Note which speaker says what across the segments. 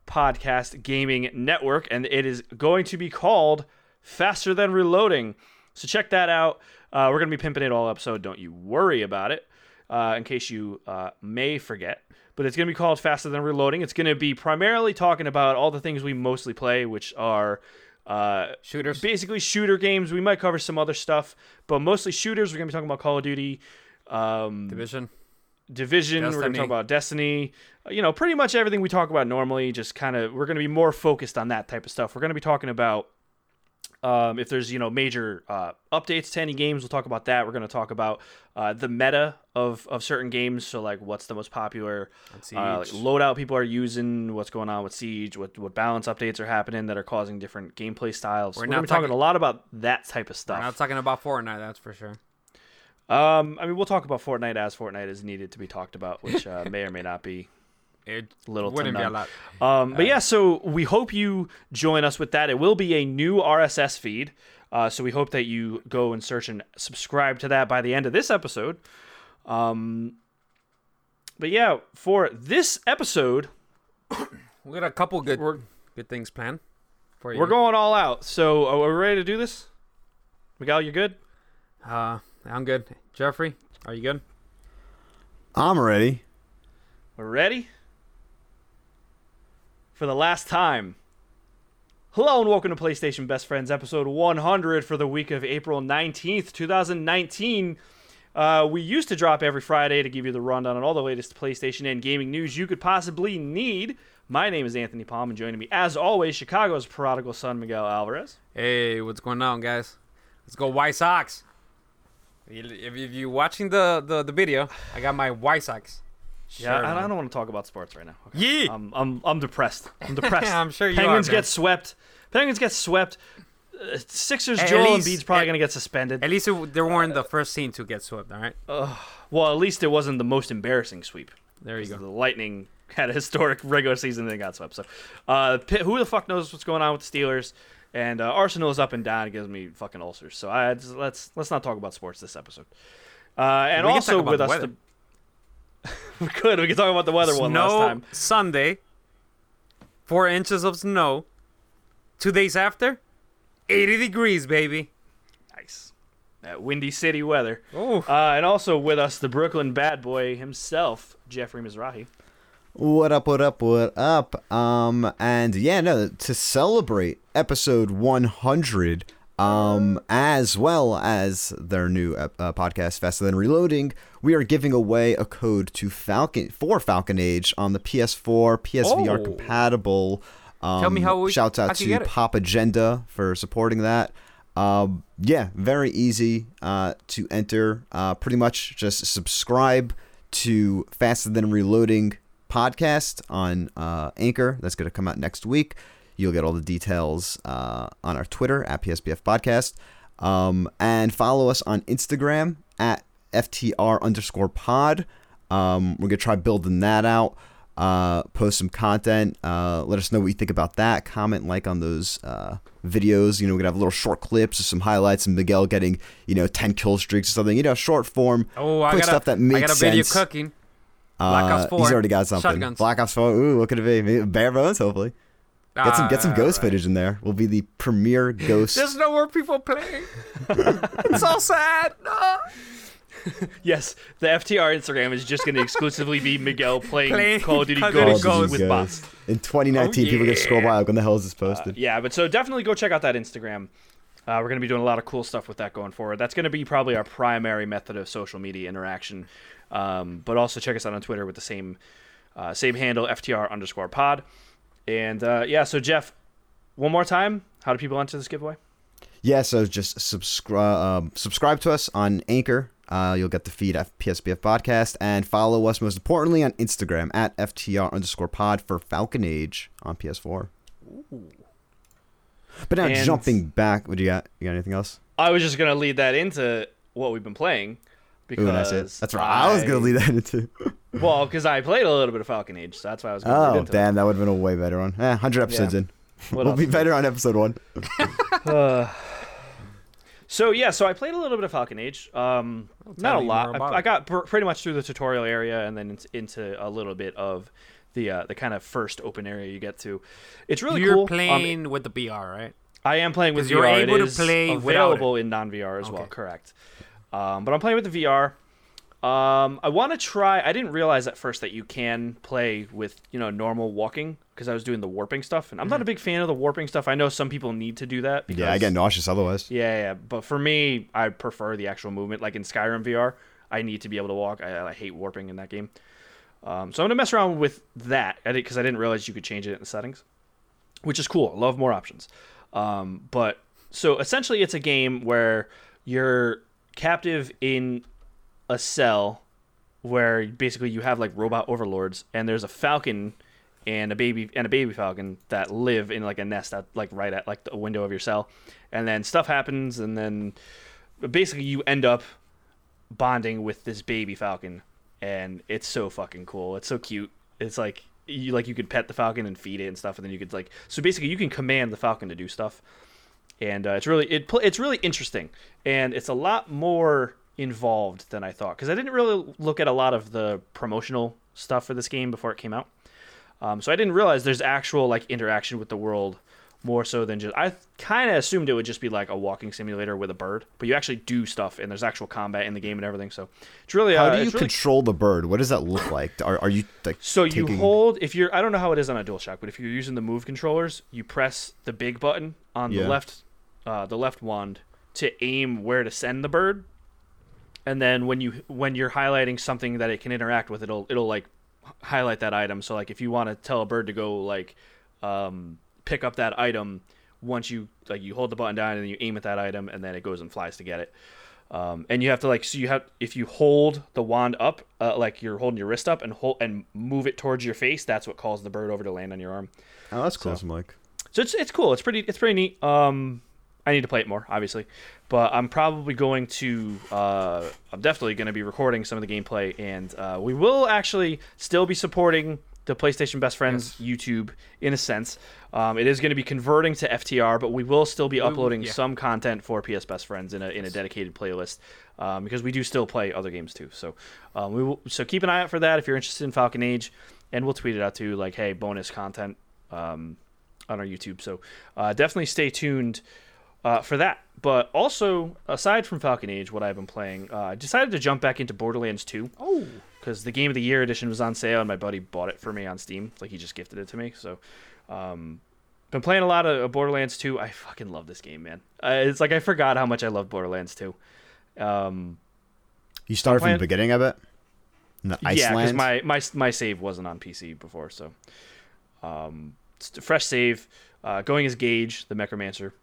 Speaker 1: podcast gaming network, and it is going to be called Faster Than Reloading. So check that out. Uh, we're gonna be pimping it all episode. Don't you worry about it uh, in case you uh, may forget. But it's going to be called Faster Than Reloading. It's going to be primarily talking about all the things we mostly play, which are uh,
Speaker 2: Shooters.
Speaker 1: basically shooter games. We might cover some other stuff, but mostly shooters. We're going to be talking about Call of Duty, um,
Speaker 2: Division.
Speaker 1: Division. We're going to
Speaker 2: Destiny.
Speaker 1: talk about Destiny. Uh, You know, pretty much everything we talk about normally. Just kind of, we're going to be more focused on that type of stuff. We're going to be talking about um, if there's you know major uh, updates to any games, we'll talk about that. We're going to talk about uh, the meta of of certain games. So like, what's the most popular uh, like,
Speaker 2: Siege.
Speaker 1: loadout people are using? What's going on with Siege? What what balance updates are happening that are causing different gameplay styles? We're,
Speaker 2: We're
Speaker 1: going to
Speaker 2: not
Speaker 1: be talking
Speaker 2: talking-
Speaker 1: a lot about that type of
Speaker 2: We're not
Speaker 1: stuff.
Speaker 2: talking about Fortnite, that's for sure.
Speaker 1: um, I mean, we'll talk about Fortnite as Fortnite is needed to be talked about, which uh, may or may not be
Speaker 2: It
Speaker 1: little to
Speaker 2: wouldn't be a
Speaker 1: none.
Speaker 2: lot.
Speaker 1: Um, but yeah, so we hope you join us with that. It will be a new RSS feed. Uh, so we hope that you go and search and subscribe to that by the end of this episode. Um, but yeah, for this episode,
Speaker 2: We got a couple good
Speaker 1: we're
Speaker 2: good things planned for you.
Speaker 1: we're going all out. So uh, are we ready to do this? Miguel, you good?
Speaker 2: Uh, I'm good. Jeffrey, are you good?
Speaker 3: I'm ready.
Speaker 1: We're ready for the last time. Hello and welcome to PlayStation Best Friends episode 100 for the week of April 19th, 2019. Uh, we used to drop every Friday to give you the rundown on all the latest PlayStation and gaming news you could possibly need. My name is Anthony Palm, and joining me, as always, Chicago's prodigal son, Miguel Alvarez.
Speaker 2: Hey, what's going on, guys? Let's go White Sox. If if you're watching the, the, the video, I got my White Sox.
Speaker 1: Yeah,
Speaker 2: shirt
Speaker 1: I- I,
Speaker 2: on.
Speaker 1: don't Oh, want to talk about sports right now. Okay.
Speaker 2: Yee!
Speaker 1: I'm, I'm, I'm depressed. I'm depressed.
Speaker 2: I'm sure you are,
Speaker 1: Penguins
Speaker 2: man.
Speaker 1: get swept. Penguins get swept. Uh, Sixers
Speaker 2: At
Speaker 1: Joel
Speaker 2: least-
Speaker 1: Embiid's probably
Speaker 2: at-
Speaker 1: going to get suspended.
Speaker 2: At least it, they weren't the first team to get swept, all right?
Speaker 1: well, at least it wasn't the most embarrassing sweep.
Speaker 2: There you
Speaker 1: 'Cause
Speaker 2: go.
Speaker 1: The Lightning had a historic regular season and they got swept. So, uh, Pi- who the fuck knows what's going on with the Steelers? And uh, Arsenal is up and down. It gives me fucking ulcers. So I just- let's let's not talk about sports this episode. Uh, and
Speaker 2: We can
Speaker 1: also
Speaker 2: talk about
Speaker 1: with
Speaker 2: the
Speaker 1: us,
Speaker 2: weather.
Speaker 1: the, good. We can talk about the weather one last
Speaker 2: snow
Speaker 1: time.
Speaker 2: Sunday, four inches of snow. Two days after, 80 degrees, baby.
Speaker 1: Nice. That windy city weather.
Speaker 2: Oh,
Speaker 1: Uh, and also with us, the Brooklyn bad boy himself, Jeffrey Mizrahi.
Speaker 3: What up, what up, what up? Um, and yeah, no, to celebrate episode 100, um, as well as their new ep- uh, podcast, Faster Than Reloading, we are giving away a code to Falcon for Falcon Age on the PS4, PSVR
Speaker 2: Oh.
Speaker 3: compatible. Um,
Speaker 2: me how we-
Speaker 3: Shouts
Speaker 2: I
Speaker 3: out
Speaker 2: can get
Speaker 3: to
Speaker 2: it.
Speaker 3: Pop Agenda for supporting that. Um, yeah, very easy uh, to enter. Uh, pretty much just subscribe to Faster Than Reloading podcast on uh, Anchor. That's going to come out next week. You'll get all the details uh, on our Twitter at PSBF Podcast. Um, and follow us on Instagram at FTR underscore pod. Um, we're going to try building that out. Uh, post some content. Uh, let us know what you think about that. Comment, like on those uh, videos. You know, we could have little short clips of some highlights and Miguel getting you know ten kill streaks or something. You know, short form,
Speaker 2: Oh, I
Speaker 3: quick
Speaker 2: got
Speaker 3: stuff
Speaker 2: a,
Speaker 3: that makes
Speaker 2: I got a video
Speaker 3: sense.
Speaker 2: cooking. Black
Speaker 3: Uh,
Speaker 2: Ops 4.
Speaker 3: He's already got something.
Speaker 2: Shotguns.
Speaker 3: Black Ops Four. Ooh, what could it be? Maybe Bare bones, hopefully. Get some get some ghost
Speaker 2: Alright.
Speaker 3: footage in there. We'll be the premier ghost.
Speaker 2: There's no more people playing. it's all sad. No.
Speaker 1: Yes, the FTR Instagram is just going to exclusively be Miguel playing,
Speaker 2: Playing
Speaker 1: Call of Duty
Speaker 2: Call of
Speaker 1: Ghosts
Speaker 2: Duty
Speaker 3: Call of Duty
Speaker 2: Ghosts.
Speaker 3: Ghosts.
Speaker 1: with bots. Uh,
Speaker 3: In 2019, people get
Speaker 2: yeah.
Speaker 3: scroll by like, when the hell is this posted?
Speaker 1: Yeah, but so definitely go check out that Instagram. Uh, we're going to be doing a lot of cool stuff with that going forward. That's going to be probably our primary method of social media interaction. Um, but also check us out on Twitter with the same uh, same handle, FTR underscore pod. And uh, yeah, so Jeff, one more time, how do people enter this giveaway?
Speaker 3: Yeah, so just subscribe um, subscribe to us on Anchor. Uh, you'll get the feed at PSBF Podcast and follow us most importantly on Instagram at FTR underscore pod for Falcon Age on PS4. But now
Speaker 1: And-
Speaker 3: jumping back, what do you got? You got anything else?
Speaker 1: I was just going to lead that into what we've been playing. Because
Speaker 3: Ooh, that's it. That's right. I, was gonna lead that into.
Speaker 1: Well, because I played a little bit of Falcon Age, so that's why I was going to lead
Speaker 3: Oh
Speaker 1: into it.
Speaker 3: damn, that would have been a way better one. Eh, hundred episodes in,
Speaker 1: What
Speaker 3: we'll
Speaker 1: else
Speaker 3: be
Speaker 1: is there?
Speaker 3: better on episode one.
Speaker 1: So yeah, so I played a little bit of Falcon Age. Um,
Speaker 2: tell
Speaker 1: not a
Speaker 2: me more
Speaker 1: lot.
Speaker 2: about
Speaker 1: I, I
Speaker 2: it.
Speaker 1: got pr- pretty much through the tutorial area and then in- into a little bit of the uh, the kind of first open area you get to. It's really
Speaker 2: You're
Speaker 1: cool. Um,
Speaker 2: playing with the BR, right?
Speaker 1: I am playing with
Speaker 2: 'Cause you're
Speaker 1: VR. It
Speaker 2: able to
Speaker 1: is
Speaker 2: play without it.
Speaker 1: available in non VR as well.
Speaker 2: Okay.
Speaker 1: Correct. Um, but I'm playing with the VR. Um, I want to try. I didn't realize at first that you can play with you know normal walking because I was doing the warping stuff, and I'm
Speaker 2: Mm-hmm.
Speaker 1: not a big fan of the warping stuff. I know some people need to do that. Because
Speaker 3: Yeah, I get nauseous otherwise.
Speaker 1: yeah, yeah, but for me, I prefer the actual movement. Like in Skyrim VR, I need to be able to walk. I, I hate warping in that game. Um, so I'm gonna mess around with that because I didn't realize you could change it in the settings, which is cool. I love more options. Um, but so essentially, it's a game where you're captive in a cell where basically you have like robot overlords, and there's a falcon and a baby and a baby falcon that live in like a nest out like right at like the window of your cell, and then stuff happens, and then basically you end up bonding with this baby falcon, and it's so fucking cool. It's so cute. It's like you like you could pet the falcon and feed it and stuff, and then you could like so basically you can command the falcon to do stuff and uh, it's really it pl- it's really interesting and it's a lot more involved than I thought because I didn't really look at a lot of the promotional stuff for this game before it came out. Um, so I didn't realize there's actual like interaction with the world more so than just I kind of assumed it would just be like a walking simulator with a bird, but you actually do stuff and there's actual combat in the game and everything. So it's really
Speaker 3: How
Speaker 1: uh,
Speaker 3: do you
Speaker 1: it's really
Speaker 3: control the bird? What does that look like? Are, are you like
Speaker 1: so you
Speaker 3: taking-
Speaker 1: hold if you're I don't know how it is on a DualShock, but if you're using the move controllers, you press the big button on
Speaker 3: Yeah.
Speaker 1: the left uh, the left wand to aim where to send the bird. And then when you when you're highlighting something that it can interact with, it'll it'll like h- highlight that item. So like if you want to tell a bird to go like um, pick up that item, once you like you hold the button down and then you aim at that item and then it goes and flies to get it. Um, and you have to like so you have if you hold the wand up uh, like you're holding your wrist up and hold and move it towards your face that's what calls the bird over to land on your arm
Speaker 3: Oh, that's cool. So. I'm like,
Speaker 1: so it's it's cool it's pretty it's pretty neat um i need to play it more obviously but i'm probably going to uh i'm definitely going to be recording some of the gameplay and uh, we will actually still be supporting the PlayStation Best Friends YouTube, in a sense, um, it is going to be converting to FTR, but we will still be uploading
Speaker 2: yeah.
Speaker 1: some content for PS Best Friends in a, in a dedicated playlist um, because we do still play other games too. So um, we will, so keep an eye out for that if you're interested in Falcon Age, and we'll tweet it out too, like hey, bonus content um, on our YouTube. So uh, definitely stay tuned uh, for that. But also, aside from Falcon Age, what I've been playing, uh, I decided to jump back into Borderlands 2
Speaker 2: Oh,
Speaker 1: because the Game of the Year edition was on sale, and my buddy bought it for me on Steam. Like he just gifted it to me. So, um, been playing a lot of of Borderlands 2. I fucking love this game, man. Uh, it's like I forgot how much I love Borderlands 2. Um,
Speaker 3: you started from the
Speaker 1: playing-
Speaker 3: beginning, I bet. In the
Speaker 1: yeah, because
Speaker 3: Iceland.
Speaker 1: my, my my save wasn't on PC before, so um, st- fresh save. Uh, going as Gage, the Necromancer,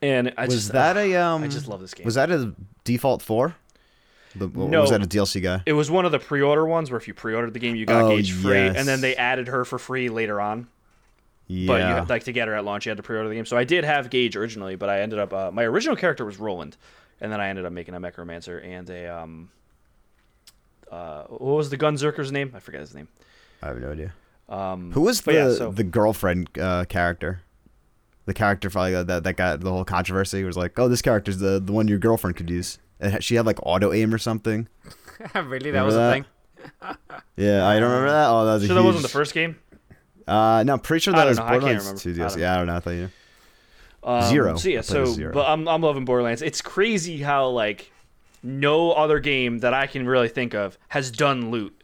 Speaker 1: and I
Speaker 3: was
Speaker 1: just
Speaker 3: that
Speaker 1: uh,
Speaker 3: a um?
Speaker 1: I just love this game.
Speaker 3: Was that a default four? The, or
Speaker 1: No.
Speaker 3: Was that a DLC guy?
Speaker 1: It was one of the pre-order ones where if you pre-ordered the game, you got
Speaker 3: Oh,
Speaker 1: Gage free,
Speaker 3: yes.
Speaker 1: and then they added her for free later on.
Speaker 3: Yeah.
Speaker 1: But you had, like to get her at launch, you had to pre-order the game. So I did have Gage originally, but I ended up uh, my original character was Roland, and then I ended up making a Necromancer and a um. Uh, what was the Gunzerker's name? I forget his name.
Speaker 3: I have no idea.
Speaker 1: Um,
Speaker 3: Who was the
Speaker 1: but yeah, so-
Speaker 3: the girlfriend uh, character? the character probably got- that that got the whole controversy was like, oh, this character's the the one your girlfriend could use. And ha- she had like auto aim or something.
Speaker 2: really,
Speaker 3: Remember
Speaker 2: that was a
Speaker 3: that?
Speaker 2: thing.
Speaker 3: Yeah, I don't remember that. Oh, that was a
Speaker 1: Sure, that wasn't
Speaker 3: huge-
Speaker 1: the first game.
Speaker 3: Uh, no, I'm pretty sure
Speaker 1: I
Speaker 3: that
Speaker 1: don't
Speaker 3: was
Speaker 1: know. I can't
Speaker 3: Borderlands
Speaker 1: remember.
Speaker 3: 2
Speaker 1: I don't
Speaker 3: DLC. Yeah, I don't know. I thought you knew.
Speaker 1: Um,
Speaker 3: Zero.
Speaker 1: So yeah,
Speaker 3: I played
Speaker 1: so
Speaker 3: with zero.
Speaker 1: but I'm I'm loving Borderlands. It's crazy how like no other game that I can really think of has done loot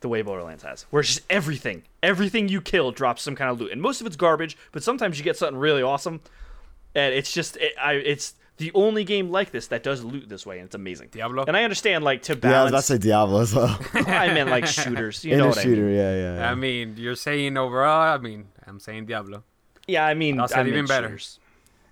Speaker 1: the way Borderlands has, where it's just everything, everything you kill drops some kind of loot, and most of it's garbage, but sometimes you get something really awesome, and it's just it, I it's the only game like this that does loot this way, and it's amazing.
Speaker 2: Diablo?
Speaker 1: And I understand like to
Speaker 3: Yeah, I was about to
Speaker 1: balance.
Speaker 3: say Diablo as well.
Speaker 1: I meant like shooters. You
Speaker 3: In
Speaker 1: know
Speaker 3: a
Speaker 1: what I mean?
Speaker 3: shooter, yeah, yeah. yeah.
Speaker 2: I mean, you're saying overall. I mean, I'm saying Diablo.
Speaker 1: Yeah, I mean
Speaker 2: I'll say
Speaker 1: I
Speaker 2: it even
Speaker 1: meant
Speaker 2: better.
Speaker 1: shooters.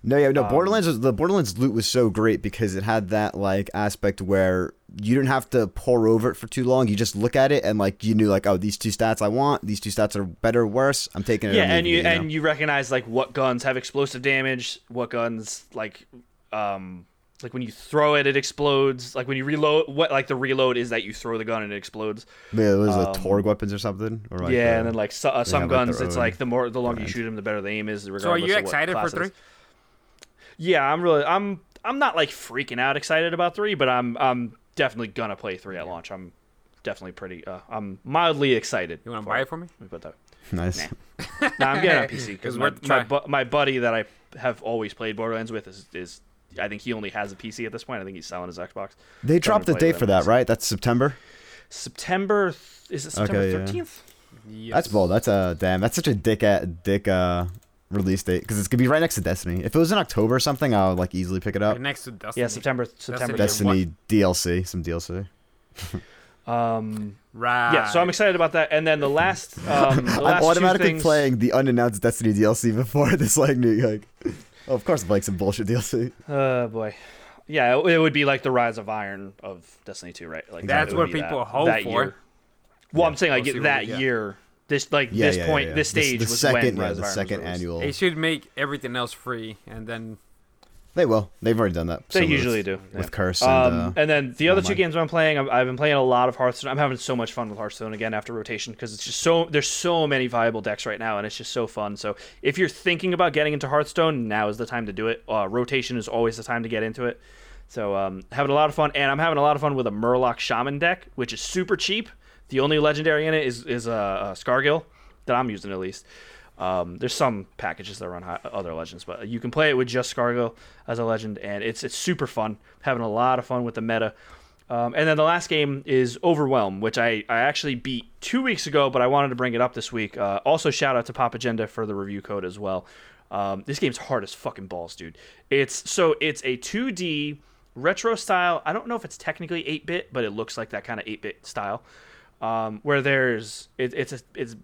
Speaker 3: No, yeah,
Speaker 1: Um,
Speaker 3: no. Borderlands was the Borderlands loot was so great because it had that like aspect where you didn't have to pore over it for too long. You just look at it and like you knew like oh these two stats I want. These two stats are better, worse. I'm taking it.
Speaker 1: yeah
Speaker 3: I'm
Speaker 1: and you
Speaker 3: leaving it,
Speaker 1: and you recognize like what guns have explosive damage what guns like um like when you throw it it explodes like when you reload what like the reload is that you throw the gun and it explodes
Speaker 3: know? yeah, was it Torg weapons or something? Or, like,
Speaker 1: um, yeah
Speaker 3: uh,
Speaker 1: and then like so, uh, some
Speaker 3: have, like,
Speaker 1: guns
Speaker 3: their
Speaker 1: it's
Speaker 3: own
Speaker 1: like the more the longer you shoot them the better the aim is regardless
Speaker 2: So are you
Speaker 1: of what
Speaker 2: excited for
Speaker 1: class it is.
Speaker 2: three?
Speaker 1: yeah i'm really i'm i'm not like freaking out excited about three but i'm i'm definitely gonna play three at launch i'm definitely pretty uh, i'm mildly excited
Speaker 2: You want to
Speaker 1: for
Speaker 2: buy it for me?
Speaker 1: Let me put it that way.
Speaker 3: nice.
Speaker 1: No, I'm getting it on PC because
Speaker 2: It's
Speaker 1: my,
Speaker 2: worth a try.
Speaker 1: my, bu- my buddy that I have always played Borderlands with is, is I think he only has a PC at this point. I think he's selling his Xbox.
Speaker 3: They dropped the
Speaker 1: play
Speaker 3: date
Speaker 1: with
Speaker 3: for
Speaker 1: them.
Speaker 3: that, right? That's September.
Speaker 1: September th- is it September
Speaker 3: Okay, yeah.
Speaker 1: 13th?
Speaker 2: Yes.
Speaker 3: That's bold. That's a uh, damn. That's such a dick at dick uh release date because it's gonna be right next to Destiny. If it was in October or something, I would like easily pick it
Speaker 2: You're
Speaker 3: up.
Speaker 2: next to Destiny.
Speaker 1: Yeah, September September.
Speaker 2: That's
Speaker 1: That's
Speaker 2: in
Speaker 3: Destiny DLC, some DLC.
Speaker 1: um
Speaker 2: Right.
Speaker 1: yeah, so I'm excited about that. And then the last um the last
Speaker 3: I'm automatically
Speaker 1: two things,
Speaker 3: playing the unannounced Destiny DLC before this like new like. Oh, of course, I'm playing some bullshit DLC.
Speaker 1: Oh boy. Yeah, it, it would be like the Rise of Iron of Destiny 2, right? Like
Speaker 2: That's
Speaker 1: it
Speaker 2: what
Speaker 1: would be
Speaker 2: people
Speaker 1: that-
Speaker 2: hope
Speaker 1: that
Speaker 2: for.
Speaker 1: Year. Well, I'm saying like
Speaker 2: We'll see what
Speaker 1: that
Speaker 2: we get.
Speaker 1: year this like
Speaker 3: Yeah,
Speaker 1: this
Speaker 3: yeah, yeah,
Speaker 1: point
Speaker 3: yeah.
Speaker 1: this
Speaker 3: The-
Speaker 1: stage
Speaker 3: the
Speaker 1: was
Speaker 3: second,
Speaker 1: when
Speaker 3: yeah,
Speaker 1: Rise
Speaker 3: the
Speaker 1: of Iron was
Speaker 3: second
Speaker 1: released.
Speaker 3: annual.
Speaker 2: They should make everything else free, and then
Speaker 3: They will. They've already done that.
Speaker 1: They
Speaker 3: some with-
Speaker 1: usually do
Speaker 3: with
Speaker 1: yeah.
Speaker 3: Curse
Speaker 1: Um,
Speaker 3: and,
Speaker 1: and,
Speaker 3: uh,
Speaker 1: then the other two
Speaker 3: Online.
Speaker 1: games I'm playing, I've, I've been playing a lot of Hearthstone. I'm having so much fun with Hearthstone again after rotation because it's just so there's so many viable decks right now, and it's just so fun. So if you're thinking about getting into Hearthstone, now is the time to do it. Uh, rotation is always the time to get into it. So um, having a lot of fun, and I'm having a lot of fun with a Murloc Shaman deck, which is super cheap. The only legendary in it is is a uh, uh, Scargill that I'm using at least. Um, there's some packages that run hi- other legends, but you can play it with just Scargo as a legend, and it's it's super fun. Having a lot of fun with the meta. Um, and then the last game is Overwhelm, which I, I actually beat two weeks ago, but I wanted to bring it up this week. Uh, also, shout out to Pop Agenda for the review code as well. Um, this game's hard as fucking balls, dude. It's so it's a 2D retro style. I don't know if it's technically 8-bit, but it looks like that kind of 8-bit style. Um, where there's it, it's a, it's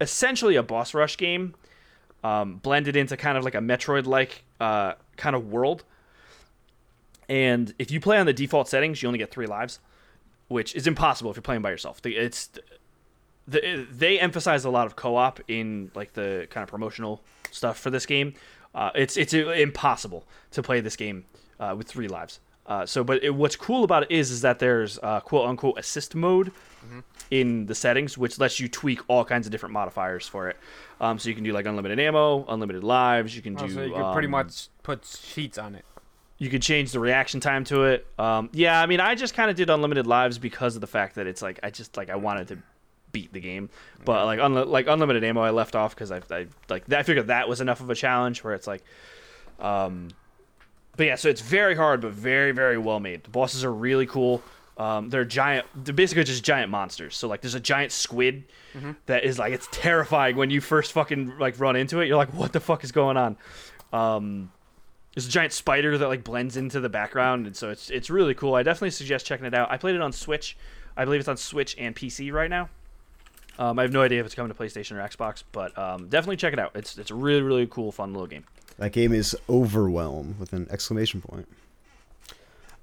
Speaker 1: essentially a boss rush game um, blended into kind of like a metroid like uh, kind of world and if you play on the default settings you only get three lives which is impossible if you're playing by yourself The- it's the, they emphasize a lot of co-op in like the kind of promotional stuff for this game uh, it's it's impossible to play this game uh, with three lives uh, so but it, what's cool about it is is that there's uh, quote unquote assist mode
Speaker 2: Mm-hmm.
Speaker 1: in the settings, which lets you tweak all kinds of different modifiers for it. Um, so you can do like unlimited ammo, unlimited lives. You can do.
Speaker 2: oh, so you could pretty
Speaker 1: um,
Speaker 2: much put sheets on it.
Speaker 1: You could change the reaction time to it. Um, yeah, I mean, I just kind of did unlimited lives because of the fact that it's like I just like I wanted to beat the game, but like unli- like unlimited ammo I left off because I, I like I figured that was enough of a challenge where it's like, um, but yeah, so it's very hard, but very, very well made. The bosses are really cool. Um, they're giant. They're basically just giant monsters. So like, there's a giant squid that is like it's terrifying when you first fucking like run into it. You're like, what the fuck is going on? Um, there's a giant spider that like blends into the background, and so it's it's really cool. I definitely suggest checking it out. I played it on Switch. I believe it's on Switch and PC right now. Um, I have no idea if it's coming to PlayStation or Xbox, but um, definitely check it out. It's it's a really really cool, fun little game.
Speaker 3: That game is Overwhelm with an exclamation point.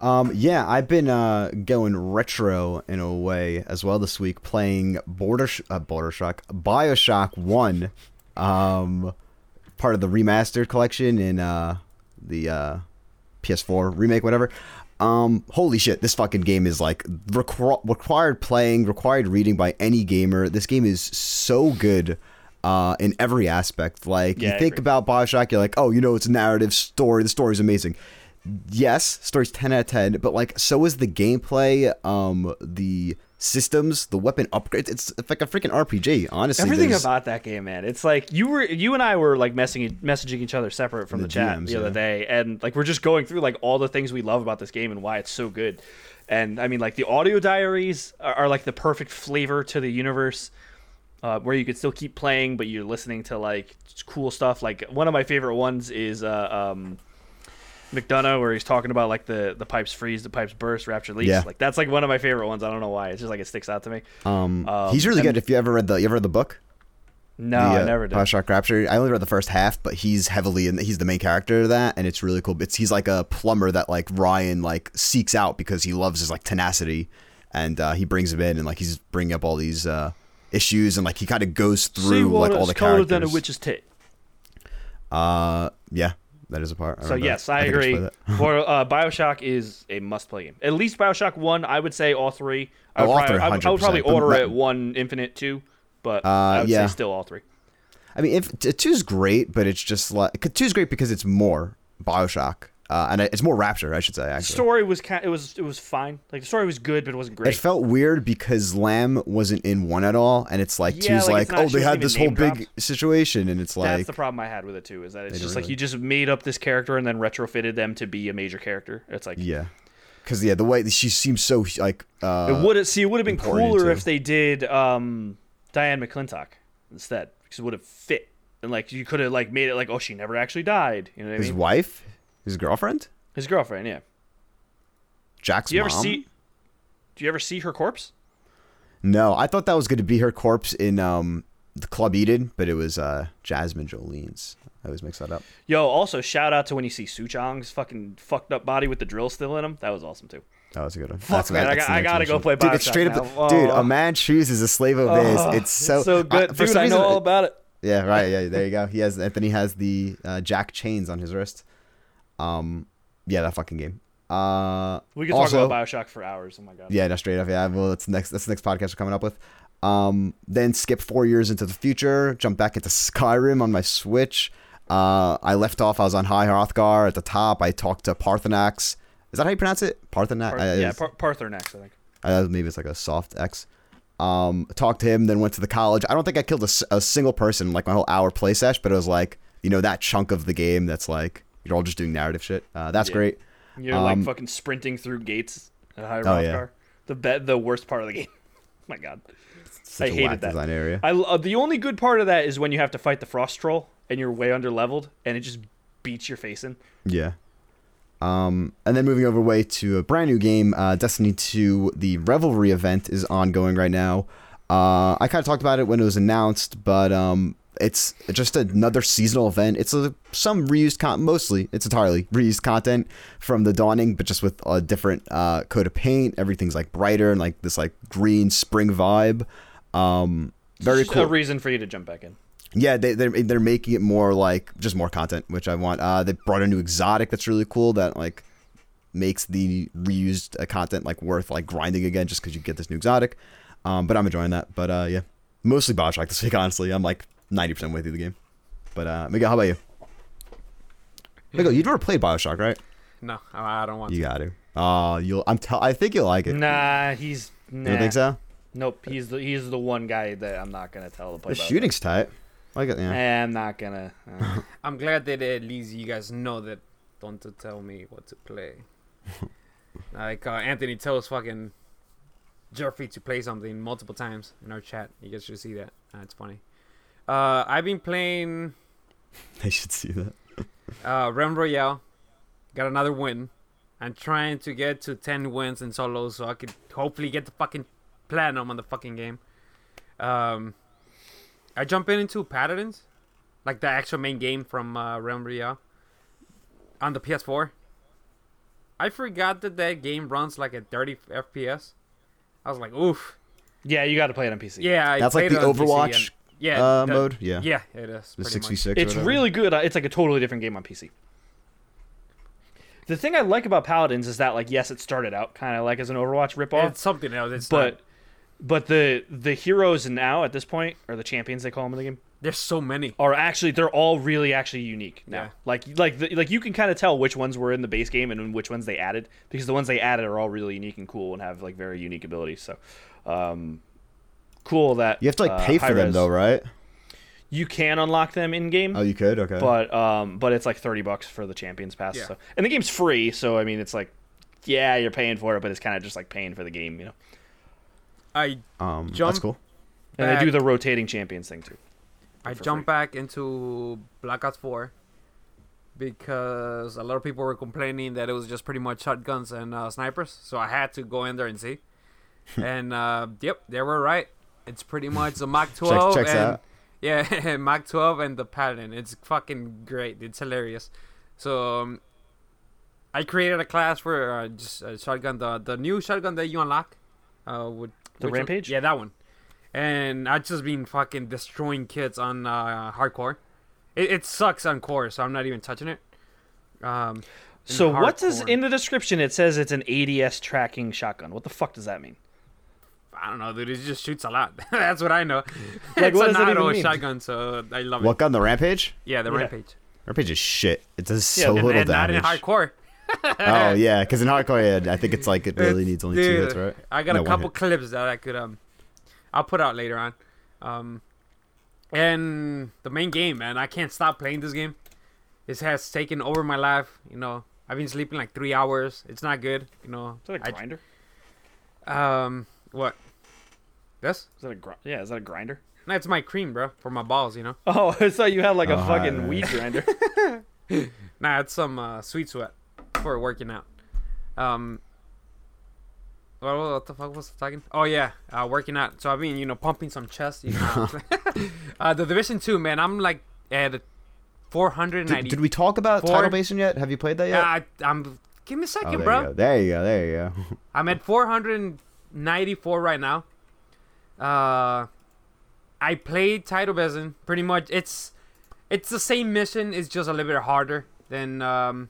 Speaker 3: Um, yeah, I've been uh, going retro in a way as well this week, playing Border Sh- uh, Border Shock Bioshock One, um, part of the remastered collection in uh, the uh, PS4 remake, whatever. Um, holy shit, this fucking game is like requ- required playing, required reading by any gamer. This game is so good. uh, in every aspect. Like
Speaker 1: Yeah, I
Speaker 3: you think
Speaker 1: agree.
Speaker 3: about Bioshock, you're like, oh, you know, it's a narrative story. The story's amazing. Yes, story's ten out of ten, but like so is the gameplay, um, the systems, the weapon upgrades. It's, it's like a freaking RPG, honestly.
Speaker 1: Everything
Speaker 3: There's-
Speaker 1: about that game, man. It's like you were, you and I were like messing, messaging each other separate from the,
Speaker 3: The
Speaker 1: chat
Speaker 3: GMs,
Speaker 1: the other
Speaker 3: yeah.
Speaker 1: day, and like we're just going through like all the things we love about this game and why it's so good. And I mean, like the audio diaries are, are like the perfect flavor to the universe, uh, where you could still keep playing, but you're listening to like cool stuff. Like one of my favorite ones is uh, um, McDonough, where he's talking about like the the pipes freeze, the pipes burst, rapture leaks.
Speaker 3: Yeah.
Speaker 1: Like that's like one of my favorite ones. I don't know why. It's just like it sticks out to me.
Speaker 3: Um,
Speaker 1: Um,
Speaker 3: he's really
Speaker 1: and-
Speaker 3: good. If you ever read the, you ever read the book?
Speaker 1: No,
Speaker 3: the,
Speaker 1: Oh, I
Speaker 3: uh,
Speaker 1: never did.
Speaker 3: Bioshock Rapture. I only read the first half, but he's heavily in. He's the main character of that, and it's really cool. It's he's like a plumber that like Ryan like seeks out because he loves his like tenacity, and uh, he brings him in, and like he's bringing up all these uh, issues, and like he kind of goes through like all the
Speaker 1: colder
Speaker 3: characters.
Speaker 1: than a witch's tit.
Speaker 3: Uh, yeah, that is a part.
Speaker 1: So
Speaker 3: remember
Speaker 1: yes,
Speaker 3: that.
Speaker 1: I,
Speaker 3: think just
Speaker 1: agree.
Speaker 3: played that.
Speaker 1: For uh, Bioshock is a must-play game. At least Bioshock One, I would say all three. I
Speaker 3: Oh,
Speaker 1: would,
Speaker 3: all
Speaker 1: probably,
Speaker 3: three,
Speaker 1: I would- I would probably
Speaker 3: 100%, but
Speaker 1: order
Speaker 3: that-
Speaker 1: it one, Infinite two, but I would
Speaker 3: Uh, yeah.
Speaker 1: say still all three.
Speaker 3: I mean, if t- two's great, but it's just like two's great because it's more Bioshock, uh, and it's more Rapture, I should say. Actually,
Speaker 1: Story was kind, it was it was fine. Like the story was good, but it wasn't
Speaker 3: It
Speaker 1: great.
Speaker 3: felt weird because Lamb wasn't in one at all, and it's like
Speaker 1: Yeah,
Speaker 3: two's
Speaker 1: like,
Speaker 3: like,
Speaker 1: it's not-
Speaker 3: oh,
Speaker 1: she
Speaker 3: they
Speaker 1: wasn't
Speaker 3: had
Speaker 1: even
Speaker 3: this whole
Speaker 1: name
Speaker 3: big
Speaker 1: dropped.
Speaker 3: situation, and it's
Speaker 1: That's
Speaker 3: like,
Speaker 1: the problem I had with it too. Is that it's
Speaker 3: don't
Speaker 1: just like
Speaker 3: really-
Speaker 1: you just made up this character and then retrofitted them to be a major character. It's like
Speaker 3: yeah, because yeah, the way that she seems so like, uh,
Speaker 1: it would have see it would have been
Speaker 3: important
Speaker 1: cooler
Speaker 3: to-
Speaker 1: if they did um, Diane McClintock instead because it would have fit and like you could have like made it like oh she never actually died. You know what I
Speaker 3: his
Speaker 1: mean?
Speaker 3: wife, his girlfriend,
Speaker 1: His girlfriend, yeah.
Speaker 3: Jack's
Speaker 1: Do you
Speaker 3: mom.
Speaker 1: ever see? Do you ever see her corpse?
Speaker 3: No, I thought that was going to be her corpse in um the Club Eden, but it was uh Jasmine Jolene's. I always mix that up.
Speaker 1: Yo, also shout out to when you see Suchong's fucking fucked up body with the drill still in him. That was awesome too.
Speaker 3: That was a good one. Fuck
Speaker 1: man, I got- I gotta go play
Speaker 3: Dude, it's
Speaker 1: Bioshock
Speaker 3: straight up.
Speaker 1: now.
Speaker 3: Dude,
Speaker 1: Oh.
Speaker 3: a man chooses a slave of his.
Speaker 1: Oh,
Speaker 3: it's so
Speaker 1: good,
Speaker 3: I, for
Speaker 1: dude.
Speaker 3: some
Speaker 1: I know
Speaker 3: reason-
Speaker 1: all about it.
Speaker 3: Yeah, right. Yeah, there you go. He has Anthony has the uh, Jack chains on his wrist. Um, yeah, that fucking game. Uh,
Speaker 1: We could
Speaker 3: also,
Speaker 1: talk about Bioshock for hours. Oh my god.
Speaker 3: yeah, no, straight off. Yeah, well, that's next. That's the next podcast we're coming up with. Um, then skip four years into the future, jump back into Skyrim on my Switch. Uh, I left off. I was on High Hrothgar at the top. I talked to Parthenax. Is that how you pronounce it? uh, Parthenax.
Speaker 1: Par-
Speaker 3: I- I-
Speaker 1: yeah, Par- Parthor next, I think.
Speaker 3: uh, maybe it's like a soft X. Um, talked to him, then went to the college. I don't think I killed a, s- a single person in, like my whole hour play sesh, but it was like you know that chunk of the game that's like you're all just doing narrative shit. Uh, that's
Speaker 1: Yeah.
Speaker 3: great.
Speaker 1: You're like
Speaker 3: Um,
Speaker 1: fucking sprinting through gates at High
Speaker 3: Oh, yeah.
Speaker 1: Rothgar. The be- the worst part of the game. Oh my god.
Speaker 3: Such
Speaker 1: I
Speaker 3: a
Speaker 1: hated
Speaker 3: whack
Speaker 1: that.
Speaker 3: design area.
Speaker 1: I uh, the only good part of that is when you have to fight the frost troll and you're way under leveled and it just beats your face in.
Speaker 3: yeah. Um, and then moving over way to a brand new game, uh, Destiny 2, the Revelry event is ongoing right now. Uh, I kind of talked about it when it was announced, but um, it's just another seasonal event. It's a, some reused con mostly, it's entirely reused content from the Dawning, but just with a different uh, coat of paint. Everything's like brighter and like this like green spring vibe. Um, very
Speaker 1: Just
Speaker 3: cool.
Speaker 1: A reason for you to jump back in.
Speaker 3: Yeah, they, they're they're making it more like just more content, which I want. Uh, they brought a new exotic that's really cool that like makes the reused uh, content like worth like grinding again just because you get this new exotic. Um, but I'm enjoying that. But uh, yeah, mostly Bioshock this week. Honestly, I'm like 90 percent way through the game. But uh, Miguel, how about you? Miguel, you've never played Bioshock, right?
Speaker 2: No, I I don't want
Speaker 3: You
Speaker 2: to.
Speaker 3: got to. Uh, you'll. I'm. Tell. I think you'll like it.
Speaker 1: Nah, he's
Speaker 3: You
Speaker 1: nah.
Speaker 3: don't think so?
Speaker 1: Nope, he's the he's the one guy that I'm not gonna tell to play.
Speaker 3: The
Speaker 1: Bioshock.
Speaker 3: shooting's tight. Like it. Yeah.
Speaker 1: Eh, I'm not gonna. uh,
Speaker 2: I'm glad that at least you guys know that. Don't to tell me what to play. like uh, Anthony tells fucking Jeffrey to play something multiple times in our chat. You guys should see that. Uh, it's funny. Uh, I've been playing
Speaker 3: They should see that.
Speaker 2: uh, Rem Royale. Got another win. I'm trying to get to 10 wins in solo so I could hopefully get the fucking platinum on the fucking game. Um, I jump in into Paladins, like the actual main game from uh, Rem Royale, on the PS4. I forgot that that game runs like at 30 FPS. I was like, oof.
Speaker 1: yeah, you got to play it on PC.
Speaker 2: Yeah, I
Speaker 3: That's like
Speaker 2: played
Speaker 3: the
Speaker 2: it on PC and-
Speaker 3: Overwatch,
Speaker 2: yeah,
Speaker 3: Uh,
Speaker 2: the-
Speaker 3: mode. Yeah.
Speaker 2: Yeah, it is.
Speaker 3: The
Speaker 2: pretty much.
Speaker 3: 66. or
Speaker 1: it's
Speaker 3: whatever.
Speaker 1: really good. uh, It's like a totally different game on PC. The thing I like about Paladins is that, like, yes, it started out kind of like as an Overwatch ripoff,
Speaker 2: It's something else. It's not-
Speaker 1: but but the the heroes now at this point are the champions they call them in the game.
Speaker 2: There's so many.
Speaker 1: are actually they're all really actually unique now.
Speaker 2: Yeah.
Speaker 1: Like like the, like you can kind of tell which ones were in the base game and which ones they added because the ones they added are all really unique and cool and have like very unique abilities. So, um, cool that
Speaker 3: You have to like
Speaker 1: uh,
Speaker 3: pay for them
Speaker 1: high-res-
Speaker 3: though, right?
Speaker 1: You can unlock them in game.
Speaker 3: Oh, you could. Okay.
Speaker 1: But um, but it's like thirty bucks for the Champions Pass.
Speaker 2: Yeah.
Speaker 1: So and the game's free, so I mean it's like, yeah, you're paying for it, but it's kind of just like paying for the game, you know.
Speaker 2: I
Speaker 3: um, that's
Speaker 2: jump-
Speaker 3: cool.
Speaker 1: And
Speaker 2: Back.
Speaker 1: they do the rotating champions thing too.
Speaker 2: I
Speaker 1: for
Speaker 2: jumped
Speaker 1: free.
Speaker 2: back into Black Ops 4 because a lot of people were complaining that it was just pretty much shotguns and uh, snipers, so I had to go in there and see. and uh, yep, they were right. It's pretty much the Mach 12
Speaker 3: checks
Speaker 2: and
Speaker 3: out.
Speaker 2: yeah, Mach 12 and the Paladin. It's fucking great. It's hilarious. So um, I created a class for uh, just a shotgun, the the new shotgun that you unlock. Uh, with
Speaker 1: The
Speaker 2: which one-
Speaker 1: Rampage?
Speaker 2: Yeah, that one. And I've just been fucking destroying kids on uh, hardcore. It, it sucks on core, so I'm not even touching it. Um, in
Speaker 1: So what does
Speaker 2: hardcore.
Speaker 1: in the description it says it's an ADS tracking shotgun? What the fuck does that mean?
Speaker 2: I don't know, dude. It just shoots a lot. That's what I know.
Speaker 1: Like,
Speaker 2: it's
Speaker 1: what
Speaker 2: an
Speaker 1: does that even
Speaker 2: auto
Speaker 1: mean?
Speaker 2: shotgun, so I love
Speaker 3: What
Speaker 2: it.
Speaker 3: gun? The Rampage.
Speaker 2: Yeah, the
Speaker 1: Yeah.
Speaker 2: rampage.
Speaker 3: Rampage is shit. It does
Speaker 1: Yeah,
Speaker 3: so
Speaker 1: and-
Speaker 3: little
Speaker 2: and not in
Speaker 3: damage.
Speaker 2: hardcore.
Speaker 3: oh yeah, because in hardcore, yeah, I think it's like it really
Speaker 2: It's-
Speaker 3: needs only two
Speaker 2: dude,
Speaker 3: hits, right?
Speaker 2: I got
Speaker 3: No,
Speaker 2: a
Speaker 3: one
Speaker 2: couple
Speaker 3: hit.
Speaker 2: clips that I could um, I'll put out later on, um, and the main game, man. I can't stop playing this game. This has taken over my life. You know, I've been sleeping like three hours. It's not good. You know,
Speaker 1: Is that a grinder?
Speaker 2: I, um, what? This?
Speaker 1: Is that a gr- yeah? Is that a grinder?
Speaker 2: That's my cream, bro, for my balls. You know.
Speaker 1: Oh, I thought you had like a
Speaker 3: Oh, hi,
Speaker 1: fucking
Speaker 3: man.
Speaker 1: weed grinder.
Speaker 2: Nah, it's some uh, sweet sweat for working out. Um, what, what, what the fuck was I talking? Oh yeah, uh, working out. So I've been, you know, pumping some chest. You know, uh, the Division Two, man. I'm like at 490.
Speaker 3: Did, did we talk about
Speaker 2: Four.
Speaker 3: Title Basin yet? Have you played that
Speaker 2: Uh,
Speaker 3: yet?
Speaker 2: I, I'm. Give me a
Speaker 3: Oh,
Speaker 2: second,
Speaker 3: there,
Speaker 2: bro.
Speaker 3: you go. there you go. There you go.
Speaker 2: I'm at 494 right now. Uh, I played Tidal Basin pretty much. It's it's the same mission. It's just a little bit harder than um.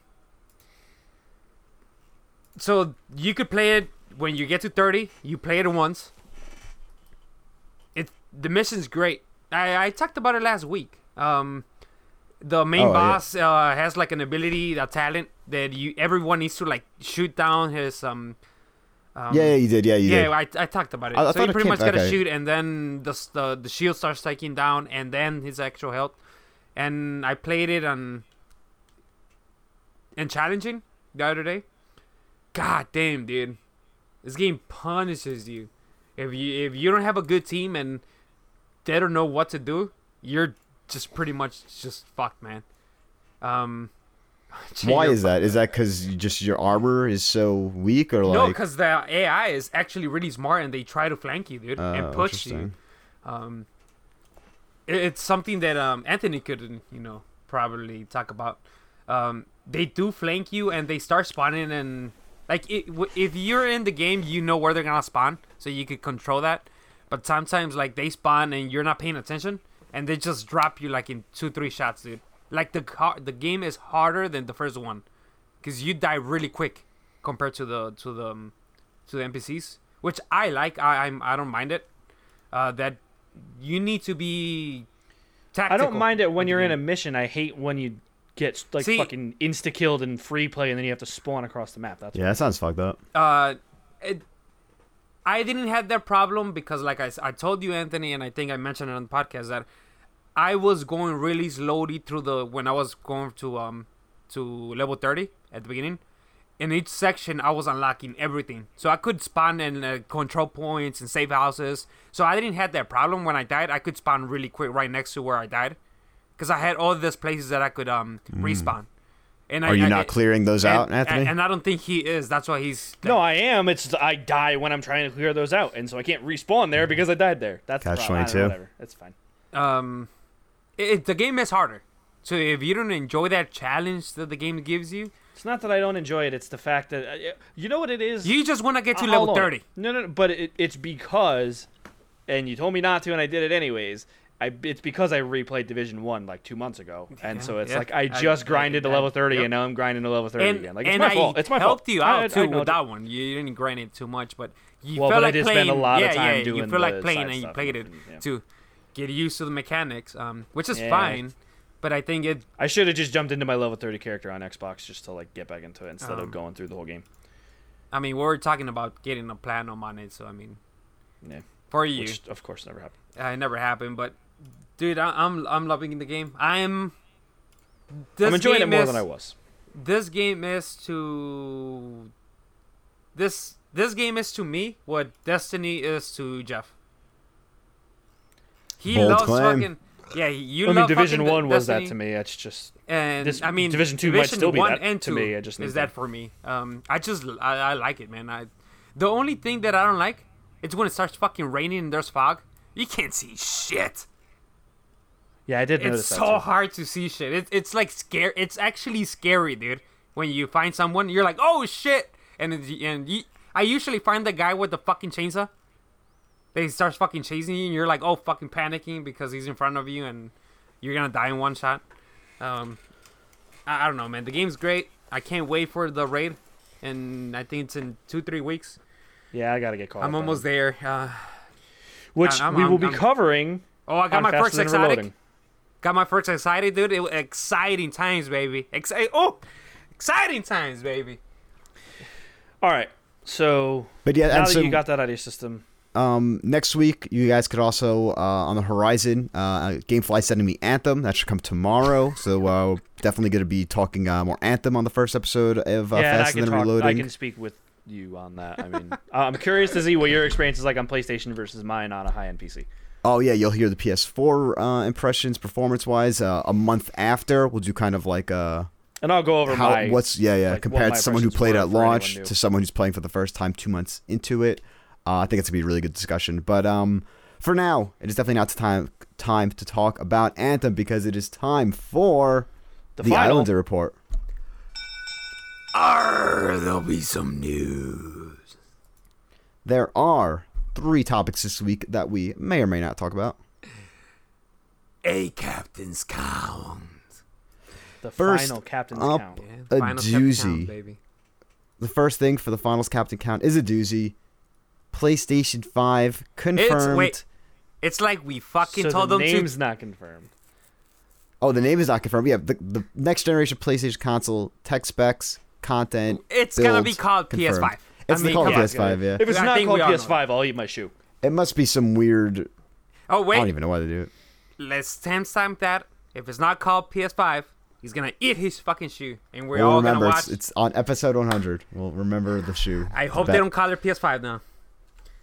Speaker 2: So you could play it when you get to 30. You play it once. It the mission's great. I I talked about it last week. Um. The main
Speaker 3: Oh, yeah.
Speaker 2: boss uh, has like an ability, a talent that you everyone needs to like shoot down his um um,
Speaker 3: yeah, yeah, you did. Yeah, you
Speaker 2: yeah,
Speaker 3: did.
Speaker 2: I, I talked about it.
Speaker 3: I- I
Speaker 2: so
Speaker 3: thought
Speaker 2: you
Speaker 3: it
Speaker 2: pretty
Speaker 3: came-
Speaker 2: much gotta
Speaker 3: okay.
Speaker 2: shoot, and then the, s- the the shield starts taking down, and then his actual health. And I played it on and challenging the other day. God damn, dude, this game punishes you. If you if you don't have a good team and they don't know what to do, you're just pretty much just fucked, man. Um,
Speaker 3: Why
Speaker 2: you're
Speaker 3: is that? Is that because just your armor is so weak, or
Speaker 2: No,
Speaker 3: like?
Speaker 2: because the AI is actually really smart and they try to flank you, dude,
Speaker 3: Oh,
Speaker 2: and push you.
Speaker 3: interesting.
Speaker 2: Um, it- it's something that um, Anthony couldn't, you know, probably talk about. Um, they do flank you and they start spawning and like it, w- if you're in the game, you know where they're gonna spawn, so you could control that. But sometimes like they spawn and you're not paying attention and they just drop you like in two three shots, dude. Like the car- the game is harder than the first one because you die really quick compared to the to the um, to the NPCs, which I like. I I'm, I don't mind it. Uh, that you need to be
Speaker 1: I
Speaker 2: tactical.
Speaker 1: don't mind it when you're in a mission. I hate when you get like
Speaker 2: See-
Speaker 1: fucking insta killed in free play and then you have to spawn across the map. That's
Speaker 3: Yeah, that sounds fucked up.
Speaker 2: Uh, it, I didn't have that problem because, like I, s- I told you, Anthony, and I think I mentioned it on the podcast that I was going really slowly through the when I was going to um to level thirty at the beginning. In each section, I was unlocking everything, so I could spawn in uh, control points and save houses. So I didn't have that problem when I died. I could spawn really quick right next to where I died, because I had all these places that I could um respawn. And I,
Speaker 3: Mm. Are you
Speaker 2: I-
Speaker 3: not clearing those
Speaker 2: and-
Speaker 3: out, Anthony?
Speaker 2: And, and I don't think he is. That's why he's
Speaker 1: No, I am. It's I die when I'm trying to clear those out, and so I can't respawn there because I died there. That's the
Speaker 3: Catch
Speaker 1: problem. I don't know,
Speaker 3: 22.
Speaker 1: Whatever. That's fine.
Speaker 2: um it, it- the game is harder so if you don't enjoy that challenge that the game gives you
Speaker 1: It's not that I don't enjoy it. It's the fact that uh, you know what it is.
Speaker 2: you just want to get to
Speaker 1: Uh,
Speaker 2: level
Speaker 1: hold on.
Speaker 2: 30
Speaker 1: No, no, no but it, it's because, and you told me not to, and I did it anyways. I, it's because I replayed Division One like two months ago, and so it's
Speaker 2: yeah.
Speaker 1: like I
Speaker 2: I-
Speaker 1: just
Speaker 2: I-
Speaker 1: grinded to
Speaker 2: I-
Speaker 1: level thirty,
Speaker 2: yep.
Speaker 1: and now I'm grinding to level thirty
Speaker 2: and,
Speaker 1: again. Like it's
Speaker 2: and
Speaker 1: my
Speaker 2: I
Speaker 1: fault. It's my
Speaker 2: helped
Speaker 1: fault.
Speaker 2: you
Speaker 1: I-
Speaker 2: out
Speaker 1: I-
Speaker 2: too
Speaker 1: I know
Speaker 2: with
Speaker 1: it-
Speaker 2: that one you didn't grind it too much but you
Speaker 1: Well,
Speaker 2: felt
Speaker 1: but I
Speaker 2: like
Speaker 1: did
Speaker 2: playing
Speaker 1: spend a lot of
Speaker 2: yeah,
Speaker 1: time
Speaker 2: yeah,
Speaker 1: doing
Speaker 2: you felt
Speaker 1: the
Speaker 2: like playing
Speaker 1: side
Speaker 2: and you
Speaker 1: stuff
Speaker 2: played it
Speaker 1: and- yeah.
Speaker 2: too get used to the mechanics, um, which is
Speaker 1: Yeah.
Speaker 2: fine. But I think it
Speaker 1: I should have just jumped into my level 30 character on Xbox just to like get back into it instead
Speaker 2: Um,
Speaker 1: of going through the whole game.
Speaker 2: I mean, we were talking about getting a platinum on it, so I mean,
Speaker 1: Yeah.
Speaker 2: for you,
Speaker 1: Which of course never happened.
Speaker 2: uh, it never happened. But dude, I, I'm I'm loving the game. I'm.
Speaker 1: I'm
Speaker 2: this
Speaker 1: enjoying it
Speaker 2: game
Speaker 1: more
Speaker 2: is-
Speaker 1: than I was.
Speaker 2: This game is to. This this game is to me what Destiny is to Jeff. He
Speaker 3: Bold
Speaker 2: loves
Speaker 3: claim.
Speaker 2: fucking. Yeah, you
Speaker 1: I mean,
Speaker 2: love
Speaker 1: Division
Speaker 2: fucking De-
Speaker 1: One was that
Speaker 2: Destiny.
Speaker 1: to me. That's just
Speaker 2: and
Speaker 1: This-
Speaker 2: I mean
Speaker 1: Division 2 might still be
Speaker 2: 1
Speaker 1: that
Speaker 2: and
Speaker 1: to
Speaker 2: 2
Speaker 1: me, I just need
Speaker 2: is that
Speaker 1: to-
Speaker 2: for me. Um, I just I, I like it, man. I the only thing that I don't like is when it starts fucking raining and there's fog. You can't see shit.
Speaker 1: yeah. I did
Speaker 2: It's
Speaker 1: notice that.
Speaker 2: so
Speaker 1: too.
Speaker 2: hard to see shit. It's it's like scare. It's actually scary, dude. When you find someone, you're like, oh shit, and it, and you, I usually find the guy with the fucking chainsaw. They starts fucking chasing you, and you're like, oh fucking panicking because he's in front of you, and you're gonna die in one shot. Um, I, I don't know, man. The game's great. I can't wait for the raid, and I think it's in two three weeks.
Speaker 1: Yeah, I gotta get caught.
Speaker 2: I'm
Speaker 1: up on
Speaker 2: almost there. Uh,
Speaker 1: it. Which
Speaker 2: I'm-
Speaker 1: we
Speaker 2: I'm-
Speaker 1: will be
Speaker 2: I'm-
Speaker 1: covering.
Speaker 2: oh, I got
Speaker 1: on
Speaker 2: my
Speaker 1: Faster
Speaker 2: first
Speaker 1: Than
Speaker 2: exotic.
Speaker 1: Reloading.
Speaker 2: Got my first excited, dude. It, exciting times, baby. Exci- oh, exciting times, baby.
Speaker 1: All right. So
Speaker 3: But yeah,
Speaker 1: now
Speaker 3: and
Speaker 1: that
Speaker 3: so
Speaker 1: you got that out of your system,
Speaker 3: um, next week you guys could also uh, on the horizon uh, Gamefly sending me Anthem that should come tomorrow. So uh, we're definitely going to be talking uh, more Anthem on the first episode of uh,
Speaker 1: yeah, and I
Speaker 3: Fast
Speaker 1: can
Speaker 3: and Then
Speaker 1: talk.
Speaker 3: Reloading.
Speaker 1: I can speak with you on that. I mean, I'm curious to see what your experience is like on PlayStation versus mine on a high-end PC.
Speaker 3: Oh yeah, you'll hear the PS4 uh, impressions performance wise uh, a month after. We'll do kind of like uh
Speaker 1: And I'll go over
Speaker 3: how
Speaker 1: my
Speaker 3: what's yeah yeah
Speaker 1: like, what
Speaker 3: compared
Speaker 1: my
Speaker 3: to someone who
Speaker 1: impressions
Speaker 3: played
Speaker 1: were
Speaker 3: at
Speaker 1: for anyone
Speaker 3: launch
Speaker 1: new.
Speaker 3: to someone who's playing for the first time two months into it. Uh, I think it's gonna be a really good discussion. But um, for now, it is definitely not time time to talk about Anthem because it is time for the,
Speaker 1: final.
Speaker 3: Islander report.
Speaker 2: Arr, there'll be some news.
Speaker 3: There are three topics this week that we may or may not talk about.
Speaker 2: A captain's count.
Speaker 1: the
Speaker 3: First
Speaker 1: final captain's
Speaker 3: up-
Speaker 1: count.
Speaker 2: Yeah,
Speaker 3: A
Speaker 2: final captain's count,
Speaker 3: doozy.
Speaker 2: baby.
Speaker 3: The first thing for the finals captain count is a doozy. PlayStation 5 confirmed.
Speaker 2: wait. It's like we fucking
Speaker 1: So
Speaker 2: told
Speaker 1: the
Speaker 2: them
Speaker 1: name's
Speaker 2: to.
Speaker 1: not confirmed.
Speaker 3: Oh, the name is not confirmed. Yeah, the, the next generation PlayStation console tech specs, content.
Speaker 2: It's gonna
Speaker 3: build
Speaker 2: be called
Speaker 3: confirmed.
Speaker 2: PS5. I
Speaker 3: It's
Speaker 2: mean,
Speaker 3: called
Speaker 2: come on.
Speaker 3: PS5. Yeah,
Speaker 1: If it's
Speaker 2: I
Speaker 1: not
Speaker 2: think
Speaker 1: called
Speaker 2: we all know
Speaker 1: PS5, I'll eat my shoe.
Speaker 3: it must be some weird. I
Speaker 2: Oh
Speaker 3: don't
Speaker 2: wait,
Speaker 3: even know why they do it.
Speaker 2: let's timestamp that. If it's not called PS5, he's gonna eat his fucking shoe, and we're
Speaker 3: We'll
Speaker 2: all
Speaker 3: remember.
Speaker 2: gonna
Speaker 3: It's,
Speaker 2: watch.
Speaker 3: it's on episode 100. We'll remember the shoe.
Speaker 2: I hope
Speaker 3: Bet.
Speaker 2: they don't call it PS5 now.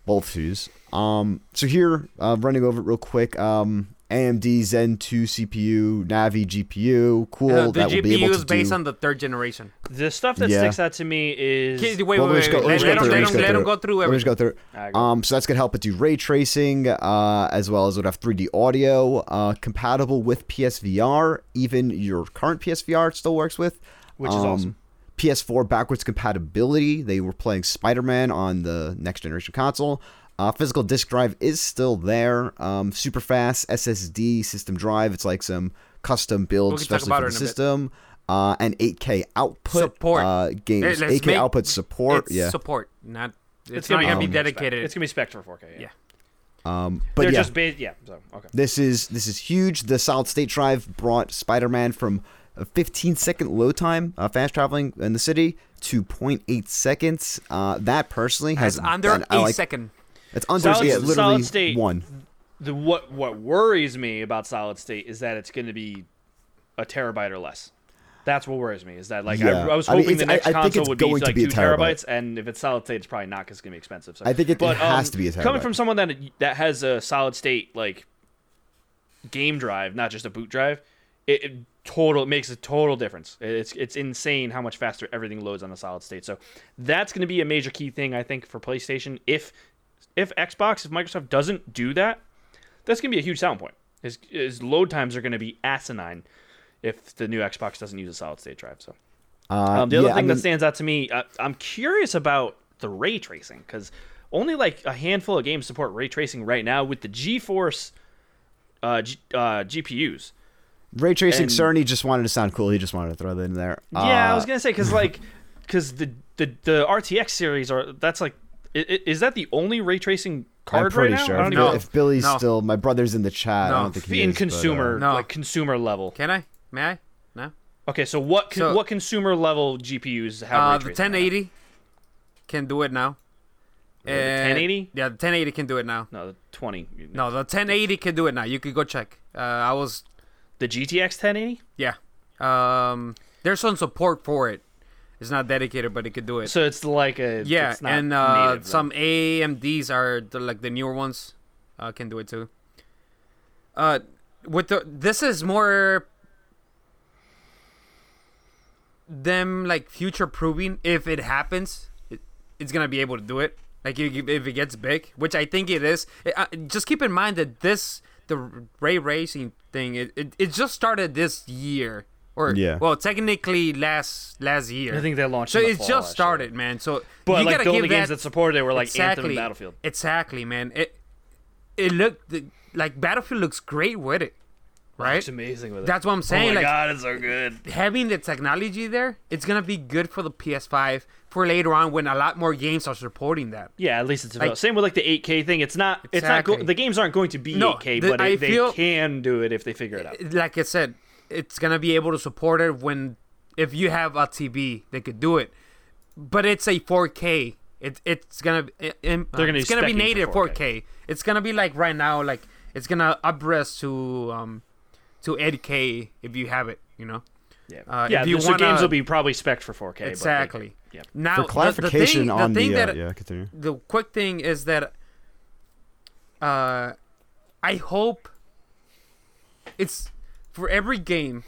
Speaker 3: both shoes. Um, so here, uh, running over it real quick. Um, AMD Zen 2 CPU, Navi GPU, cool.
Speaker 2: Uh, the
Speaker 3: that will be
Speaker 2: GPU
Speaker 3: able
Speaker 2: is
Speaker 3: to
Speaker 2: based
Speaker 3: do.
Speaker 2: on the third generation.
Speaker 1: The stuff that
Speaker 3: Yeah.
Speaker 1: sticks out to me is
Speaker 2: Wait, wait,
Speaker 3: Well, let
Speaker 2: wait.
Speaker 3: me just
Speaker 2: wait.
Speaker 3: go- let me
Speaker 2: Let
Speaker 3: just go
Speaker 2: let him
Speaker 3: through-
Speaker 2: let
Speaker 3: let me
Speaker 2: him- let him go through
Speaker 3: Let me just
Speaker 2: everything.
Speaker 3: go through.
Speaker 1: I agree.
Speaker 3: Um, so that's gonna help it do ray tracing, uh, as well as it would have 3D audio, uh, compatible with PSVR. Even your current PSVR it still works with, Um,
Speaker 1: Which is awesome.
Speaker 3: PS4 backwards compatibility. They were playing Spider Man on the next generation console. Uh, physical disk drive is still there. Um, super fast SSD system drive. It's like some custom build,
Speaker 2: We can talk
Speaker 3: especially
Speaker 2: about
Speaker 3: for
Speaker 2: it
Speaker 3: the
Speaker 2: in a bit.
Speaker 3: system. Uh, and 8K output
Speaker 2: Support.
Speaker 3: uh, games.
Speaker 2: Let's
Speaker 3: 8K
Speaker 2: make-
Speaker 3: output support.
Speaker 2: It's
Speaker 3: yeah.
Speaker 2: support, not. It's,
Speaker 1: it's
Speaker 2: not
Speaker 1: gonna,
Speaker 2: gonna be
Speaker 1: um,
Speaker 2: dedicated.
Speaker 1: It's gonna be spec for 4K. Yeah,
Speaker 2: Yeah.
Speaker 3: um, but
Speaker 1: they're
Speaker 3: yeah.
Speaker 1: just ba- yeah. So okay.
Speaker 3: This is this is huge. The solid state drive brought Spider-Man from a 15 second load time, uh, fast traveling in the city, to 0.8 seconds. Uh, that personally has
Speaker 2: it's under
Speaker 3: and I
Speaker 2: a
Speaker 3: like-
Speaker 2: second.
Speaker 3: It's under
Speaker 1: Solid-
Speaker 3: yeah,
Speaker 1: solid
Speaker 3: literally
Speaker 1: state.
Speaker 3: one.
Speaker 1: The what what worries me about solid state is that it's gonna be a terabyte or less. That's what worries me. Is that like
Speaker 3: Yeah.
Speaker 1: I, I was
Speaker 3: I mean,
Speaker 1: hoping the
Speaker 3: it's- I-
Speaker 1: next
Speaker 3: I think
Speaker 1: console
Speaker 3: it's
Speaker 1: would
Speaker 3: going
Speaker 1: be
Speaker 3: to
Speaker 1: like
Speaker 3: be a
Speaker 1: two
Speaker 3: terabyte.
Speaker 1: terabytes, and if it's solid state, it's probably not because it's gonna be expensive. So
Speaker 3: I think it
Speaker 1: but,
Speaker 3: has
Speaker 1: um,
Speaker 3: to be a terabyte.
Speaker 1: Coming from someone that that has a solid state like game drive, not just a boot drive, it, it total it makes a total difference. It's it's insane how much faster everything loads on the solid state. So that's going to be a major key thing I think for PlayStation. If if Xbox, if Microsoft doesn't do that, that's going to be a huge selling point. Is is load times are going to be asinine if the new Xbox doesn't use a solid state drive. So
Speaker 3: Uh,
Speaker 1: um, the other
Speaker 3: yeah, I
Speaker 1: thing that
Speaker 3: mean-
Speaker 1: stands out to me, uh, I'm curious about the ray tracing because only like a handful of games support ray tracing right now with the GeForce uh, G- uh, GPUs.
Speaker 3: ray tracing.
Speaker 1: and-
Speaker 3: Cerny just wanted to sound cool. He just wanted to throw that in there.
Speaker 1: Yeah, I
Speaker 3: Uh,
Speaker 1: was gonna say because like because the, the the RTX series are that's like i- i- is that the only ray tracing card
Speaker 3: I'm pretty
Speaker 1: right now?
Speaker 3: sure.
Speaker 1: I
Speaker 3: If,
Speaker 1: don't
Speaker 2: No.
Speaker 3: Bill-
Speaker 1: even
Speaker 3: if Billy's
Speaker 2: No.
Speaker 3: still, my brother's in the chat. I
Speaker 2: No.
Speaker 3: don't think he
Speaker 1: in
Speaker 3: is, but, uh,
Speaker 1: consumer
Speaker 2: No.
Speaker 1: like consumer level.
Speaker 2: Can I? May I? No.
Speaker 1: Okay, so what con-
Speaker 2: So-
Speaker 1: what consumer level GPUs have
Speaker 2: Uh,
Speaker 1: ray
Speaker 2: the
Speaker 1: tracing right now?
Speaker 2: 1080 can do it now.
Speaker 1: the
Speaker 2: Uh,
Speaker 1: 1080?
Speaker 2: Yeah, the 1080 can do it now.
Speaker 1: No, the 20.
Speaker 2: No, the 1080 can do it now. You could go check. Uh, I was
Speaker 1: The GTX 1080?
Speaker 2: yeah. Um, there's some support for it. It's not dedicated, but it could do it.
Speaker 1: So it's like a
Speaker 2: yeah,
Speaker 1: it's not
Speaker 2: and uh,
Speaker 1: native, then.
Speaker 2: some AMDs are the, like the newer ones uh, can do it too. Uh, with the this is more them like future proving if it happens, it, it's gonna be able to do it. Like if you- if it gets big, which I think it is. It, uh, just keep in mind that this the ray racing thing it, it, it just started this year or
Speaker 3: Yeah.
Speaker 2: well technically last last year
Speaker 1: I think they launched
Speaker 2: so
Speaker 1: in the
Speaker 2: it's
Speaker 1: fall,
Speaker 2: just
Speaker 1: actually.
Speaker 2: started man so
Speaker 1: But
Speaker 2: you
Speaker 1: like
Speaker 2: gotta
Speaker 1: the only
Speaker 2: give that,
Speaker 1: games that supported it were like Anthem and Battlefield.
Speaker 2: Exactly, man. It it looked like Battlefield looks great with it, right?
Speaker 1: Oh, It's amazing with it.
Speaker 2: That's what I'm
Speaker 1: oh
Speaker 2: saying.
Speaker 1: my
Speaker 2: like
Speaker 1: god, it's so good.
Speaker 2: having the technology there, it's gonna be good for the PS5 for later on when a lot more games are supporting that.
Speaker 1: Yeah, at least it's available. Same with like the 8K thing. It's not. It's not. Go-
Speaker 2: Exactly.
Speaker 1: the games aren't going to be
Speaker 2: No,
Speaker 1: 8K,
Speaker 2: the-
Speaker 1: but
Speaker 2: I
Speaker 1: it, they
Speaker 2: feel- Uh,
Speaker 1: can do it if they figure it out.
Speaker 2: Like I said, it's gonna be able to support it when if you have a TV, they could do it. But it's a 4K. It, it's gonna it, it-
Speaker 1: They're gonna
Speaker 2: it's
Speaker 1: be
Speaker 2: gonna be
Speaker 1: spec'ing for
Speaker 2: native
Speaker 1: 4K.
Speaker 2: 4K. It's gonna be like right now, like it's gonna upres to um to 8K if you have it, you know.
Speaker 1: Yeah,
Speaker 2: Uh,
Speaker 1: yeah.
Speaker 2: if you
Speaker 1: so
Speaker 2: wanna-
Speaker 1: games will be probably spec for 4K. but they-
Speaker 2: Exactly.
Speaker 1: yeah.
Speaker 2: Now
Speaker 3: For clarification
Speaker 2: the, the thing,
Speaker 3: on
Speaker 2: the, thing
Speaker 3: the, uh,
Speaker 2: that,
Speaker 3: yeah, continue.
Speaker 2: the quick thing is that uh I hope it's for every game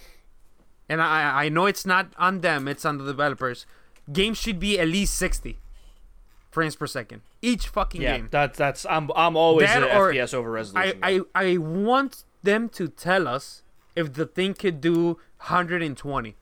Speaker 2: and I I know it's not on them, it's on the developers. Games should be at least 60 frames per second each fucking
Speaker 1: Yeah,
Speaker 2: game.
Speaker 1: that's that's. I'm I'm always
Speaker 2: That
Speaker 1: an
Speaker 2: or-
Speaker 1: FPS over
Speaker 2: I,
Speaker 1: resolution. guy.
Speaker 2: I I want them to tell us if the thing could do 120.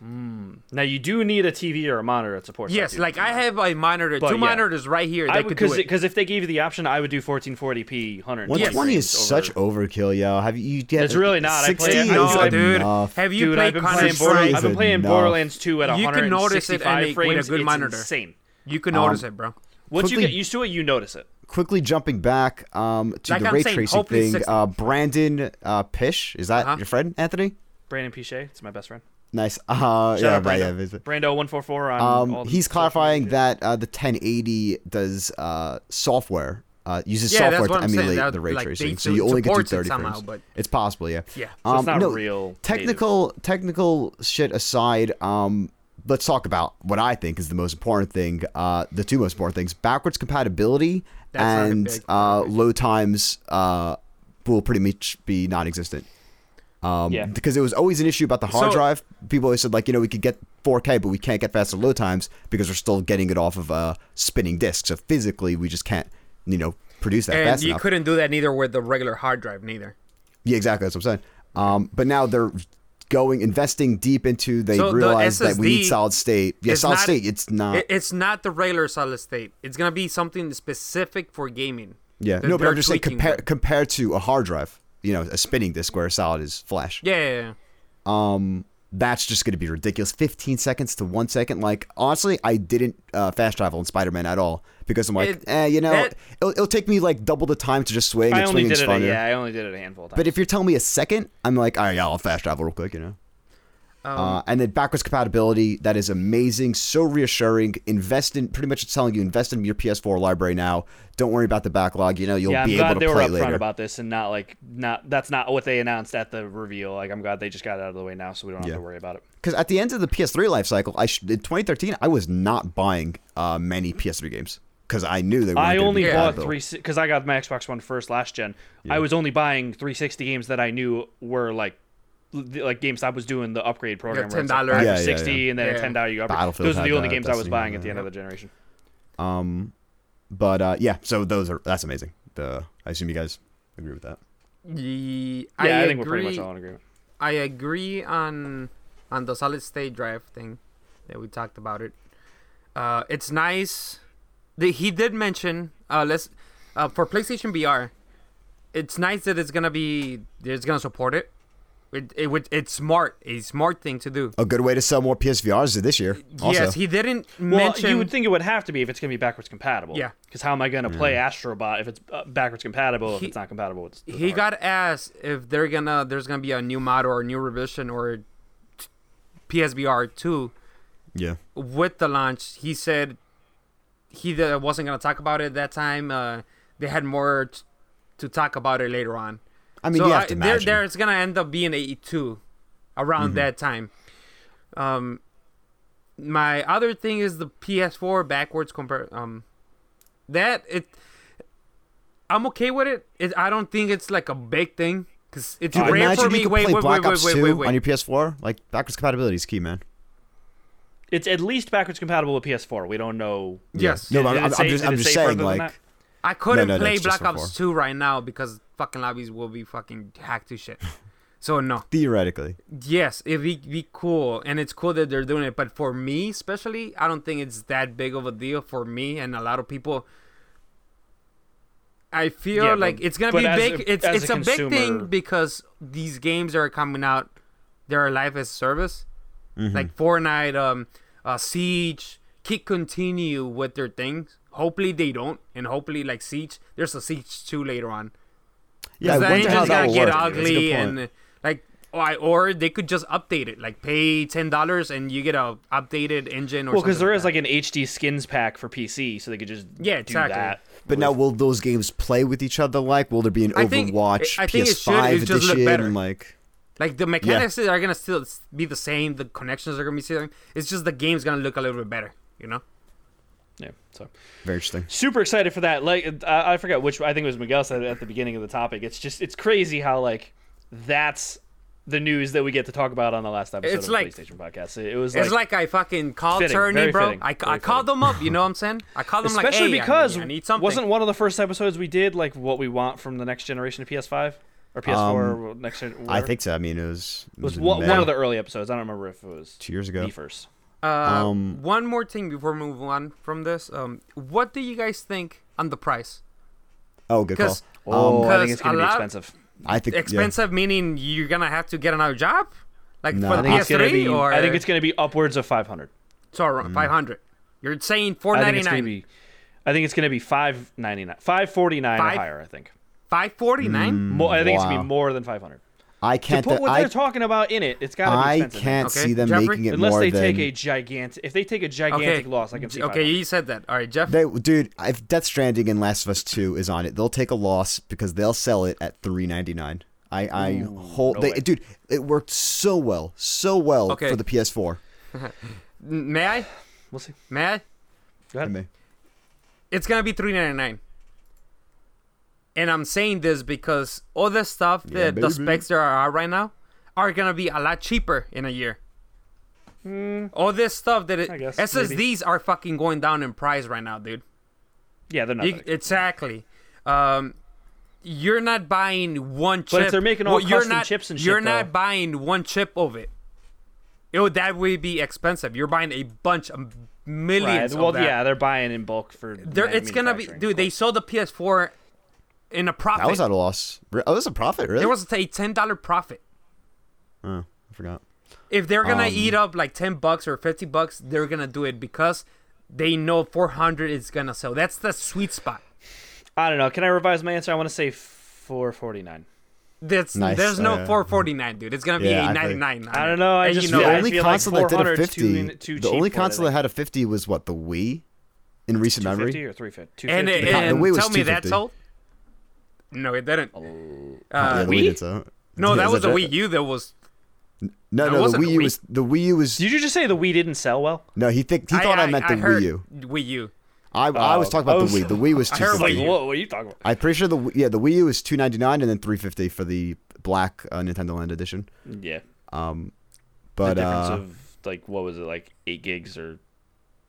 Speaker 1: now you do need a TV or a monitor that supports. that,
Speaker 2: Yes,
Speaker 1: too.
Speaker 2: like I have a monitor,
Speaker 1: But
Speaker 2: two
Speaker 1: yeah.
Speaker 2: monitors right here.
Speaker 1: I
Speaker 2: That
Speaker 1: would
Speaker 2: could do
Speaker 1: because
Speaker 2: it.
Speaker 1: because if they gave you the option, I would do 1440p 100.
Speaker 3: 120
Speaker 1: frames
Speaker 3: is such
Speaker 1: over-
Speaker 3: overkill, yo. Have you? you get,
Speaker 1: It's really not. I play
Speaker 3: 60
Speaker 1: it-
Speaker 3: is
Speaker 1: No,
Speaker 2: No, dude.
Speaker 3: enough.
Speaker 2: Have you
Speaker 1: Dude, I've
Speaker 2: played
Speaker 1: been
Speaker 2: Counter
Speaker 1: playing
Speaker 3: Constantine
Speaker 2: Strike?
Speaker 1: Borderlands.
Speaker 3: is
Speaker 1: I've been playing
Speaker 3: enough.
Speaker 1: Borderlands 2 at
Speaker 2: You can notice it
Speaker 1: 165
Speaker 2: and it- with a
Speaker 1: frames.
Speaker 2: good
Speaker 1: it's
Speaker 2: monitor.
Speaker 1: insane.
Speaker 2: You can notice it, bro.
Speaker 1: Once you
Speaker 3: Quickly-
Speaker 1: get used to it, you notice it.
Speaker 3: Quickly jumping back um, to
Speaker 2: Like
Speaker 3: the
Speaker 2: I'm
Speaker 3: ray
Speaker 2: saying,
Speaker 3: tracing
Speaker 2: hopefully
Speaker 3: thing.
Speaker 2: 60.
Speaker 3: Uh, Brandon uh, Pish, is that
Speaker 2: Uh-huh.
Speaker 3: your friend, Anthony?
Speaker 1: Brandon Pichet, it's my best friend.
Speaker 3: Nice. Uh, yeah,
Speaker 1: out
Speaker 3: right, yeah,
Speaker 1: Brando.
Speaker 3: visit.
Speaker 1: Brando one four four on. all
Speaker 3: Um,
Speaker 1: the
Speaker 3: he's
Speaker 1: social
Speaker 3: clarifying
Speaker 1: media.
Speaker 3: that uh, the 1080 does uh, software. Uh, uses
Speaker 2: Yeah, that's
Speaker 3: software
Speaker 2: what
Speaker 3: to
Speaker 2: I'm saying.
Speaker 3: emulate
Speaker 2: That-
Speaker 3: the ray
Speaker 2: like, they
Speaker 3: tracing, so
Speaker 2: su-
Speaker 3: you only get to
Speaker 2: supports it
Speaker 3: 30
Speaker 2: somehow,
Speaker 3: frames.
Speaker 2: but-
Speaker 3: It's possible, yeah.
Speaker 2: Yeah.
Speaker 1: So it's
Speaker 3: Um,
Speaker 1: not
Speaker 3: no,
Speaker 1: real native.
Speaker 3: Technical technical shit aside, um, let's talk about what I think is the most important thing. Uh, the two most important things: backwards compatibility
Speaker 2: That's not a
Speaker 3: and
Speaker 2: big
Speaker 3: uh,
Speaker 2: thing.
Speaker 3: load times uh, will pretty much be non-existent. Um,
Speaker 1: Yeah.
Speaker 3: Because it was always an issue about the hard
Speaker 2: So-
Speaker 3: drive. People always said like, you know, we could get 4K, but we can't get faster load times because we're still getting it off of uh, spinning discs. So physically, we just can't, you know, produce that
Speaker 2: And
Speaker 3: fast
Speaker 2: you
Speaker 3: enough.
Speaker 2: couldn't do that neither with the regular hard drive, neither.
Speaker 3: Yeah, exactly. That's what I'm saying. Um, but now they're going investing deep into. They
Speaker 2: So the
Speaker 3: realize that we need
Speaker 2: SSD
Speaker 3: solid state. Yeah,
Speaker 2: is
Speaker 3: solid
Speaker 2: not-
Speaker 3: state. It's not.
Speaker 2: It, it's not the regular solid state. It's gonna be something specific for gaming.
Speaker 3: yeah,
Speaker 2: that
Speaker 3: no, but
Speaker 2: they're
Speaker 3: I'm just saying
Speaker 2: tweaking
Speaker 3: compare
Speaker 2: with.
Speaker 3: compared to a hard drive. You know, a spinning disk where solid is flash.
Speaker 2: Yeah, yeah, yeah.
Speaker 3: Um, that's just going to be ridiculous. 15 seconds to one second. Like honestly, I didn't uh, fast travel in Spider Man at all because I'm like,
Speaker 2: It-
Speaker 3: eh, you know,
Speaker 2: that-
Speaker 3: it'll, it'll take me like double the time to just swing.
Speaker 1: I
Speaker 3: and
Speaker 1: only
Speaker 3: swinging's
Speaker 1: did it. A,
Speaker 3: funner.
Speaker 1: yeah, I only did it a handful of times.
Speaker 3: But if you're telling me a second, I'm like, all right, yeah, I'll fast travel real quick, you know.
Speaker 2: Um,
Speaker 3: uh, and then backwards compatibility, that is amazing, so reassuring. Invest in pretty much it's telling you invest in your PS4 library now. Don't worry about the backlog. You know you'll
Speaker 1: yeah, I'm
Speaker 3: be
Speaker 1: glad
Speaker 3: able
Speaker 1: they
Speaker 3: to
Speaker 1: were
Speaker 3: play it
Speaker 1: upfront
Speaker 3: later.
Speaker 1: about this and not like not. That's not what they announced at the reveal. Like I'm glad they just got it out of the way now, so we don't have
Speaker 3: Yeah.
Speaker 1: to worry about it.
Speaker 3: Because at the end of the PS3 life cycle, I sh- in 2013, I was not buying uh, many PS3 games because I knew they. Weren't
Speaker 1: I
Speaker 3: gonna be
Speaker 1: only bought
Speaker 3: compatible.
Speaker 1: three because I got my Xbox One first last gen. I was only buying 360 games that I knew were like like GaMestop was doing the upgrade program. where it's like
Speaker 2: $10
Speaker 1: five for
Speaker 3: Yeah, yeah,
Speaker 1: 60
Speaker 3: yeah.
Speaker 1: and then
Speaker 2: Yeah.
Speaker 1: a ten dollar you upgrade.
Speaker 3: Battlefield
Speaker 1: Those are the
Speaker 3: had
Speaker 1: only
Speaker 3: that,
Speaker 1: games I was
Speaker 3: Destiny
Speaker 1: buying
Speaker 3: had
Speaker 1: at the end
Speaker 3: that.
Speaker 1: of the generation.
Speaker 3: Um, But uh, yeah, so those are that's amazing. The I assume you guys agree with that.
Speaker 2: Ye-
Speaker 1: Yeah, I,
Speaker 2: agree,
Speaker 1: think we're pretty much all in agreement.
Speaker 2: I agree on on the solid state drive thing that we talked about it. Uh, it's nice. The, he did mention uh, let's uh, for PlayStation VR. It's nice that it's gonna be it's gonna support it. It, it would it's smart, a smart thing to do.
Speaker 3: A good way to sell more PSVRs this year. Also.
Speaker 2: Yes, he didn't
Speaker 1: Well,
Speaker 2: mention.
Speaker 1: you would think it would have to be if it's going to be backwards compatible.
Speaker 2: Yeah.
Speaker 1: Because how am I going to play
Speaker 3: Mm.
Speaker 1: Astrobot if it's uh, backwards compatible?
Speaker 2: He-
Speaker 1: if it's not compatible with. with
Speaker 2: he
Speaker 1: hardware?
Speaker 2: got asked if they're gonna there's gonna be a new mod or a new revision or t- PSVR two
Speaker 3: yeah.
Speaker 2: with the launch. He said he th- wasn't gonna talk about it that time. Uh, they had more t- to talk about it later on.
Speaker 3: I mean,
Speaker 2: so
Speaker 3: you have
Speaker 2: I,
Speaker 3: to
Speaker 2: there,
Speaker 3: imagine. Mm-hmm.
Speaker 2: there's gonna end up being a two around that time. Um, my other thing is the PS4 backwards compare. Um, that it, I'm okay with it. it I don't think it's like a big thing because it's
Speaker 3: Dude,
Speaker 2: rare
Speaker 3: Uh, imagine
Speaker 2: for me.
Speaker 3: you could
Speaker 2: Wait,
Speaker 3: play
Speaker 2: wait,
Speaker 3: Black
Speaker 2: wait, wait,
Speaker 3: Ops
Speaker 2: wait,
Speaker 3: 2
Speaker 2: wait,
Speaker 3: on your
Speaker 2: wait.
Speaker 3: PS4. Like backwards compatibility is key, man.
Speaker 1: It's at least backwards compatible with PS4. We don't know.
Speaker 2: Yes,
Speaker 3: No, but
Speaker 1: Did
Speaker 3: I'm,
Speaker 1: it
Speaker 3: I'm
Speaker 1: say-
Speaker 3: just,
Speaker 1: did
Speaker 3: I'm
Speaker 1: it
Speaker 3: just
Speaker 1: say
Speaker 3: saying,
Speaker 1: further than
Speaker 3: like,
Speaker 2: I couldn't
Speaker 3: No, no, no,
Speaker 2: play
Speaker 3: it's just
Speaker 2: Black
Speaker 3: for
Speaker 2: Ops 2 right now because fucking lobbies will be fucking hacked to shit. So no.
Speaker 3: theoretically.
Speaker 2: Yes, it'd be, be cool, and it's cool that they're doing it. But for me, especially, I don't think it's that big of a deal for me and a lot of people. I feel
Speaker 1: Yeah, but-
Speaker 2: like it's gonna
Speaker 1: but
Speaker 2: be
Speaker 1: as
Speaker 2: big.
Speaker 1: a-
Speaker 2: it's
Speaker 1: as
Speaker 2: it's
Speaker 1: a
Speaker 2: a, big
Speaker 1: consumer-
Speaker 2: thing because these games are coming out. They're live as service,
Speaker 1: Mm-hmm.
Speaker 2: like Fortnite, um, uh, Siege. Keep continue with their things. Hopefully they don't, and hopefully like Siege. There's a Siege two later on.
Speaker 3: Yeah, I
Speaker 2: Because then
Speaker 3: wonder
Speaker 2: it's
Speaker 3: how
Speaker 2: just
Speaker 3: that
Speaker 2: gonna
Speaker 3: will
Speaker 2: get
Speaker 3: work. That's a good
Speaker 2: ugly
Speaker 3: point.
Speaker 2: and uh, like or, or they could just update it like pay ten dollars and you get a updated engine or
Speaker 1: Well,
Speaker 2: because
Speaker 1: because there is like an HD skins pack for PC, so they could just
Speaker 2: Yeah,
Speaker 1: do
Speaker 2: exactly.
Speaker 1: that.
Speaker 3: But now, will those games play with each other? Like, will there be an
Speaker 2: I think-
Speaker 3: Overwatch,
Speaker 2: I think it should.
Speaker 3: PS5
Speaker 2: It just look
Speaker 3: edition?
Speaker 2: better.
Speaker 3: and, like,
Speaker 2: like the mechanics are gonna still s- be the same the connections are gonna be the same it's just the game's gonna look a little bit better you know
Speaker 1: Yeah. So
Speaker 3: very interesting.
Speaker 1: super excited for that. Like uh, I forgot which I think it was Miguel said at the beginning of the topic. It's just it's crazy how like that's the news that we get to talk about on the last episode
Speaker 2: It's
Speaker 1: of
Speaker 2: like-
Speaker 1: the PlayStation podcast. It, it was
Speaker 2: it's like I fucking called
Speaker 1: Fitting,
Speaker 2: Turney
Speaker 1: very
Speaker 2: bro
Speaker 1: fitting,
Speaker 2: I, ca- I
Speaker 1: very
Speaker 2: called them up you know what I'm saying I called them like
Speaker 1: especially
Speaker 2: hey I-
Speaker 1: because
Speaker 2: I, need something
Speaker 1: wasn't one of the first episodes we did like what we want from the next generation of PS5 or PS4 or next gen.
Speaker 3: Um, I
Speaker 1: whatever?
Speaker 3: think so. I mean, it was. It
Speaker 1: it was
Speaker 3: in
Speaker 1: one,
Speaker 3: May,
Speaker 1: one of the early episodes. I don't remember if it was
Speaker 3: Two years ago.
Speaker 1: the first.
Speaker 2: uh,
Speaker 3: um,
Speaker 2: one more thing before we move on from this um what do you guys think on the price
Speaker 3: Oh, good call.
Speaker 2: because
Speaker 1: Oh, I think
Speaker 2: because
Speaker 1: it's gonna
Speaker 2: a
Speaker 1: be
Speaker 2: lot-
Speaker 1: expensive.
Speaker 3: I think. yeah.
Speaker 2: expensive meaning you're gonna have to get another job like
Speaker 3: No.
Speaker 2: for
Speaker 3: I
Speaker 2: the
Speaker 1: I think it's gonna
Speaker 2: PS3
Speaker 1: be.
Speaker 2: or
Speaker 1: I think it's gonna be upwards of 500.
Speaker 2: sorry 500 you're saying
Speaker 1: I think it's gonna
Speaker 2: 499
Speaker 1: be. I think it's gonna be 599, 549
Speaker 2: Five-
Speaker 1: or higher. I think.
Speaker 2: 549
Speaker 1: Mo- I think it's gonna
Speaker 3: wow.
Speaker 1: be more than 500.
Speaker 3: I
Speaker 1: To
Speaker 3: can't.
Speaker 1: put what
Speaker 3: I,
Speaker 1: they're talking about in it, it's gotta be
Speaker 3: I
Speaker 1: expensive.
Speaker 3: can't
Speaker 2: Okay.
Speaker 3: see them
Speaker 2: Jeffrey?
Speaker 3: making it
Speaker 1: Unless
Speaker 3: more
Speaker 1: they
Speaker 3: than.
Speaker 1: take a gigantic. If they take a gigantic loss, I can see.
Speaker 2: okay you said that all right jeff
Speaker 3: They, dude, if Death Stranding and Last of Us Two is on it, they'll take a loss because they'll sell it at three ninety nine. I, I hold,
Speaker 1: no
Speaker 3: they,
Speaker 1: way.
Speaker 3: dude. It worked so well, so well
Speaker 2: Okay.
Speaker 3: for the PS4.
Speaker 2: N- may i
Speaker 1: 500. We'll see.
Speaker 2: may i
Speaker 1: Go ahead.
Speaker 3: Me.
Speaker 2: it's gonna be 399 and i'm saying this because all the stuff that the
Speaker 3: baby.
Speaker 2: specs there are right now are gonna be a lot cheaper in a year all this stuff that it,
Speaker 1: Hmm. I guess,
Speaker 2: ssds
Speaker 1: maybe.
Speaker 2: are fucking going down in price right now dude
Speaker 1: Yeah, they're not.
Speaker 2: E-
Speaker 1: that expensive.
Speaker 2: exactly. Um, you're not buying one chip.
Speaker 1: if they're making all
Speaker 2: you're
Speaker 1: custom
Speaker 2: not,
Speaker 1: chips and shit,
Speaker 2: you're not
Speaker 1: though.
Speaker 2: buying one chip of it. It would that would be expensive. You're buying a bunch of
Speaker 1: Right.
Speaker 2: millions.
Speaker 1: Well,
Speaker 2: of that.
Speaker 1: yeah, they're buying in bulk for.
Speaker 2: They're, it's gonna be,
Speaker 1: manufacturing,
Speaker 2: dude.
Speaker 1: of
Speaker 2: They
Speaker 1: course.
Speaker 2: sold the PS4 in a profit.
Speaker 3: That was at a loss. Re- Oh, that was a profit, really?
Speaker 2: there was a ten dollar profit.
Speaker 3: Oh, I forgot.
Speaker 2: If they're
Speaker 3: Um.
Speaker 2: gonna eat up like ten bucks or fifty bucks, they're gonna do it because they know 400 is gonna sell. That's the sweet spot.
Speaker 1: I don't know. Can I revise my answer? I want to say 449.
Speaker 2: That's
Speaker 3: Nice,
Speaker 2: there's no
Speaker 3: uh,
Speaker 2: 449, dude. It's gonna be
Speaker 3: Yeah, I
Speaker 2: a
Speaker 3: think-
Speaker 2: 99.
Speaker 1: I don't know. I
Speaker 2: And
Speaker 1: just
Speaker 2: you know,
Speaker 1: feel-
Speaker 3: the
Speaker 1: I
Speaker 3: only
Speaker 1: feel like
Speaker 3: console that did a
Speaker 1: 400 is too-
Speaker 3: fifty.
Speaker 1: too
Speaker 3: the
Speaker 1: cheap
Speaker 3: only
Speaker 1: for it, I
Speaker 3: console that
Speaker 1: think.
Speaker 3: had a fifty was what the Wii, in recent
Speaker 1: 250
Speaker 3: memory.
Speaker 1: or 350.
Speaker 2: and,
Speaker 1: 250.
Speaker 2: it,
Speaker 3: The
Speaker 2: and
Speaker 3: Wii was
Speaker 2: tell me that's
Speaker 3: 250.
Speaker 2: old. No, it didn't.
Speaker 1: Oh,
Speaker 3: yeah,
Speaker 2: Uh,
Speaker 3: the
Speaker 2: Wii?
Speaker 3: Wii did so.
Speaker 2: No,
Speaker 3: Yeah,
Speaker 2: that was the
Speaker 3: it.
Speaker 2: Wii U that was.
Speaker 3: No,
Speaker 2: That
Speaker 3: no, the
Speaker 2: wasn't a
Speaker 3: Wii U
Speaker 2: Wii.
Speaker 3: was the Wii U was.
Speaker 1: Did you just say the Wii didn't sell well?
Speaker 3: No, he think he thought I, meant the
Speaker 2: heard
Speaker 3: Wii U.
Speaker 2: Wii U.
Speaker 3: I, I was
Speaker 1: Oh,
Speaker 3: talking about
Speaker 1: I
Speaker 3: the
Speaker 1: was-
Speaker 3: Wii. The Wii was
Speaker 2: I heard
Speaker 3: two
Speaker 2: about
Speaker 1: Like,
Speaker 2: Wii
Speaker 3: fifty.
Speaker 2: U.
Speaker 1: whoa, what are you talking about?
Speaker 3: I'm pretty sure the Wii- yeah the Wii U is two ninety nine and then three fifty for the black uh, Nintendo Land edition.
Speaker 1: Yeah. The
Speaker 3: But
Speaker 1: difference
Speaker 3: uh,
Speaker 1: of, like, what was it, like 8 gigs or.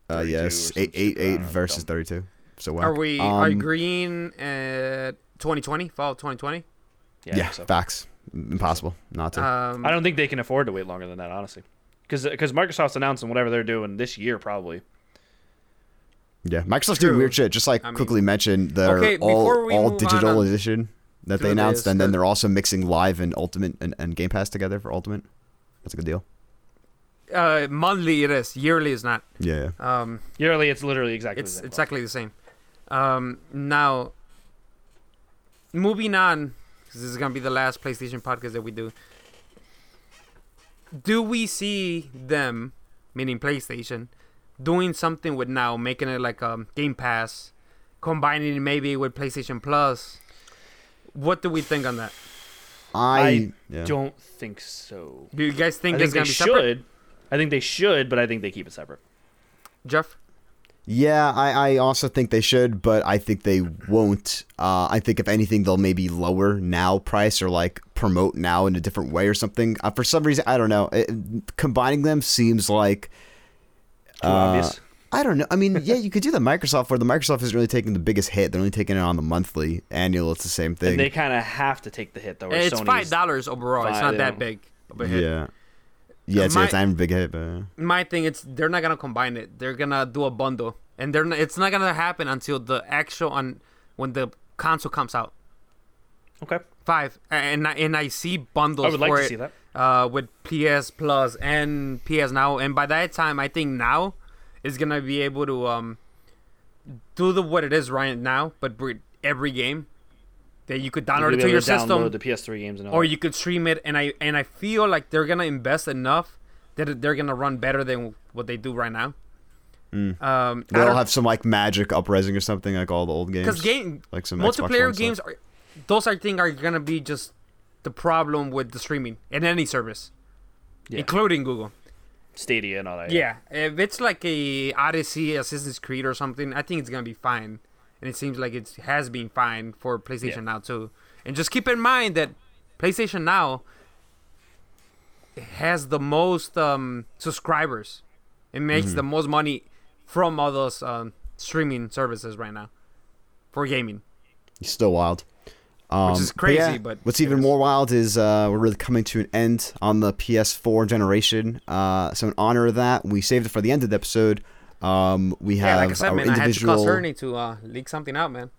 Speaker 3: uh
Speaker 1: 32 or
Speaker 3: yes,
Speaker 1: some
Speaker 3: eight eight
Speaker 1: shit, I
Speaker 3: eight
Speaker 1: don't know,
Speaker 3: versus
Speaker 1: dumb.
Speaker 3: thirty two. So whack.
Speaker 2: Are we
Speaker 3: Um,
Speaker 2: agreeing at 2020, fall 2020?
Speaker 1: Yeah. I
Speaker 3: Yeah,
Speaker 1: think so.
Speaker 3: facts. Impossible not to.
Speaker 2: Um,
Speaker 1: I don't think they can afford to wait longer than that, honestly. Because Microsoft's announcing whatever they're doing this year, probably.
Speaker 3: yeah, Microsoft's
Speaker 2: true.
Speaker 3: doing weird shit. Just like
Speaker 2: mean-
Speaker 3: quickly mention their
Speaker 2: Okay,
Speaker 3: all
Speaker 2: before we
Speaker 3: all
Speaker 2: move on,
Speaker 3: digital
Speaker 2: um, uh,
Speaker 3: edition that they
Speaker 2: Two
Speaker 3: announced,
Speaker 2: days,
Speaker 3: and then
Speaker 2: that-
Speaker 3: they're also mixing Live and Ultimate and, and Game Pass together for Ultimate. That's a good deal.
Speaker 2: Uh, monthly it is. Yearly is not.
Speaker 3: Yeah.
Speaker 2: Um,
Speaker 1: Yearly, it's literally exactly
Speaker 2: it's
Speaker 1: the same.
Speaker 2: exactly the same. Um, now, moving on, 'cause this is gonna be the last PlayStation podcast that we do. Do we see them, meaning PlayStation, doing something with now, making it like a Game Pass, combining it maybe with PlayStation Plus? What do we think on that?
Speaker 3: I,
Speaker 1: I
Speaker 3: yeah.
Speaker 1: Don't think so.
Speaker 2: Do you guys think
Speaker 1: I
Speaker 2: it's
Speaker 1: think they
Speaker 2: gonna be
Speaker 1: should.
Speaker 2: separate,
Speaker 1: I think they should, but I think they keep it separate.
Speaker 2: Jeff?
Speaker 3: Yeah, I, I also think they should, but I think they won't. Uh, I think if anything, they'll maybe lower now price or like promote now in a different way or something. Uh, for some reason, I don't know. It, combining them seems like
Speaker 1: Too
Speaker 3: uh,
Speaker 1: obvious.
Speaker 3: I don't know. I mean, yeah, you could do the Microsoft where the Microsoft is really taking the biggest hit. They're only taking it on the monthly annual. It's the same thing.
Speaker 1: And they kind of have to take the hit though. or
Speaker 2: It's
Speaker 1: Sony's-
Speaker 2: five dollars overall. It's
Speaker 1: five,
Speaker 2: not
Speaker 1: they
Speaker 2: that
Speaker 1: don't-
Speaker 2: big. of a hit.
Speaker 3: yeah, yeah, it's,
Speaker 2: My-
Speaker 3: it's not even a big hit, but
Speaker 2: my thing it's they're not gonna combine it they're gonna do a bundle and they're not, it's not gonna happen until the actual on when the console comes out
Speaker 1: Okay,
Speaker 2: five and I, and I see bundles
Speaker 1: I would like
Speaker 2: for
Speaker 1: to
Speaker 2: it,
Speaker 1: see that.
Speaker 2: uh with PS Plus and PS Now and by that time I think now is gonna be able to um do the what it is right now but with every game that you could download it
Speaker 1: You'll
Speaker 2: to
Speaker 1: be
Speaker 2: your
Speaker 1: able to
Speaker 2: system
Speaker 1: download the PS3 games and all.
Speaker 2: or
Speaker 1: that.
Speaker 2: you could stream it and i and i feel like they're gonna invest enough that it- they're gonna run better than what they do right now um
Speaker 3: they'll Hmm. have some like magic uprising or something like all the old games.
Speaker 2: because game
Speaker 3: like some Xbox One
Speaker 2: multiplayer
Speaker 3: stuff.
Speaker 2: games are those i think are gonna be just the problem with the streaming in any service
Speaker 1: Yeah.
Speaker 2: including google
Speaker 1: Stadia and all that.
Speaker 2: yeah if it's like a odyssey assassin's creed or something i think it's gonna be fine and it seems like it has been fine for playstation
Speaker 1: Yeah.
Speaker 2: now too and just keep in mind that playstation now has the most um, subscribers it
Speaker 3: Mm-hmm.
Speaker 2: makes the most money from all those um, streaming services right now for gaming
Speaker 3: It's still wild. Um,
Speaker 2: is
Speaker 3: but yeah,
Speaker 2: crazy, but
Speaker 3: what's
Speaker 2: it
Speaker 3: even
Speaker 2: is.
Speaker 3: more wild is uh, we're really coming to an end on the PS4 generation. Uh, so in honor of that, we saved it for the end of the episode. Um, we have
Speaker 2: yeah like i said
Speaker 3: our
Speaker 2: man i had to
Speaker 3: individual.
Speaker 2: call Ernie to uh, leak something out man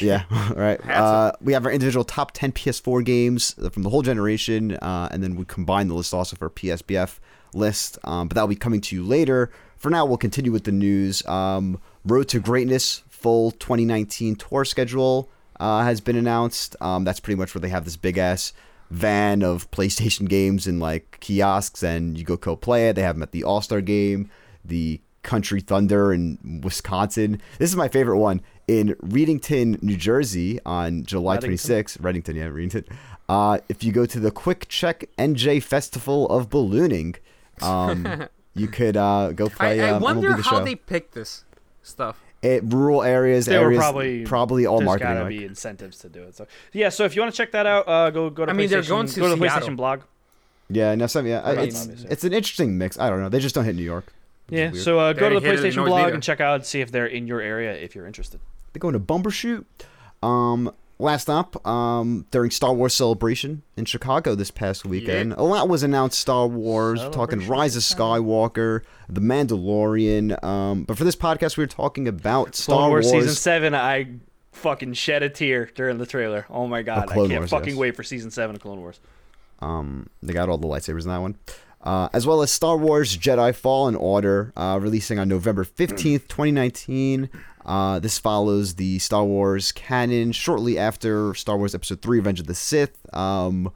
Speaker 3: yeah, all right.
Speaker 2: Hats
Speaker 3: Uh, we have our individual top ten PS4 games from the whole generation, uh, and then we combine the list also for PSBF list. Um, but that'll be coming to you later. For now, we'll continue with the news. Um, Road to Greatness full 2019 tour schedule uh, has been announced. Um, that's pretty much where they have this big ass van of PlayStation games in like kiosks, and you go co play it. They have them at the All Star game, the Country Thunder in Wisconsin. This is my favorite one in Readington, New Jersey on July
Speaker 1: Readington?
Speaker 3: 26th. Readington, yeah, Readington. Uh, if you go to the Quick Check NJ Festival of Ballooning, um, you could uh, go play.
Speaker 2: I, I
Speaker 3: um,
Speaker 2: wonder
Speaker 3: MLB The
Speaker 2: how
Speaker 3: Show.
Speaker 2: they pick this stuff
Speaker 3: It, rural areas,
Speaker 1: They were
Speaker 3: areas
Speaker 1: probably-
Speaker 3: all
Speaker 1: There's
Speaker 3: marketing.
Speaker 1: gotta
Speaker 3: like-
Speaker 1: be incentives to do it. So yeah, so if you want to check that out, uh, go go to.
Speaker 2: I mean, they're
Speaker 1: PlayStation-
Speaker 2: going to
Speaker 1: go to the
Speaker 2: Seattle.
Speaker 1: PlayStation blog.
Speaker 3: Yeah, no, some yeah. I-
Speaker 2: mean,
Speaker 3: it's
Speaker 1: obviously.
Speaker 3: it's an interesting mix. I don't know. They just don't hit New York. which is
Speaker 1: Yeah,
Speaker 3: weird.
Speaker 1: so uh, go
Speaker 2: They
Speaker 1: to the
Speaker 2: hit it in
Speaker 1: PlayStation
Speaker 2: North
Speaker 1: blog
Speaker 2: Media.
Speaker 1: and check out see if they're in your area if you're interested.
Speaker 3: they go into Bumbershoot. Um, last up, um, during Star Wars Celebration in Chicago this past weekend, a lot was announced. Star Wars, we're talking
Speaker 1: Celebration
Speaker 3: Rise of Skywalker, The Mandalorian. Um, but for this podcast, we were talking about Star
Speaker 1: Clone
Speaker 3: Wars.
Speaker 1: Wars, season seven. I fucking shed a tear during the trailer. Oh my god, I
Speaker 3: Clone
Speaker 1: can't
Speaker 3: Wars,
Speaker 1: fucking
Speaker 3: yes.
Speaker 1: wait for season seven of Clone Wars.
Speaker 3: Um, they got all the lightsabers in that one. Uh, as well as Star Wars Jedi Fallen Order, uh, releasing on November 15th, 2019. Uh, this follows the Star Wars canon shortly after Star Wars Episode 3 Revenge of the Sith. Um,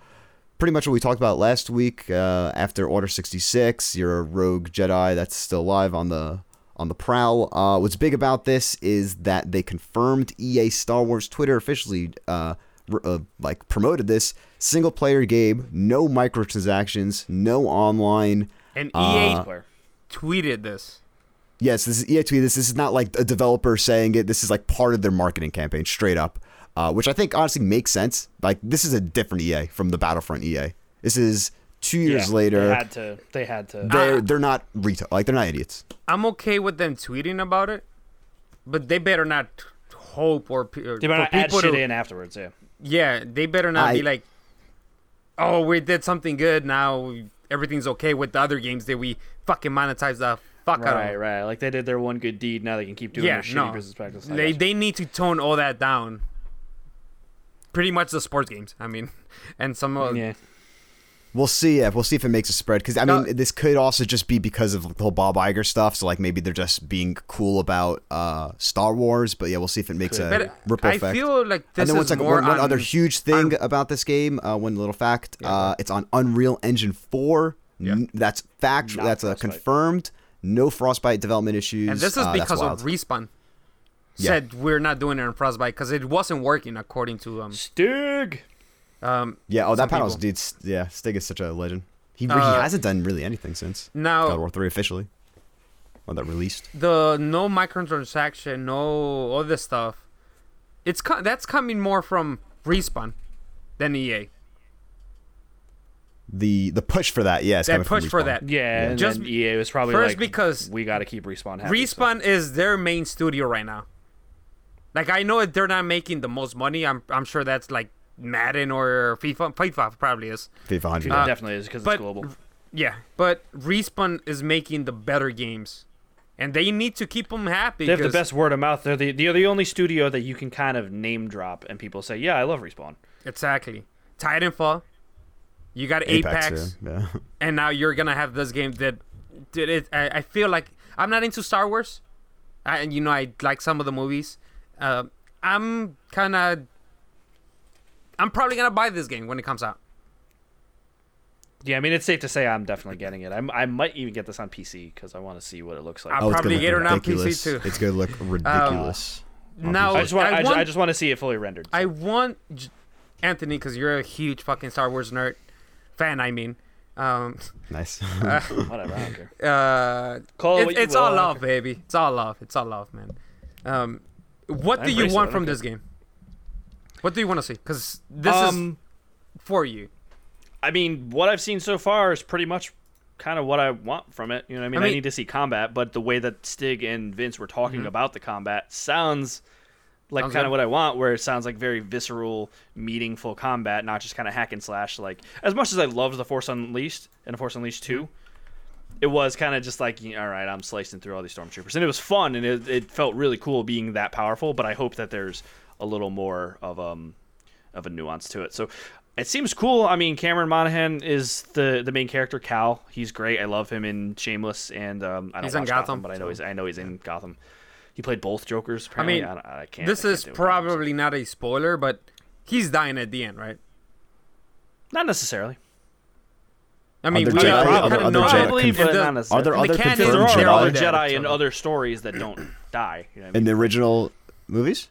Speaker 3: pretty much what we talked about last week uh, after Order 66, you're a rogue Jedi that's still alive on the on the prowl. Uh, what's big about this is that they confirmed EA Star Wars Twitter officially uh, r- uh, like promoted this single player game, no microtransactions, no online.
Speaker 2: and
Speaker 3: Uh,
Speaker 2: EA E tweeted this.
Speaker 3: Yes, this is EA tweet. This, this is not like a developer saying it. This is like part of their marketing campaign, straight up, uh, which I think honestly makes sense. Like this is a different EA from the Battlefront EA. This is two years
Speaker 1: Yeah,
Speaker 3: later.
Speaker 1: they had Ah. to. They had to.
Speaker 3: they're they're not retail. Like they're not idiots.
Speaker 2: I'm okay with them tweeting about it, but they better not t- hope or, pe- or
Speaker 1: They better
Speaker 2: for
Speaker 1: not add
Speaker 2: people
Speaker 1: shit
Speaker 2: to,
Speaker 1: in afterwards. Yeah.
Speaker 2: Yeah, they better not
Speaker 3: I-
Speaker 2: be like, oh, we did something good. Now everything's okay with the other games that we fucking monetize the fuck out
Speaker 1: Right,
Speaker 2: of.
Speaker 1: right. Like they did their one good deed. Now they can keep doing
Speaker 2: Yeah,
Speaker 1: their shitty
Speaker 2: no.
Speaker 1: business practice. I
Speaker 2: They
Speaker 1: gotcha.
Speaker 2: they need to tone all that down. pretty much the sports games. I mean, and some of
Speaker 1: yeah.
Speaker 3: We'll see. Yeah, we'll see if it makes a spread. Because I mean,
Speaker 2: No.
Speaker 3: this could also just be because of the whole Bob Iger stuff. So like maybe they're just being cool about uh, Star Wars. But yeah, we'll see if it makes a
Speaker 2: But
Speaker 3: ripple
Speaker 2: I
Speaker 3: effect.
Speaker 2: feel like this
Speaker 3: and then
Speaker 2: is
Speaker 3: what's like
Speaker 2: more
Speaker 3: one, one
Speaker 2: on-
Speaker 3: other huge thing about this game, uh, one little fact, uh, it's on Unreal Engine Four.
Speaker 2: Yeah.
Speaker 3: N- that's fact.
Speaker 1: Not
Speaker 3: that's uh,
Speaker 1: Frostbite.
Speaker 3: confirmed. No Frostbite development issues.
Speaker 2: and this is
Speaker 3: uh, that's
Speaker 2: because
Speaker 3: wild.
Speaker 2: of respawn.
Speaker 3: Yeah.
Speaker 2: Said we're not doing it on Frostbite because it wasn't working according to um
Speaker 1: Stig.
Speaker 2: um
Speaker 3: yeah. Oh, that
Speaker 2: some
Speaker 3: panel's
Speaker 2: people.
Speaker 3: dude. s- Yeah, Stig is such a legend. He, he
Speaker 2: Uh,
Speaker 3: hasn't done really anything since
Speaker 2: now
Speaker 3: God War Three officially, when that released.
Speaker 2: the no microtransaction, no other stuff. It's co- that's coming more from respawn than E EA.
Speaker 3: The the push for that, yeah, it's
Speaker 2: That
Speaker 3: coming from
Speaker 2: push for
Speaker 3: Respawn.
Speaker 2: that.
Speaker 1: Yeah, and
Speaker 2: Just
Speaker 1: then EA was probably
Speaker 2: first
Speaker 1: like,
Speaker 2: because
Speaker 1: we got to keep respawn happy. so-
Speaker 2: Respawn is their main studio right now. Like I know they're not making the most money. I'm I'm sure that's like Madden or FIFA. FIFA probably is.
Speaker 3: FIFA 100.
Speaker 2: Uh,
Speaker 1: It uh, definitely is because it's
Speaker 2: but-
Speaker 1: global.
Speaker 2: Yeah, but Respawn is making the better games, and they need to keep them happy.
Speaker 1: They have the
Speaker 2: 'cause-
Speaker 1: best word of mouth. They're the they're the only studio that you can kind of name drop and people say, "Yeah, I love respawn."
Speaker 2: Exactly. Titanfall. You got Apex,
Speaker 3: Apex. yeah. Oh, yeah.
Speaker 2: and now you're gonna have this game that did it. I, I feel like I'm not into Star Wars, I, and you know I like some of the movies. Uh, I'm kind of. I'm probably gonna buy this game when it comes out.
Speaker 1: Yeah, I mean it's safe to say I'm definitely getting it. I'm, I might even get this on PC because I want to see what it looks like.
Speaker 3: Oh,
Speaker 2: I
Speaker 3: it's gonna
Speaker 2: probably
Speaker 3: look
Speaker 2: get it on PC
Speaker 3: ridiculous.
Speaker 2: too. Uh,
Speaker 3: It's gonna look ridiculous. on
Speaker 2: now-
Speaker 3: PC.
Speaker 1: I just want
Speaker 2: I
Speaker 1: I, ju-
Speaker 2: want-
Speaker 1: I just want to see it fully rendered.
Speaker 2: I want J- Anthony because you're a huge fucking Star Wars nerd fan. I mean, um,
Speaker 3: nice.
Speaker 1: Whatever, I don't care.
Speaker 2: uh,
Speaker 1: Call it
Speaker 2: it's-
Speaker 1: what Oh, you
Speaker 2: it's all
Speaker 1: will, I don't
Speaker 2: love, baby. It's all love. It's all love, man. Um, what
Speaker 1: I
Speaker 2: do you
Speaker 1: embrace it,
Speaker 2: want
Speaker 1: I don't
Speaker 2: from this game? What do you want to see? Because this
Speaker 1: Um,
Speaker 2: is for you.
Speaker 1: I mean, what I've seen so far is pretty much kind of what I want from it. You know, what I mean, I,
Speaker 2: mean- Mm-hmm.
Speaker 1: need to see combat, but the way that Stig and Vince were talking about the combat sounds like
Speaker 2: Sounds
Speaker 1: kind of
Speaker 2: good.
Speaker 1: what I want, where it sounds like very visceral, meaningful combat, not just kind of hack and slash. Like as much as I loved the Force Unleashed and Force Unleashed 2
Speaker 2: Mm-hmm.
Speaker 1: It was kind of just like, all right, I'm slicing through all these stormtroopers, and it was fun, and it, it felt really cool being that powerful. But I hope that there's a little more of um of a nuance to it. So it seems cool. I mean, Cameron Monaghan is the the main character. Cal, he's great. I love him in Shameless, and um, I don't
Speaker 2: He's in
Speaker 1: watch Gotham,
Speaker 2: Gotham,
Speaker 1: but I know
Speaker 2: so-
Speaker 1: he's I know he's in Gotham. He played both Jokers. Apparently. I
Speaker 2: mean,
Speaker 1: mean, I, can't.
Speaker 2: this
Speaker 1: I can't
Speaker 2: is
Speaker 1: do it.
Speaker 2: probably not a spoiler, but he's dying at the end, right?
Speaker 1: not necessarily.
Speaker 2: I mean,
Speaker 3: Other
Speaker 2: we
Speaker 3: Jedi-
Speaker 2: all
Speaker 3: other-
Speaker 2: kinda
Speaker 3: other Jedi
Speaker 2: know that.
Speaker 1: Probably, but
Speaker 2: In the-
Speaker 1: not necessarily.
Speaker 3: Are there
Speaker 2: In the
Speaker 3: other
Speaker 2: canon,
Speaker 3: confirmed
Speaker 1: there are
Speaker 2: Jedi.
Speaker 1: there are
Speaker 3: Jedi
Speaker 1: Jedi
Speaker 2: Yeah,
Speaker 1: in
Speaker 2: so-
Speaker 1: other stories that don't die. You know what I mean?
Speaker 3: in the original movies?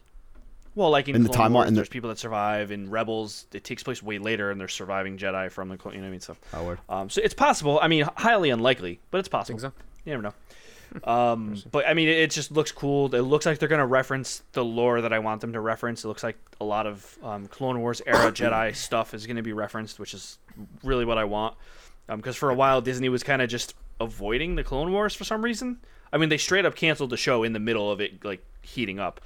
Speaker 1: well, like in,
Speaker 3: in the
Speaker 1: Clone
Speaker 3: timeline-
Speaker 1: Wars,
Speaker 3: in the-
Speaker 1: there's people that survive. In Rebels, it takes place way later, and they're surviving Jedi from the. Clone- You know what I mean? So,
Speaker 3: Oh, word.
Speaker 1: um, so it's possible. I mean, highly unlikely, but it's possible.
Speaker 2: Think so?
Speaker 1: You never
Speaker 3: Hmm.
Speaker 1: know. Um, but I mean, it, it just looks cool. It looks like they're gonna reference the lore that I want them to reference. It looks like a lot of um, Clone Wars era Jedi stuff is gonna be referenced, which is really what I want. Because for a while Disney was kind of just avoiding the Clone Wars for some reason. I mean, they straight up canceled the show in the middle of it like heating up.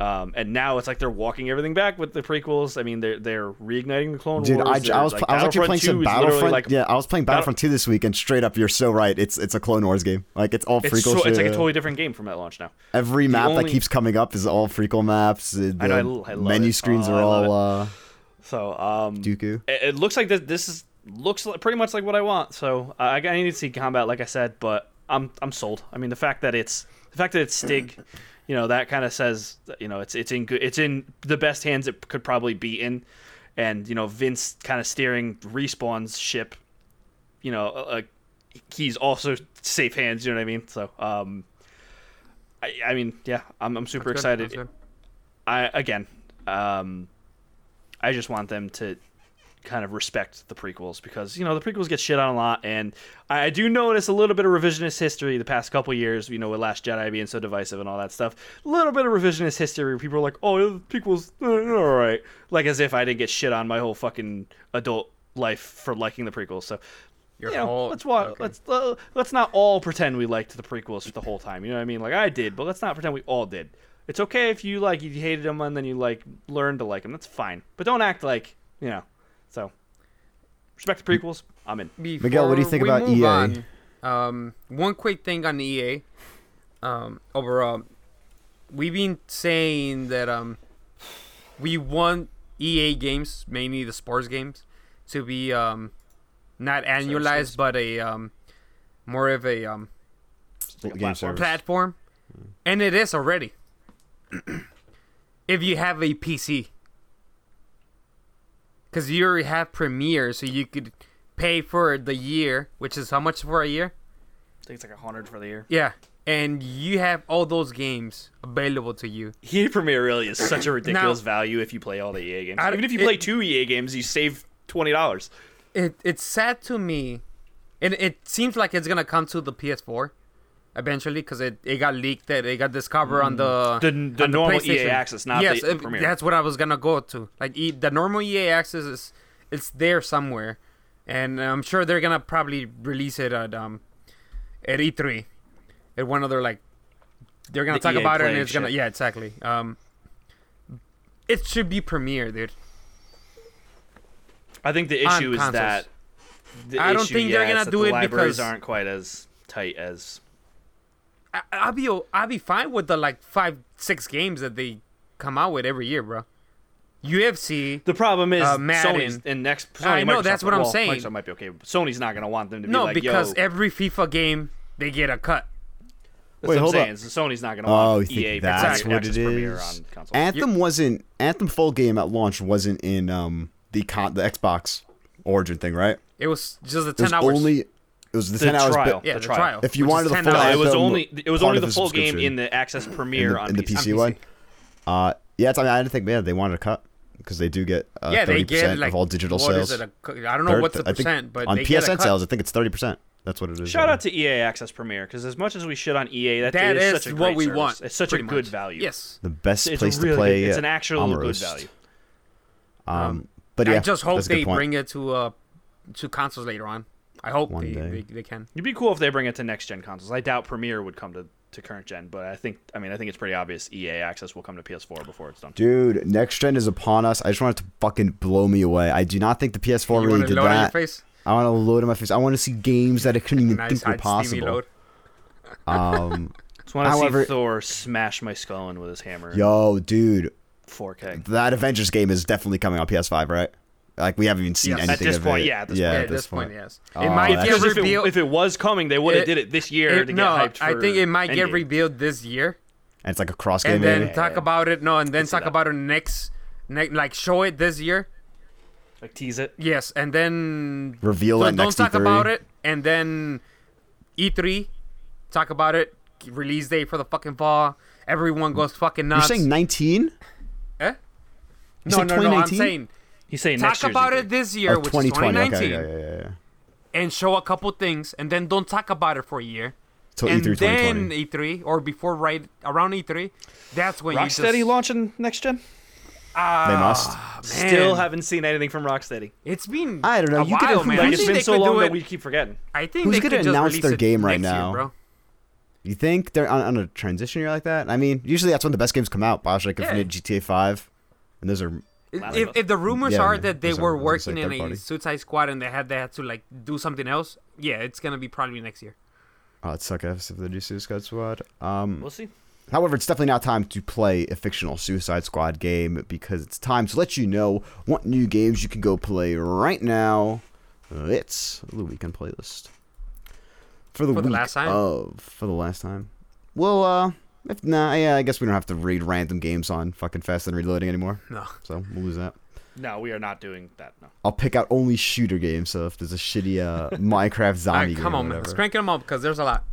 Speaker 1: Um, and now it's like they're walking everything back with the prequels. I mean, they're they're reigniting the Clone
Speaker 3: Dude, I,
Speaker 1: Wars.
Speaker 3: I was
Speaker 1: They're, like,
Speaker 3: I was actually
Speaker 1: Battlefront
Speaker 3: playing
Speaker 1: 2
Speaker 3: some
Speaker 1: is literally,
Speaker 3: Battlefront.
Speaker 1: like,
Speaker 3: yeah, I was playing Battlefront 2 this week, and straight up, you're so right. It's it's a Clone Wars game. Like it's all
Speaker 1: it's,
Speaker 3: prequel
Speaker 1: so,
Speaker 3: shit.
Speaker 1: it's like a totally different game from that launch now.
Speaker 3: Every map
Speaker 1: only-
Speaker 3: that keeps coming up is all prequel maps. uh, The
Speaker 1: I know, I love
Speaker 3: menu
Speaker 1: it.
Speaker 3: screens
Speaker 1: Oh,
Speaker 3: are
Speaker 1: I love
Speaker 3: all uh,
Speaker 1: So um,
Speaker 3: Dooku.
Speaker 1: it, it looks like this. This is looks like, pretty much like what I want. So uh, I, I need to see combat, like I said, but I'm I'm sold. I mean, the fact that it's the fact that it's Stig, you know, that kind of says you know it's it's in good it's in the best hands it could probably be in, and you know Vince kind of steering respawn's ship, you know, uh, uh, he's also safe hands. You know what I mean? So um. I, I mean, yeah, I'm, I'm super
Speaker 2: Good,
Speaker 1: excited.
Speaker 2: that's good.
Speaker 1: I again, um, I just want them to kind of respect the prequels because you know the prequels get shit on a lot, and I I do notice a little bit of revisionist history the past couple years. You know, with Last Jedi being so divisive and all that stuff, a little bit of revisionist history. Where people are like, "Oh, the prequels, eh, they're all right," like as if I didn't get shit on my whole fucking adult life for liking the prequels. So.
Speaker 2: Your
Speaker 1: you know,
Speaker 2: whole-
Speaker 1: let's wa-
Speaker 2: okay.
Speaker 1: let's uh, let's not all pretend we liked the prequels the whole time. You know what I mean? Like I did, but let's not pretend we all did. It's okay if you like you hated them and then you like learned to like them. That's fine. But don't act like you know. So respect the prequels. I'm in.
Speaker 3: Miguel, what do you
Speaker 2: Before
Speaker 3: think
Speaker 2: we
Speaker 3: about E
Speaker 2: move
Speaker 3: EA?
Speaker 2: on, um, one quick thing on EA. Um, overall, we've been saying that um, we want EA games, mainly the sports games, to be um, not annualized,
Speaker 1: Services.
Speaker 2: but a um, more of a um,
Speaker 1: a
Speaker 3: game
Speaker 1: platform.
Speaker 3: service.
Speaker 2: platform, and it is already. if you have a PC, because you already have Premiere, so you could pay for the year, which is how much for a year?
Speaker 1: I think it's like a hundred for the year.
Speaker 2: Yeah, and you have all those games available to you.
Speaker 1: EA Premier really is such a ridiculous
Speaker 2: Now-
Speaker 1: value if you play all the EA games.
Speaker 2: I-
Speaker 1: Even if you
Speaker 2: it-
Speaker 1: play two EA games, you save twenty dollars.
Speaker 2: It it's sad to me, and it seems like it's gonna come to the PS4 eventually because it, it got leaked that it got discovered on the
Speaker 1: Mm. The-
Speaker 2: on
Speaker 1: the normal EA
Speaker 2: PlayStation.
Speaker 1: access, not
Speaker 2: yes,
Speaker 1: the
Speaker 2: it-
Speaker 1: Premiere.
Speaker 2: that's what I was gonna go to. Like e, the normal EA access is it's there somewhere, and I'm sure they're gonna probably release it at um at E3 at one of their like they're gonna
Speaker 1: The E
Speaker 2: talk
Speaker 1: EA
Speaker 2: about it and
Speaker 1: Play
Speaker 2: it's gonna
Speaker 1: shit.
Speaker 2: yeah exactly um it should be Premiere dude.
Speaker 1: I think the
Speaker 2: On
Speaker 1: issue is
Speaker 2: consoles.
Speaker 1: that the
Speaker 2: I don't
Speaker 1: issue,
Speaker 2: think they're
Speaker 1: yeah, is
Speaker 2: gonna
Speaker 1: that
Speaker 2: do
Speaker 1: the
Speaker 2: it
Speaker 1: libraries
Speaker 2: because-
Speaker 1: aren't quite as tight as
Speaker 2: I, I'll be o- I'll be fine with the like five six games that they come out with every year, bro. UFC.
Speaker 1: the problem is
Speaker 2: Uh,
Speaker 1: Sony's
Speaker 2: Madden.
Speaker 1: and next. Sony,
Speaker 2: I know,
Speaker 1: Microsoft,
Speaker 2: that's what I'm
Speaker 1: well,
Speaker 2: saying.
Speaker 1: Microsoft might be okay. But Sony's not gonna want them to be
Speaker 2: no,
Speaker 1: like
Speaker 2: because
Speaker 1: yo.
Speaker 2: every FIFA game they get a cut.
Speaker 3: Wait,
Speaker 1: That's what I'm
Speaker 3: hold up.
Speaker 1: saying. is Sony's not gonna
Speaker 3: Oh, you
Speaker 1: want E
Speaker 2: E
Speaker 3: think
Speaker 1: EA
Speaker 3: that's
Speaker 1: Access
Speaker 3: what it
Speaker 1: Premier
Speaker 3: is?
Speaker 1: on console.
Speaker 3: Anthem wasn't Anthem full game at launch wasn't in um the con- the Xbox Origin thing, right?
Speaker 2: It was just the
Speaker 3: It
Speaker 2: ten
Speaker 3: was
Speaker 2: hours.
Speaker 3: only it was the,
Speaker 1: The
Speaker 3: ten hours.
Speaker 1: trial.
Speaker 3: but
Speaker 2: yeah,
Speaker 1: the
Speaker 2: the,
Speaker 1: trial.
Speaker 2: trial.
Speaker 3: If you
Speaker 2: which is
Speaker 3: wanted the
Speaker 2: 10
Speaker 3: full
Speaker 1: No,
Speaker 2: hours.
Speaker 1: it was
Speaker 3: Anthem
Speaker 1: only it was
Speaker 3: part
Speaker 1: only
Speaker 3: of
Speaker 1: the
Speaker 3: the
Speaker 1: full game
Speaker 3: subscription.
Speaker 1: in the Access
Speaker 3: in
Speaker 1: Premier
Speaker 3: the,
Speaker 1: on
Speaker 3: in the
Speaker 1: PC.
Speaker 3: PC, one. Uh, yeah, it's, I mean, I didn't think yeah they wanted a cut because they do get uh,
Speaker 2: yeah,
Speaker 3: 30%
Speaker 2: they get like
Speaker 3: of all digital
Speaker 2: what is
Speaker 3: sales.
Speaker 2: it, a cu- I don't know
Speaker 3: Third-
Speaker 2: what's the
Speaker 3: I think
Speaker 2: percent, but
Speaker 3: on
Speaker 2: they get a
Speaker 3: PSN
Speaker 2: cut.
Speaker 3: sales, I think it's thirty percent. That's what it is.
Speaker 1: Shout out to EA Access Premier because as much as we shit on EA, that,
Speaker 2: That
Speaker 1: is
Speaker 2: is
Speaker 1: such a
Speaker 2: what
Speaker 1: great
Speaker 2: we
Speaker 1: service.
Speaker 2: want.
Speaker 1: It's such a
Speaker 2: pretty
Speaker 1: good
Speaker 2: much.
Speaker 1: value.
Speaker 2: Yes,
Speaker 3: the best
Speaker 1: it's
Speaker 3: place
Speaker 1: a really
Speaker 3: to play.
Speaker 1: good, it's an actual good
Speaker 3: Amherst.
Speaker 1: value.
Speaker 3: Um, but yeah,
Speaker 2: I just hope
Speaker 3: that's a good
Speaker 2: they
Speaker 3: point.
Speaker 2: bring it to uh to consoles later on. I hope
Speaker 3: One
Speaker 2: they,
Speaker 3: day.
Speaker 2: they they can.
Speaker 1: It'd be cool if they bring it to next gen consoles. I doubt Premiere would come to, to current gen, but I think I mean I think it's pretty obvious EA Access will come to PS4 before it's done.
Speaker 3: Dude, next gen is upon us. I just want it to fucking blow me away. I do not think the PS4
Speaker 2: You
Speaker 3: really
Speaker 2: want to
Speaker 3: did
Speaker 2: load on your
Speaker 3: that.
Speaker 2: face?
Speaker 3: I want to load in my face. I want to see games that I couldn't even
Speaker 2: Nice,
Speaker 3: think were
Speaker 2: hot Stevie
Speaker 3: possible.
Speaker 2: load.
Speaker 3: Um,
Speaker 1: Just want to
Speaker 3: However-
Speaker 1: see Thor smash my skull in with his hammer. in
Speaker 3: yo, dude,
Speaker 1: 4K.
Speaker 3: that Avengers game is definitely coming on PS5, right? Like we haven't even seen
Speaker 2: Yes. At
Speaker 3: anything
Speaker 1: this
Speaker 3: of
Speaker 1: point,
Speaker 3: it.
Speaker 1: yeah, at this
Speaker 3: yeah,
Speaker 1: point.
Speaker 2: Yeah,
Speaker 3: at this point,
Speaker 2: yes.
Speaker 3: Oh,
Speaker 2: it might
Speaker 3: that's-
Speaker 2: get
Speaker 1: Because if it,
Speaker 2: revealed.
Speaker 1: if it was coming, they would have
Speaker 2: It-
Speaker 1: did it this year
Speaker 2: it-
Speaker 1: to get
Speaker 2: no,
Speaker 1: hyped. For
Speaker 2: I think it might get
Speaker 1: Endgame.
Speaker 2: revealed this year.
Speaker 3: and it's like a cross game. eh?
Speaker 2: and then
Speaker 3: maybe.
Speaker 2: talk
Speaker 1: yeah.
Speaker 2: about it. No, and then
Speaker 1: see
Speaker 2: talk
Speaker 1: that.
Speaker 2: about it next, ne- like show it this year.
Speaker 1: Like tease it.
Speaker 2: Yes, and then
Speaker 3: Reveal
Speaker 2: so
Speaker 3: at
Speaker 2: don't
Speaker 3: next E
Speaker 2: talk
Speaker 3: E3.
Speaker 2: about it, and then E3, talk about it. Release date for the fucking fall. Everyone goes fucking
Speaker 3: You're
Speaker 2: nuts.
Speaker 3: saying 19?
Speaker 2: eh? No,
Speaker 3: saying
Speaker 2: no, no. I'm
Speaker 3: 2019?
Speaker 2: saying
Speaker 1: He's saying
Speaker 2: talk
Speaker 1: next year's
Speaker 2: about
Speaker 1: E3.
Speaker 2: it this year,
Speaker 3: Oh,
Speaker 2: which
Speaker 3: 2020.
Speaker 2: is
Speaker 3: Okay,
Speaker 2: 2019,
Speaker 3: yeah, yeah, yeah, yeah.
Speaker 2: and show a couple things, and then don't talk about it for a year.
Speaker 3: Till E
Speaker 2: and
Speaker 3: E3 2020.
Speaker 2: then E3 or before right around E3, that's when you
Speaker 1: Rocksteady
Speaker 2: just
Speaker 1: launching next gen.
Speaker 2: Ah,
Speaker 3: They must.
Speaker 2: man.
Speaker 1: Still haven't seen anything from Rocksteady.
Speaker 2: It's been
Speaker 3: I don't know,
Speaker 2: A
Speaker 3: you could-
Speaker 2: while,
Speaker 3: who-
Speaker 2: man.
Speaker 3: Like,
Speaker 2: I
Speaker 3: it's
Speaker 1: It's
Speaker 2: think
Speaker 1: been
Speaker 2: they
Speaker 1: so
Speaker 2: could do
Speaker 1: long
Speaker 2: it-
Speaker 1: that we keep forgetting.
Speaker 2: I think
Speaker 3: Who's
Speaker 2: they
Speaker 3: gonna
Speaker 2: could just
Speaker 3: announce
Speaker 2: release
Speaker 3: their
Speaker 2: it
Speaker 3: game right
Speaker 2: next year,
Speaker 3: now?
Speaker 2: bro.
Speaker 3: You think they're on, on a transition year like that? I mean, usually that's when the best games come out. Bioshock
Speaker 2: Yeah.
Speaker 3: Infinite, GTA 5, and those are
Speaker 1: Last
Speaker 2: If,
Speaker 1: of Us.
Speaker 2: if the rumors
Speaker 3: Yeah,
Speaker 2: are
Speaker 3: yeah.
Speaker 2: that they
Speaker 3: Those are-
Speaker 2: were
Speaker 3: I was
Speaker 2: working
Speaker 3: gonna say
Speaker 2: in
Speaker 3: third party.
Speaker 2: a Suicide Squad and they had they had to like do something else, yeah, it's gonna be probably next year.
Speaker 3: oh, it suck ass if they do Suicide Squad. Um,
Speaker 1: We'll see.
Speaker 3: however, it's definitely not time to play a fictional Suicide Squad game because it's time to let you know what new games you can go play right now. It's the weekend playlist for the
Speaker 2: For the
Speaker 3: week
Speaker 2: last time?
Speaker 3: of for the last time. Well, uh, if nah, yeah, I guess we don't have to read random games on fucking Fast and Reloading anymore,
Speaker 2: No,
Speaker 3: so we'll lose that.
Speaker 1: No, we are not doing that. No.
Speaker 3: I'll pick out only shooter games. So if there's a shitty uh, Minecraft zombie
Speaker 2: Alright,
Speaker 3: game,
Speaker 2: come
Speaker 3: or
Speaker 2: on, man.
Speaker 3: whatever.
Speaker 2: let's crank them up because there's a lot.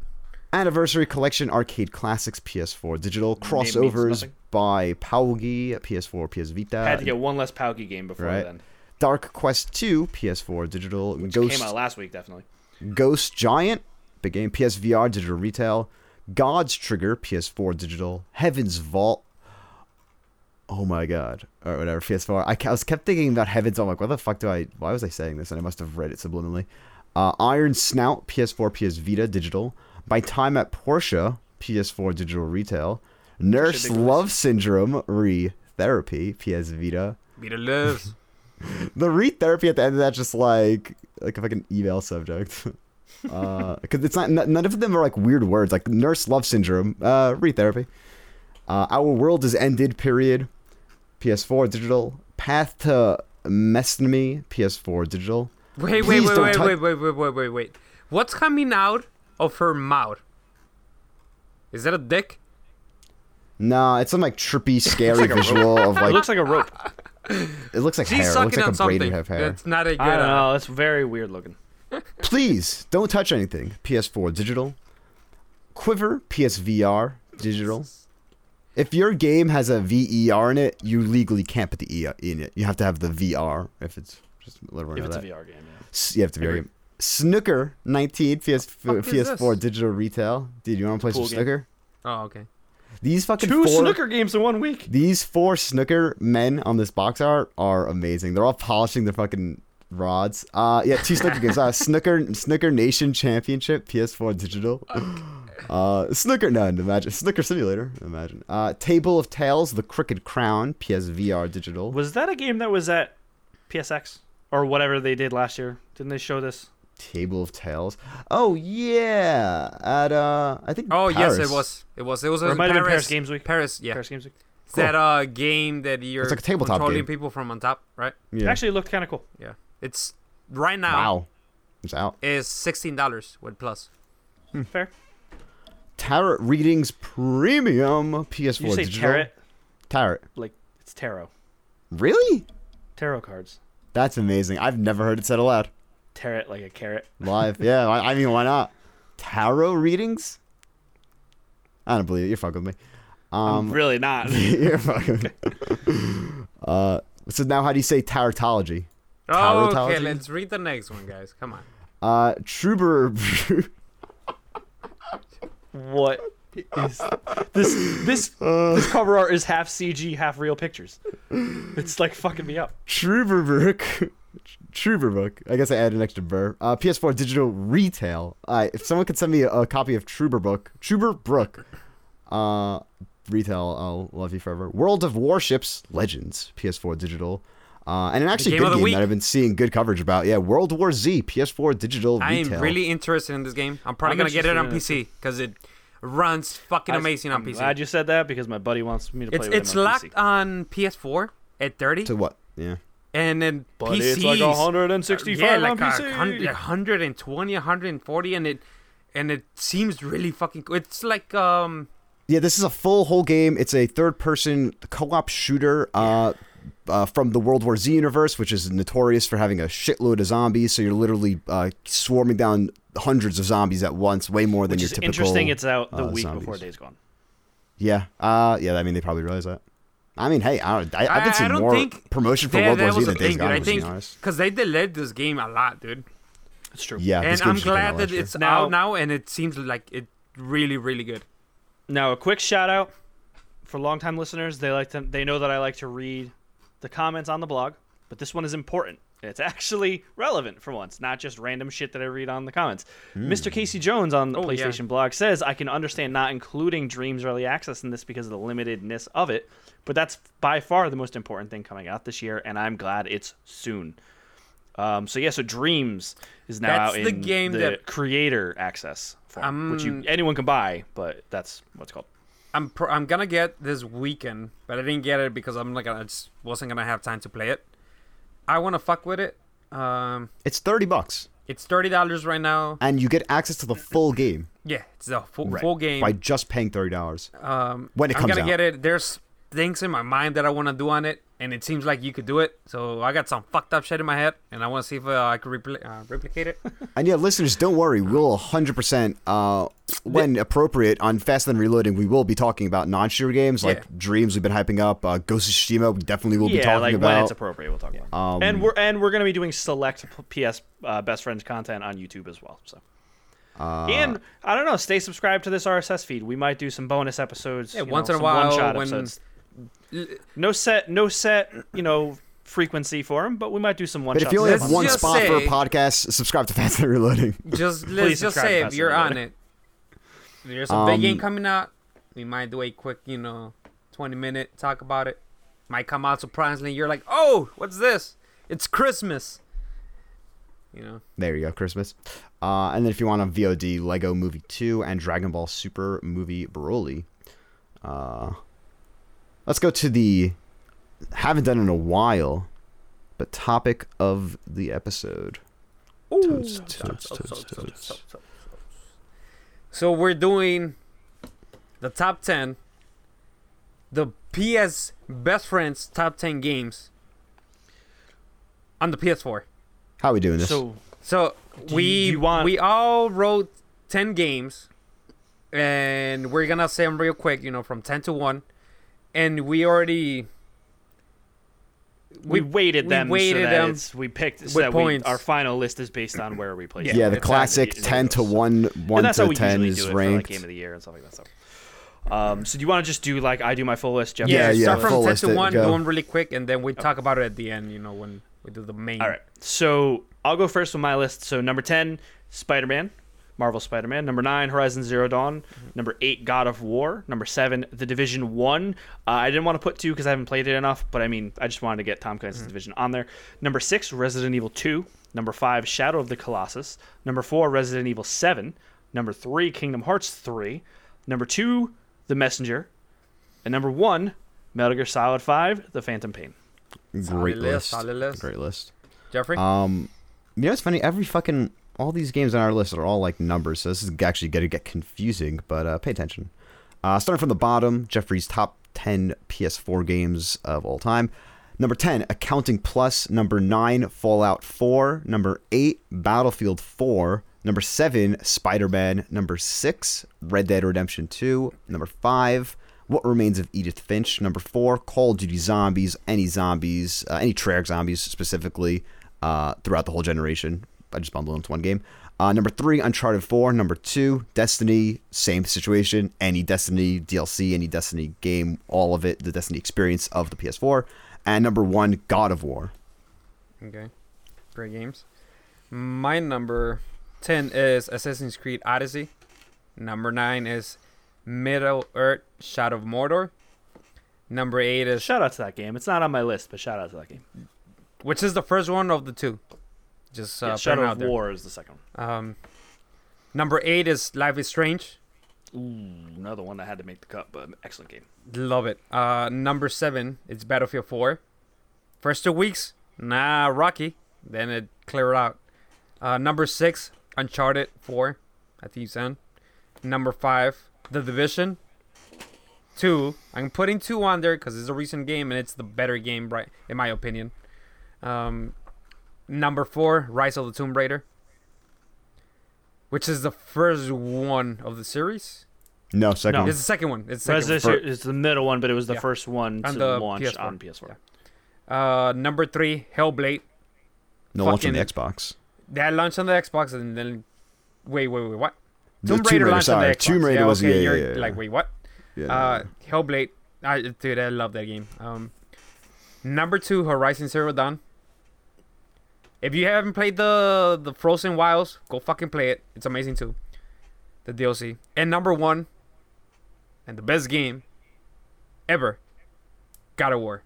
Speaker 3: Anniversary Collection Arcade Classics PS4 Digital
Speaker 1: means
Speaker 3: crossovers
Speaker 1: nothing.
Speaker 3: by Paugi PS4 PS Vita.
Speaker 1: Had to get one less Palki game before
Speaker 3: right.
Speaker 1: then.
Speaker 3: Dark Quest 2 PS4 Digital. Ghost
Speaker 1: Came out last week, definitely.
Speaker 3: Ghost Giant big game PSVR Digital Retail. God's Trigger PS4 Digital. Heaven's Vault. Oh my god. Or whatever, PS4. I, ca- I was kept thinking about Heaven's Vault. I'm like, what the fuck do I. Why was I saying this? And I must have read it subliminally. Uh, Iron Snout, PS4, PS Vita, digital. By Time at Porsche, PS4, digital retail. Nurse
Speaker 1: big
Speaker 3: Love Syndrome, re therapy, PS Vita.
Speaker 2: Be the lives.
Speaker 3: The re therapy at the end of that just like like a fucking email subject. Because it's not n- none of them are like weird words like nurse love syndrome, uh, re therapy. Uh, Our world is ended. Period. PS4 digital. Path to Mestnami PS4 digital.
Speaker 2: Wait, wait,
Speaker 3: Please
Speaker 2: wait,
Speaker 3: don't
Speaker 2: wait,
Speaker 3: touch-
Speaker 2: wait, wait, wait, wait, wait, wait. What's coming out of her mouth? Is that a dick?
Speaker 3: Nah, it's some like trippy, scary visual of like
Speaker 1: it looks like a rope.
Speaker 3: it looks like
Speaker 2: She's
Speaker 3: hair. It
Speaker 2: sucking
Speaker 3: looks like
Speaker 2: on
Speaker 3: a braided
Speaker 2: something.
Speaker 3: half hair.
Speaker 2: That's not a good.
Speaker 1: I don't
Speaker 2: uh,
Speaker 1: know. It's very weird looking.
Speaker 3: Please don't touch anything. PS4 digital. Quiver PSVR digital. If your game has a VER in it, you legally can't put the E in it. You have to have the VR if it's just let everyone
Speaker 1: If
Speaker 3: know
Speaker 1: it's a
Speaker 3: that.
Speaker 1: VR game, yeah.
Speaker 3: S- You have to be. a- Snooker 19 PS,
Speaker 2: fuck is
Speaker 3: PS4
Speaker 2: this?
Speaker 3: digital retail. Dude, you want to play
Speaker 1: Pool
Speaker 3: some
Speaker 1: game.
Speaker 3: snooker?
Speaker 2: Oh, okay.
Speaker 3: These fucking
Speaker 1: Two
Speaker 3: four,
Speaker 1: snooker games in one week.
Speaker 3: These four snooker men on this box art are amazing. They're all polishing their fucking rods. Uh, yeah, two snooker games. Uh, snooker Snooker Nation Championship PS4 Digital. Uh, snooker Nun. Imagine Snooker Simulator. Imagine. Uh, Table of Tales: The Crooked Crown PSVR Digital.
Speaker 1: Was that a game that was at PSX or whatever they did last year? Didn't they show this?
Speaker 3: Table of Tales. Oh yeah, at uh, I think.
Speaker 2: Oh yes,
Speaker 3: Paris.
Speaker 2: it was. It was. It was. It
Speaker 1: Or
Speaker 2: was
Speaker 1: it
Speaker 2: in
Speaker 1: might have been Paris
Speaker 2: Paris
Speaker 1: Games Week.
Speaker 2: Paris, yeah.
Speaker 1: Paris Games Week.
Speaker 2: It's that uh game that you're
Speaker 3: like a tabletop
Speaker 2: controlling
Speaker 3: game.
Speaker 2: people from on top, right?
Speaker 3: Yeah.
Speaker 1: Actually, it looked kind of cool.
Speaker 2: Yeah. It's right now
Speaker 3: wow, it's out.
Speaker 2: is sixteen dollars with plus.
Speaker 3: Hmm.
Speaker 1: Fair.
Speaker 3: Tarot Readings Premium PS4
Speaker 1: You say
Speaker 3: Digital.
Speaker 1: tarot,
Speaker 3: Tarot.
Speaker 1: like it's tarot.
Speaker 3: Really?
Speaker 1: Tarot cards.
Speaker 3: That's amazing. I've never heard it said aloud.
Speaker 1: Tarot like a carrot.
Speaker 3: Live. yeah, I, I mean, why not? Tarot readings? I don't believe it. You're fucking with me. Um,
Speaker 1: really not.
Speaker 3: you're fucking with me. uh, so now how do you say tarotology?
Speaker 2: Oh, okay,
Speaker 3: Tarotology?
Speaker 2: let's read the next one, guys. Come on.
Speaker 3: Uh, Truber.
Speaker 1: what is this? This
Speaker 3: Uh.
Speaker 1: this cover art is half CG, half real pictures. It's like fucking me up.
Speaker 3: Truberbook. Truberbook. I guess I added an extra burr. Uh, PS4 digital retail. Uh, if someone could send me a, a copy of Truberbook, Truberbrook, uh, retail, I'll love you forever. World of Warships Legends, PS4 digital. Uh, and an actually
Speaker 2: game
Speaker 3: good
Speaker 2: of the
Speaker 3: game
Speaker 2: week.
Speaker 3: that I've been seeing good coverage about. Yeah, World War Z, PS4 digital
Speaker 2: I
Speaker 3: retail.
Speaker 2: am really interested in this game. I'm probably
Speaker 1: I'm
Speaker 2: gonna get it
Speaker 1: interested
Speaker 2: on
Speaker 1: in
Speaker 2: PC
Speaker 1: it,
Speaker 2: because it runs fucking amazing on
Speaker 1: I'm
Speaker 2: PC.
Speaker 1: Glad you said that because my buddy wants me to play
Speaker 2: it's
Speaker 1: with
Speaker 2: it's
Speaker 1: him on
Speaker 2: locked
Speaker 1: PC.
Speaker 2: on PS4 at 30
Speaker 3: to what? Yeah.
Speaker 2: and then
Speaker 1: But
Speaker 2: PCs.
Speaker 1: it's like 165
Speaker 2: yeah,
Speaker 1: on
Speaker 2: like a
Speaker 1: PC.
Speaker 2: hun- 120, 140, and it and it seems really fucking. Cool. It's like um
Speaker 3: Yeah, this is a full whole game. It's a third person co op shooter uh, uh, from the World War Z universe, which is notorious for having a shitload of zombies. So you're literally uh, swarming down hundreds of zombies at once, way more than
Speaker 1: Which
Speaker 3: your
Speaker 1: is
Speaker 3: typical.
Speaker 1: interesting. It's out the
Speaker 3: uh,
Speaker 1: week
Speaker 3: zombies.
Speaker 1: before Days Gone.
Speaker 3: Yeah, uh, yeah. I mean, they probably realize that. I mean, hey, I, don't- I, I've
Speaker 2: I-
Speaker 3: been
Speaker 2: I
Speaker 3: seeing
Speaker 2: don't
Speaker 3: more
Speaker 2: think
Speaker 3: promotion for
Speaker 2: that-
Speaker 3: World
Speaker 2: that
Speaker 3: War Z
Speaker 2: was
Speaker 3: than
Speaker 2: the
Speaker 3: Days
Speaker 2: thing, dude.
Speaker 3: Gone.
Speaker 2: I
Speaker 3: to be
Speaker 2: think
Speaker 3: honest.
Speaker 2: because they delayed this game a lot, dude.
Speaker 1: It's true.
Speaker 3: Yeah, this
Speaker 2: and
Speaker 3: game
Speaker 2: I'm
Speaker 3: should come out
Speaker 2: glad that
Speaker 3: last year.
Speaker 2: it's out
Speaker 1: Now-
Speaker 2: now, and it seems like it really, really good.
Speaker 1: Now, a quick shout out for longtime listeners. They like to, they know that I like to read the comments on the blog, but this one is important. It's actually relevant for once, not just random shit that I read on the comments. Mr. Casey Jones on the
Speaker 2: Oh, yeah.
Speaker 1: PlayStation blog says, I can understand not including Dreams Early Access in this because of the limitedness of it, but that's by far the most important thing coming out this year, and I'm glad it's soon. Um, so yeah, so Dreams is now
Speaker 2: That's
Speaker 1: out in
Speaker 2: the game
Speaker 1: the
Speaker 2: that-
Speaker 1: creator access form, which you
Speaker 2: Um,
Speaker 1: anyone can buy, but that's what's called.
Speaker 2: I'm pro- I'm gonna get this weekend, but I didn't get it because I'm like I just wasn't gonna have time to play it. I want to fuck with it. Um,
Speaker 3: It's thirty bucks,
Speaker 2: it's thirty dollars right now.
Speaker 3: and you get access to the full game
Speaker 2: Yeah, it's a full, full game.
Speaker 3: by just paying thirty dollars.
Speaker 2: um,
Speaker 3: when it
Speaker 2: I'm
Speaker 3: comes
Speaker 2: gonna
Speaker 3: out.
Speaker 2: get it. There's things in my mind that I want to do on it, and it seems like you could do it. So I got some fucked up shit in my head, and I want to see if uh, I could repli- uh, replicate it.
Speaker 3: And yeah, listeners, don't worry. We'll 100%, uh, when appropriate, on Fast and Reloading, we will be talking about non-shooter games like
Speaker 2: Yeah.
Speaker 3: Dreams. We've been hyping up. Uh, Ghost of Tsushima. We definitely will be
Speaker 1: yeah,
Speaker 3: talking
Speaker 1: like
Speaker 3: about.
Speaker 1: when it's appropriate, we'll talk about.
Speaker 3: Um,
Speaker 1: it. and we're and we're gonna be doing select p- PS uh, best friends content on YouTube as well. So.
Speaker 3: Uh,
Speaker 1: and I don't know. Stay subscribed to this RSS feed. We might do some bonus episodes.
Speaker 2: Yeah,
Speaker 1: you know,
Speaker 2: once in a
Speaker 1: some one-shot
Speaker 2: while when-
Speaker 1: episodes. No set, no set. You know, frequency for them, but we might do some one.
Speaker 3: but if you only have
Speaker 2: Let's
Speaker 3: one
Speaker 2: just
Speaker 3: spot for a
Speaker 2: say-
Speaker 3: podcast, subscribe to Fast and Reloading.
Speaker 2: just
Speaker 1: Please
Speaker 2: let's just
Speaker 1: subscribe
Speaker 2: say
Speaker 1: to
Speaker 2: if
Speaker 1: us
Speaker 2: you're
Speaker 1: anyway.
Speaker 2: on it, there's a big game
Speaker 3: Um,
Speaker 2: coming out. We might do a quick, you know, 20 minute talk about it. Might come out surprisingly. You're like, oh, what's this? It's Christmas. You know,
Speaker 3: There you go, Christmas. Uh, and then if you want a VOD, Lego Movie 2 and Dragon Ball Super Movie Broly. Uh, let's go to the haven't done in a while, but topic of the episode. Totes, totes,
Speaker 2: So, so,
Speaker 3: totes,
Speaker 2: so, so,
Speaker 3: totes.
Speaker 2: so, so. So we're doing the top 10, the PS Best Friends top 10 games on the PS4.
Speaker 3: How are we doing this?
Speaker 1: So
Speaker 2: So
Speaker 1: Do
Speaker 2: we
Speaker 1: you- you want-
Speaker 2: we all wrote 10 games and we're going to say them real quick, you know, from 10 to 1 and we already
Speaker 1: we,
Speaker 2: we-
Speaker 1: weighted
Speaker 2: we
Speaker 1: them
Speaker 2: weighted
Speaker 1: so that
Speaker 2: them
Speaker 1: it's, we picked
Speaker 2: with
Speaker 1: so that we,
Speaker 2: points.
Speaker 1: our final list is based on where we placed.
Speaker 3: yeah,
Speaker 1: them.
Speaker 3: the
Speaker 1: It's
Speaker 3: classic
Speaker 1: not-
Speaker 3: ten to one,
Speaker 1: And
Speaker 3: one
Speaker 1: that's how
Speaker 3: to
Speaker 1: we
Speaker 3: ten
Speaker 1: usually
Speaker 3: is
Speaker 1: do it
Speaker 3: ranked.
Speaker 1: for like game of the year and stuff like that. So, um, so do you want to just do like I do my full list, Jeff?
Speaker 3: Yeah,
Speaker 2: yeah,
Speaker 1: does his
Speaker 3: yeah,
Speaker 2: start
Speaker 1: full list?
Speaker 3: full
Speaker 2: from 10
Speaker 3: list
Speaker 2: to
Speaker 3: it, go.
Speaker 2: 1, do 'em really quick and then we talk about it at the end, you know, when we do the main
Speaker 1: All right. So I'll go first with my list. So number ten, Spider Man, Marvel Spider Man. Number nine, Horizon Zero Dawn. Number eight, God of War. Number seven, The Division One. Uh, I didn't want to put two because I haven't played it enough, but I mean, I just wanted to get Tom Clancy's Division on there. Number six, Resident Evil Two. Number five, Shadow of the Colossus. Number four, Resident Evil Seven. Number three, Kingdom Hearts Three. Number two, The Messenger. And number one, Metal Gear Solid Five: The Phantom Pain.
Speaker 3: Great
Speaker 2: Solid list,
Speaker 3: list.
Speaker 2: solid list.
Speaker 3: Great list.
Speaker 2: Jeffrey?
Speaker 3: Um, you know, it's funny. Every fucking all these games on our list are all like numbers, so this is actually gonna get confusing. But uh, pay attention. Uh, starting from the bottom, Jeffrey's top ten PS4 games of all time. Number ten, Accounting Plus. Number nine, Fallout 4. Number eight, Battlefield 4. Number seven, Spider Man. Number six, Red Dead Redemption 2. Number five. What Remains of Edith Finch, number four, Call of Duty Zombies, any zombies, uh, any Treyarch zombies specifically, uh, throughout the whole generation. I just bundled into one game. Uh, number three, Uncharted 4. Number two, Destiny. Same situation. Any Destiny DLC, any Destiny game, all of it, the Destiny experience of the PS4. And number one, God of War.
Speaker 2: Okay. Great games. My number 10 is Assassin's Creed Odyssey. Number 9 is Middle Earth Shadow of Mordor. Number 8 is
Speaker 1: Shout out to that game. It's not on my list, but shout out to that game.
Speaker 2: which is the first one of the two. Just uh,
Speaker 1: yeah,
Speaker 2: putting
Speaker 1: Shadow
Speaker 2: it out
Speaker 1: of War is the second
Speaker 2: There. Um Number 8 is Life is Strange.
Speaker 1: one. Ooh, another one that had to make the cut, but excellent game.
Speaker 2: Love it. Uh number 7 it's Battlefield 4. First two weeks, nah, rocky. Then it cleared out. Uh, number six, Uncharted 4 at Thieves End. Number five, The Division. Two, I'm putting two on there because it's a recent game and it's the better game, right? In my opinion. Um, number four, Rise of the Tomb Raider, which is the first one of the series.
Speaker 3: No, second
Speaker 1: No.
Speaker 3: one.
Speaker 2: It's the second one. It's the second one.
Speaker 1: Resident
Speaker 3: one.
Speaker 1: Evil is the middle one, but it was the
Speaker 2: Yeah.
Speaker 1: first one
Speaker 2: On
Speaker 1: to
Speaker 2: the
Speaker 1: launch
Speaker 2: PS4.
Speaker 1: on PS4.
Speaker 2: Yeah. Uh, number three, Hellblade.
Speaker 3: No launch on the
Speaker 2: fucking-
Speaker 3: Xbox.
Speaker 2: That launched on the Xbox and then wait, wait, wait, what?
Speaker 3: The Tomb Raider,
Speaker 2: launched
Speaker 3: sorry. Tomb Raider
Speaker 2: yeah,
Speaker 3: was-
Speaker 2: okay,
Speaker 3: yeah,
Speaker 2: you're
Speaker 3: yeah, yeah,
Speaker 2: like
Speaker 3: yeah.
Speaker 2: wait, what?
Speaker 3: Yeah.
Speaker 2: Uh, Hellblade, I dude, I love that game. Um, number two, Horizon Zero Dawn. If you haven't played the the Frozen Wilds, go fucking play it. It's amazing too. The DLC and number one, and the best game ever, God of War.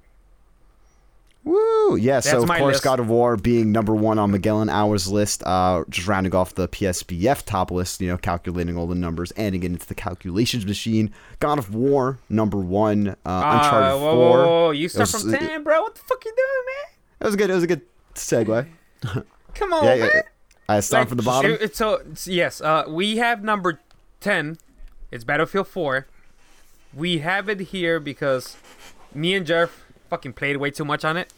Speaker 3: Woo! Yeah, so
Speaker 2: That's
Speaker 3: of
Speaker 2: my
Speaker 3: course,
Speaker 2: list.
Speaker 3: God of War being number one on Magellan Hours list, uh, just rounding off the PSBF top list, you know, calculating all the numbers, adding it into the calculations machine. God of War, number one. Uh, Uncharted
Speaker 2: Uh, whoa,
Speaker 3: 4.
Speaker 2: whoa, whoa, you start
Speaker 3: was-
Speaker 2: from ten, bro. What the fuck you doing,
Speaker 3: That was a good, it was a good segue.
Speaker 2: man? Come on,
Speaker 3: yeah,
Speaker 2: Oh, man.
Speaker 3: yeah. Uh, I start
Speaker 2: Like,
Speaker 3: from the bottom.
Speaker 2: it- it's so it's- yes, uh, we have number ten. It's Battlefield Four. We have it here because me and Jeff fucking played way too much on it,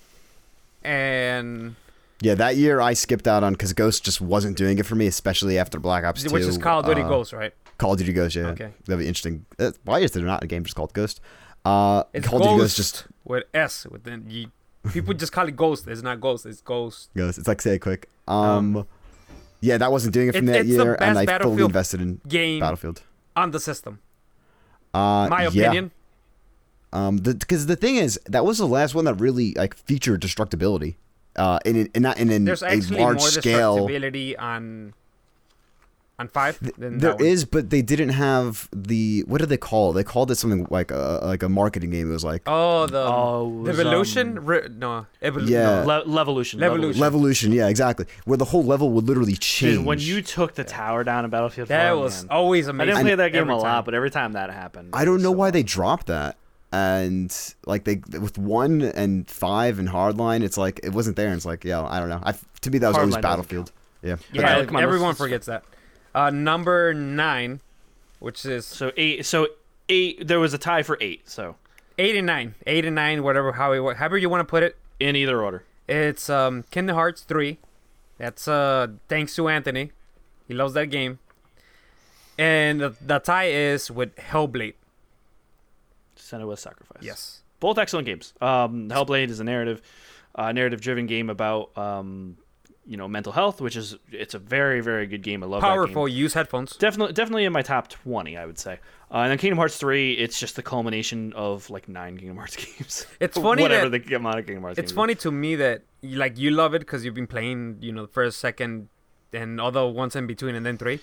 Speaker 2: and
Speaker 3: Yeah, that year I skipped out on because Ghost just wasn't doing it for me, especially after Black Ops 2.
Speaker 2: which is Call of Duty
Speaker 3: uh,
Speaker 2: Ghost, right?
Speaker 3: Call of Duty Ghost, yeah.
Speaker 2: Okay.
Speaker 3: That'd be interesting. Uh, Why is there not a game just called Ghost? Uh,
Speaker 2: It's
Speaker 3: Call of
Speaker 2: Ghost
Speaker 3: Duty Ghost just
Speaker 2: with S. Within you, people just call it Ghost. It's not Ghost. It's Ghost.
Speaker 3: Ghost. It's like say it quick. Um, yeah, that wasn't doing it from
Speaker 2: it-
Speaker 3: that
Speaker 2: Oh. it's the
Speaker 3: year, and
Speaker 2: best
Speaker 3: I fully
Speaker 2: Battlefield
Speaker 3: invested in
Speaker 2: Game
Speaker 3: Battlefield.
Speaker 2: on the system.
Speaker 3: Uh,
Speaker 2: My
Speaker 3: yeah.
Speaker 2: opinion.
Speaker 3: Um, because the, thing is, that was the last one that really like featured destructibility. Uh, in an- in not in, an
Speaker 2: There's
Speaker 3: a
Speaker 2: actually
Speaker 3: large
Speaker 2: more
Speaker 3: scale.
Speaker 2: destructibility on on five than
Speaker 3: There
Speaker 2: that one.
Speaker 3: is, but they didn't have the what did they call? it? They called it something like a like a marketing game. It was like
Speaker 2: Oh, the
Speaker 1: Oh, it was,
Speaker 2: Revolution? Re- no, Evolu-
Speaker 3: Yeah.
Speaker 2: no.
Speaker 3: Uh,
Speaker 1: Le- Levolution.
Speaker 2: Levolution.
Speaker 3: Levolution, yeah, exactly. Where the whole level would literally change.
Speaker 1: Dude, when you took the tower down in Battlefield,
Speaker 2: That
Speaker 1: 4,
Speaker 2: was
Speaker 1: Oh, man.
Speaker 2: always
Speaker 1: I
Speaker 2: amazing.
Speaker 1: didn't play that game
Speaker 2: every
Speaker 1: a lot,
Speaker 2: time.
Speaker 1: but every time that happened,
Speaker 3: I don't know why
Speaker 1: they.
Speaker 3: they dropped that. and like they with one and five and hardline, it's like it wasn't there. And it's like, yo, I don't know. I, to me, that was
Speaker 1: Hardline
Speaker 3: always
Speaker 1: doesn't
Speaker 3: Battlefield. Yeah, but
Speaker 1: Yeah,
Speaker 2: Yeah,
Speaker 1: come on, let's-
Speaker 2: everyone
Speaker 1: let's-
Speaker 2: forgets that. Uh, number nine, which is
Speaker 1: So eight. So eight. There was a tie for eight. So
Speaker 2: eight and nine, eight and nine, whatever how it- however you want to put it.
Speaker 1: in either order.
Speaker 2: It's um, Kingdom Hearts three. That's uh, thanks to Anthony, he loves that game. And the, the tie is with Hellblade.
Speaker 1: Send it with sacrifice.
Speaker 2: Yes.
Speaker 1: both excellent games. Um, Hellblade is a narrative, uh, narrative-driven game about um, you know mental health, which is it's a very very good game. I love That
Speaker 2: Powerful.
Speaker 1: game.
Speaker 2: Use headphones.
Speaker 1: Definitely, definitely in my top twenty, I would say. Uh, and then Kingdom Hearts three, it's just the culmination of like nine Kingdom Hearts games.
Speaker 2: It's funny
Speaker 1: whatever
Speaker 2: that-
Speaker 1: the amount of Kingdom Hearts.
Speaker 2: It's
Speaker 1: games
Speaker 2: funny to me that you- like you love it because you've been playing, you know, the first, second, and other ones in between, and then three.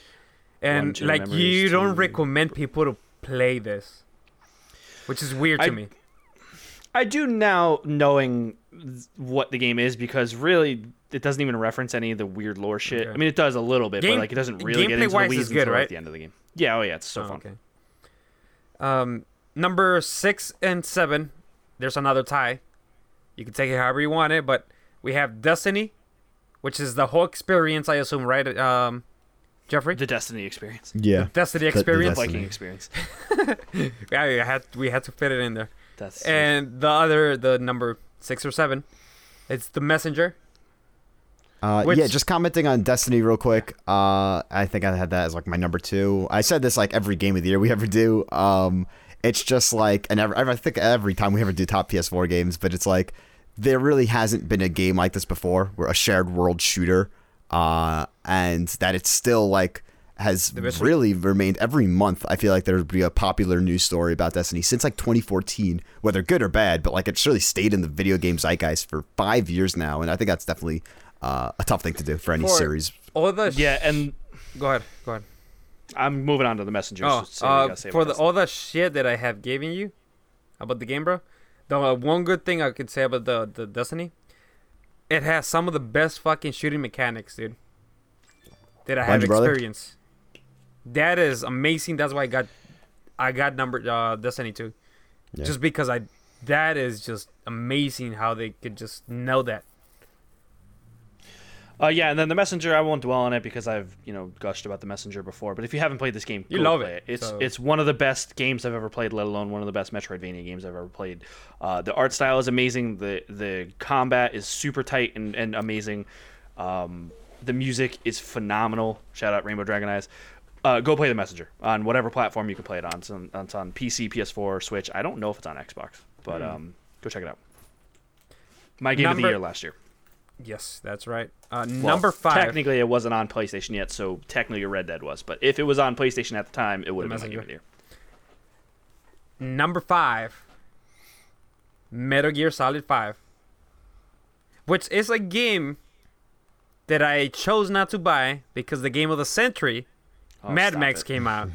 Speaker 2: And
Speaker 1: One, two,
Speaker 2: like
Speaker 1: memories,
Speaker 2: you don't
Speaker 1: two.
Speaker 2: recommend people to play this, which is weird to
Speaker 1: I-
Speaker 2: me.
Speaker 1: I do now knowing th- what the game is because really it doesn't even reference any of the weird lore shit.
Speaker 2: Okay.
Speaker 1: I mean, it does a little bit,
Speaker 2: Game-
Speaker 1: but like it doesn't really get into the
Speaker 2: gameplay-wise is
Speaker 1: weeds
Speaker 2: good,
Speaker 1: until
Speaker 2: right?
Speaker 1: at the end of the game. Yeah, oh yeah, it's so
Speaker 2: Oh,
Speaker 1: fun.
Speaker 2: okay. Um, number six and seven. There's another tie. You can take it however you want it, but we have Destiny, which is the whole experience, I assume, right? Um, Jeffrey,
Speaker 1: The Destiny experience,
Speaker 3: yeah,
Speaker 2: Destiny
Speaker 3: the
Speaker 2: experience.
Speaker 3: Destiny.
Speaker 1: Viking experience.
Speaker 2: yeah, I had we had to fit it in there.
Speaker 1: That's
Speaker 2: And the other, the number six or seven, it's the messenger.
Speaker 3: Uh,
Speaker 2: Which-
Speaker 3: yeah, just commenting on Destiny real quick. Uh, I think I had that as like my number two. I said this like every game of the year we ever do. Um, it's just like, and every, I think every time we ever do top PS4 games, but it's like there really hasn't been a game like this before, where a shared world shooter, uh, and that it's still like has
Speaker 2: best-
Speaker 3: really remained every month. I feel like there would be a popular news story about Destiny since like 2014, whether good or bad, but like it's really stayed in the video game zeitgeist for five years now, and I think that's definitely uh, a tough thing to do for any
Speaker 2: For-
Speaker 3: series.
Speaker 2: All the sh-
Speaker 1: yeah, and
Speaker 2: Go ahead. Go ahead.
Speaker 1: I'm moving on to the messenger.
Speaker 2: Oh,
Speaker 1: so we
Speaker 2: uh,
Speaker 1: gotta save
Speaker 2: for
Speaker 1: it.
Speaker 2: the all the shit that I have given you about the game, bro. The uh, one good thing I could say about the the Destiny, it has some of the best fucking shooting mechanics, dude. That I
Speaker 3: Mind
Speaker 2: have
Speaker 3: you, brother.
Speaker 2: experienced. That is amazing. That's why I got, I got number uh, Destiny two,
Speaker 3: Yeah.
Speaker 2: just because I. That is just amazing how they could just know that.
Speaker 1: Uh, yeah, and then the messenger. I won't dwell on it because I've you know gushed about the messenger before. But if you haven't played this game,
Speaker 2: You
Speaker 1: go
Speaker 2: love
Speaker 1: play
Speaker 2: it,
Speaker 1: It's
Speaker 2: so-
Speaker 1: it's one of the best games I've ever played, let alone one of the best Metroidvania games I've ever played. Uh, the art style is amazing. The the combat is super tight and, and amazing. Um, the music is phenomenal. Shout out Rainbow Dragon Eyes. Uh, go play the messenger on whatever platform you can play it on. It's on, it's on PC, PS4, Switch. I don't know if it's on Xbox, but um, go check it out. My game of the
Speaker 2: Hmm. Number-
Speaker 1: year last year.
Speaker 2: Yes, that's right. Uh,
Speaker 1: Well,
Speaker 2: number five.
Speaker 1: Technically, it wasn't on PlayStation yet, so technically Red Dead was. But if it was on PlayStation at the time, it would have been my
Speaker 2: Messenger.
Speaker 1: game of the year.
Speaker 2: Number five, Metal Gear Solid 5, which is a game that I chose not to buy because the game of the century,
Speaker 1: Oh,
Speaker 2: Mad
Speaker 1: stop
Speaker 2: Max,
Speaker 1: it.
Speaker 2: came out.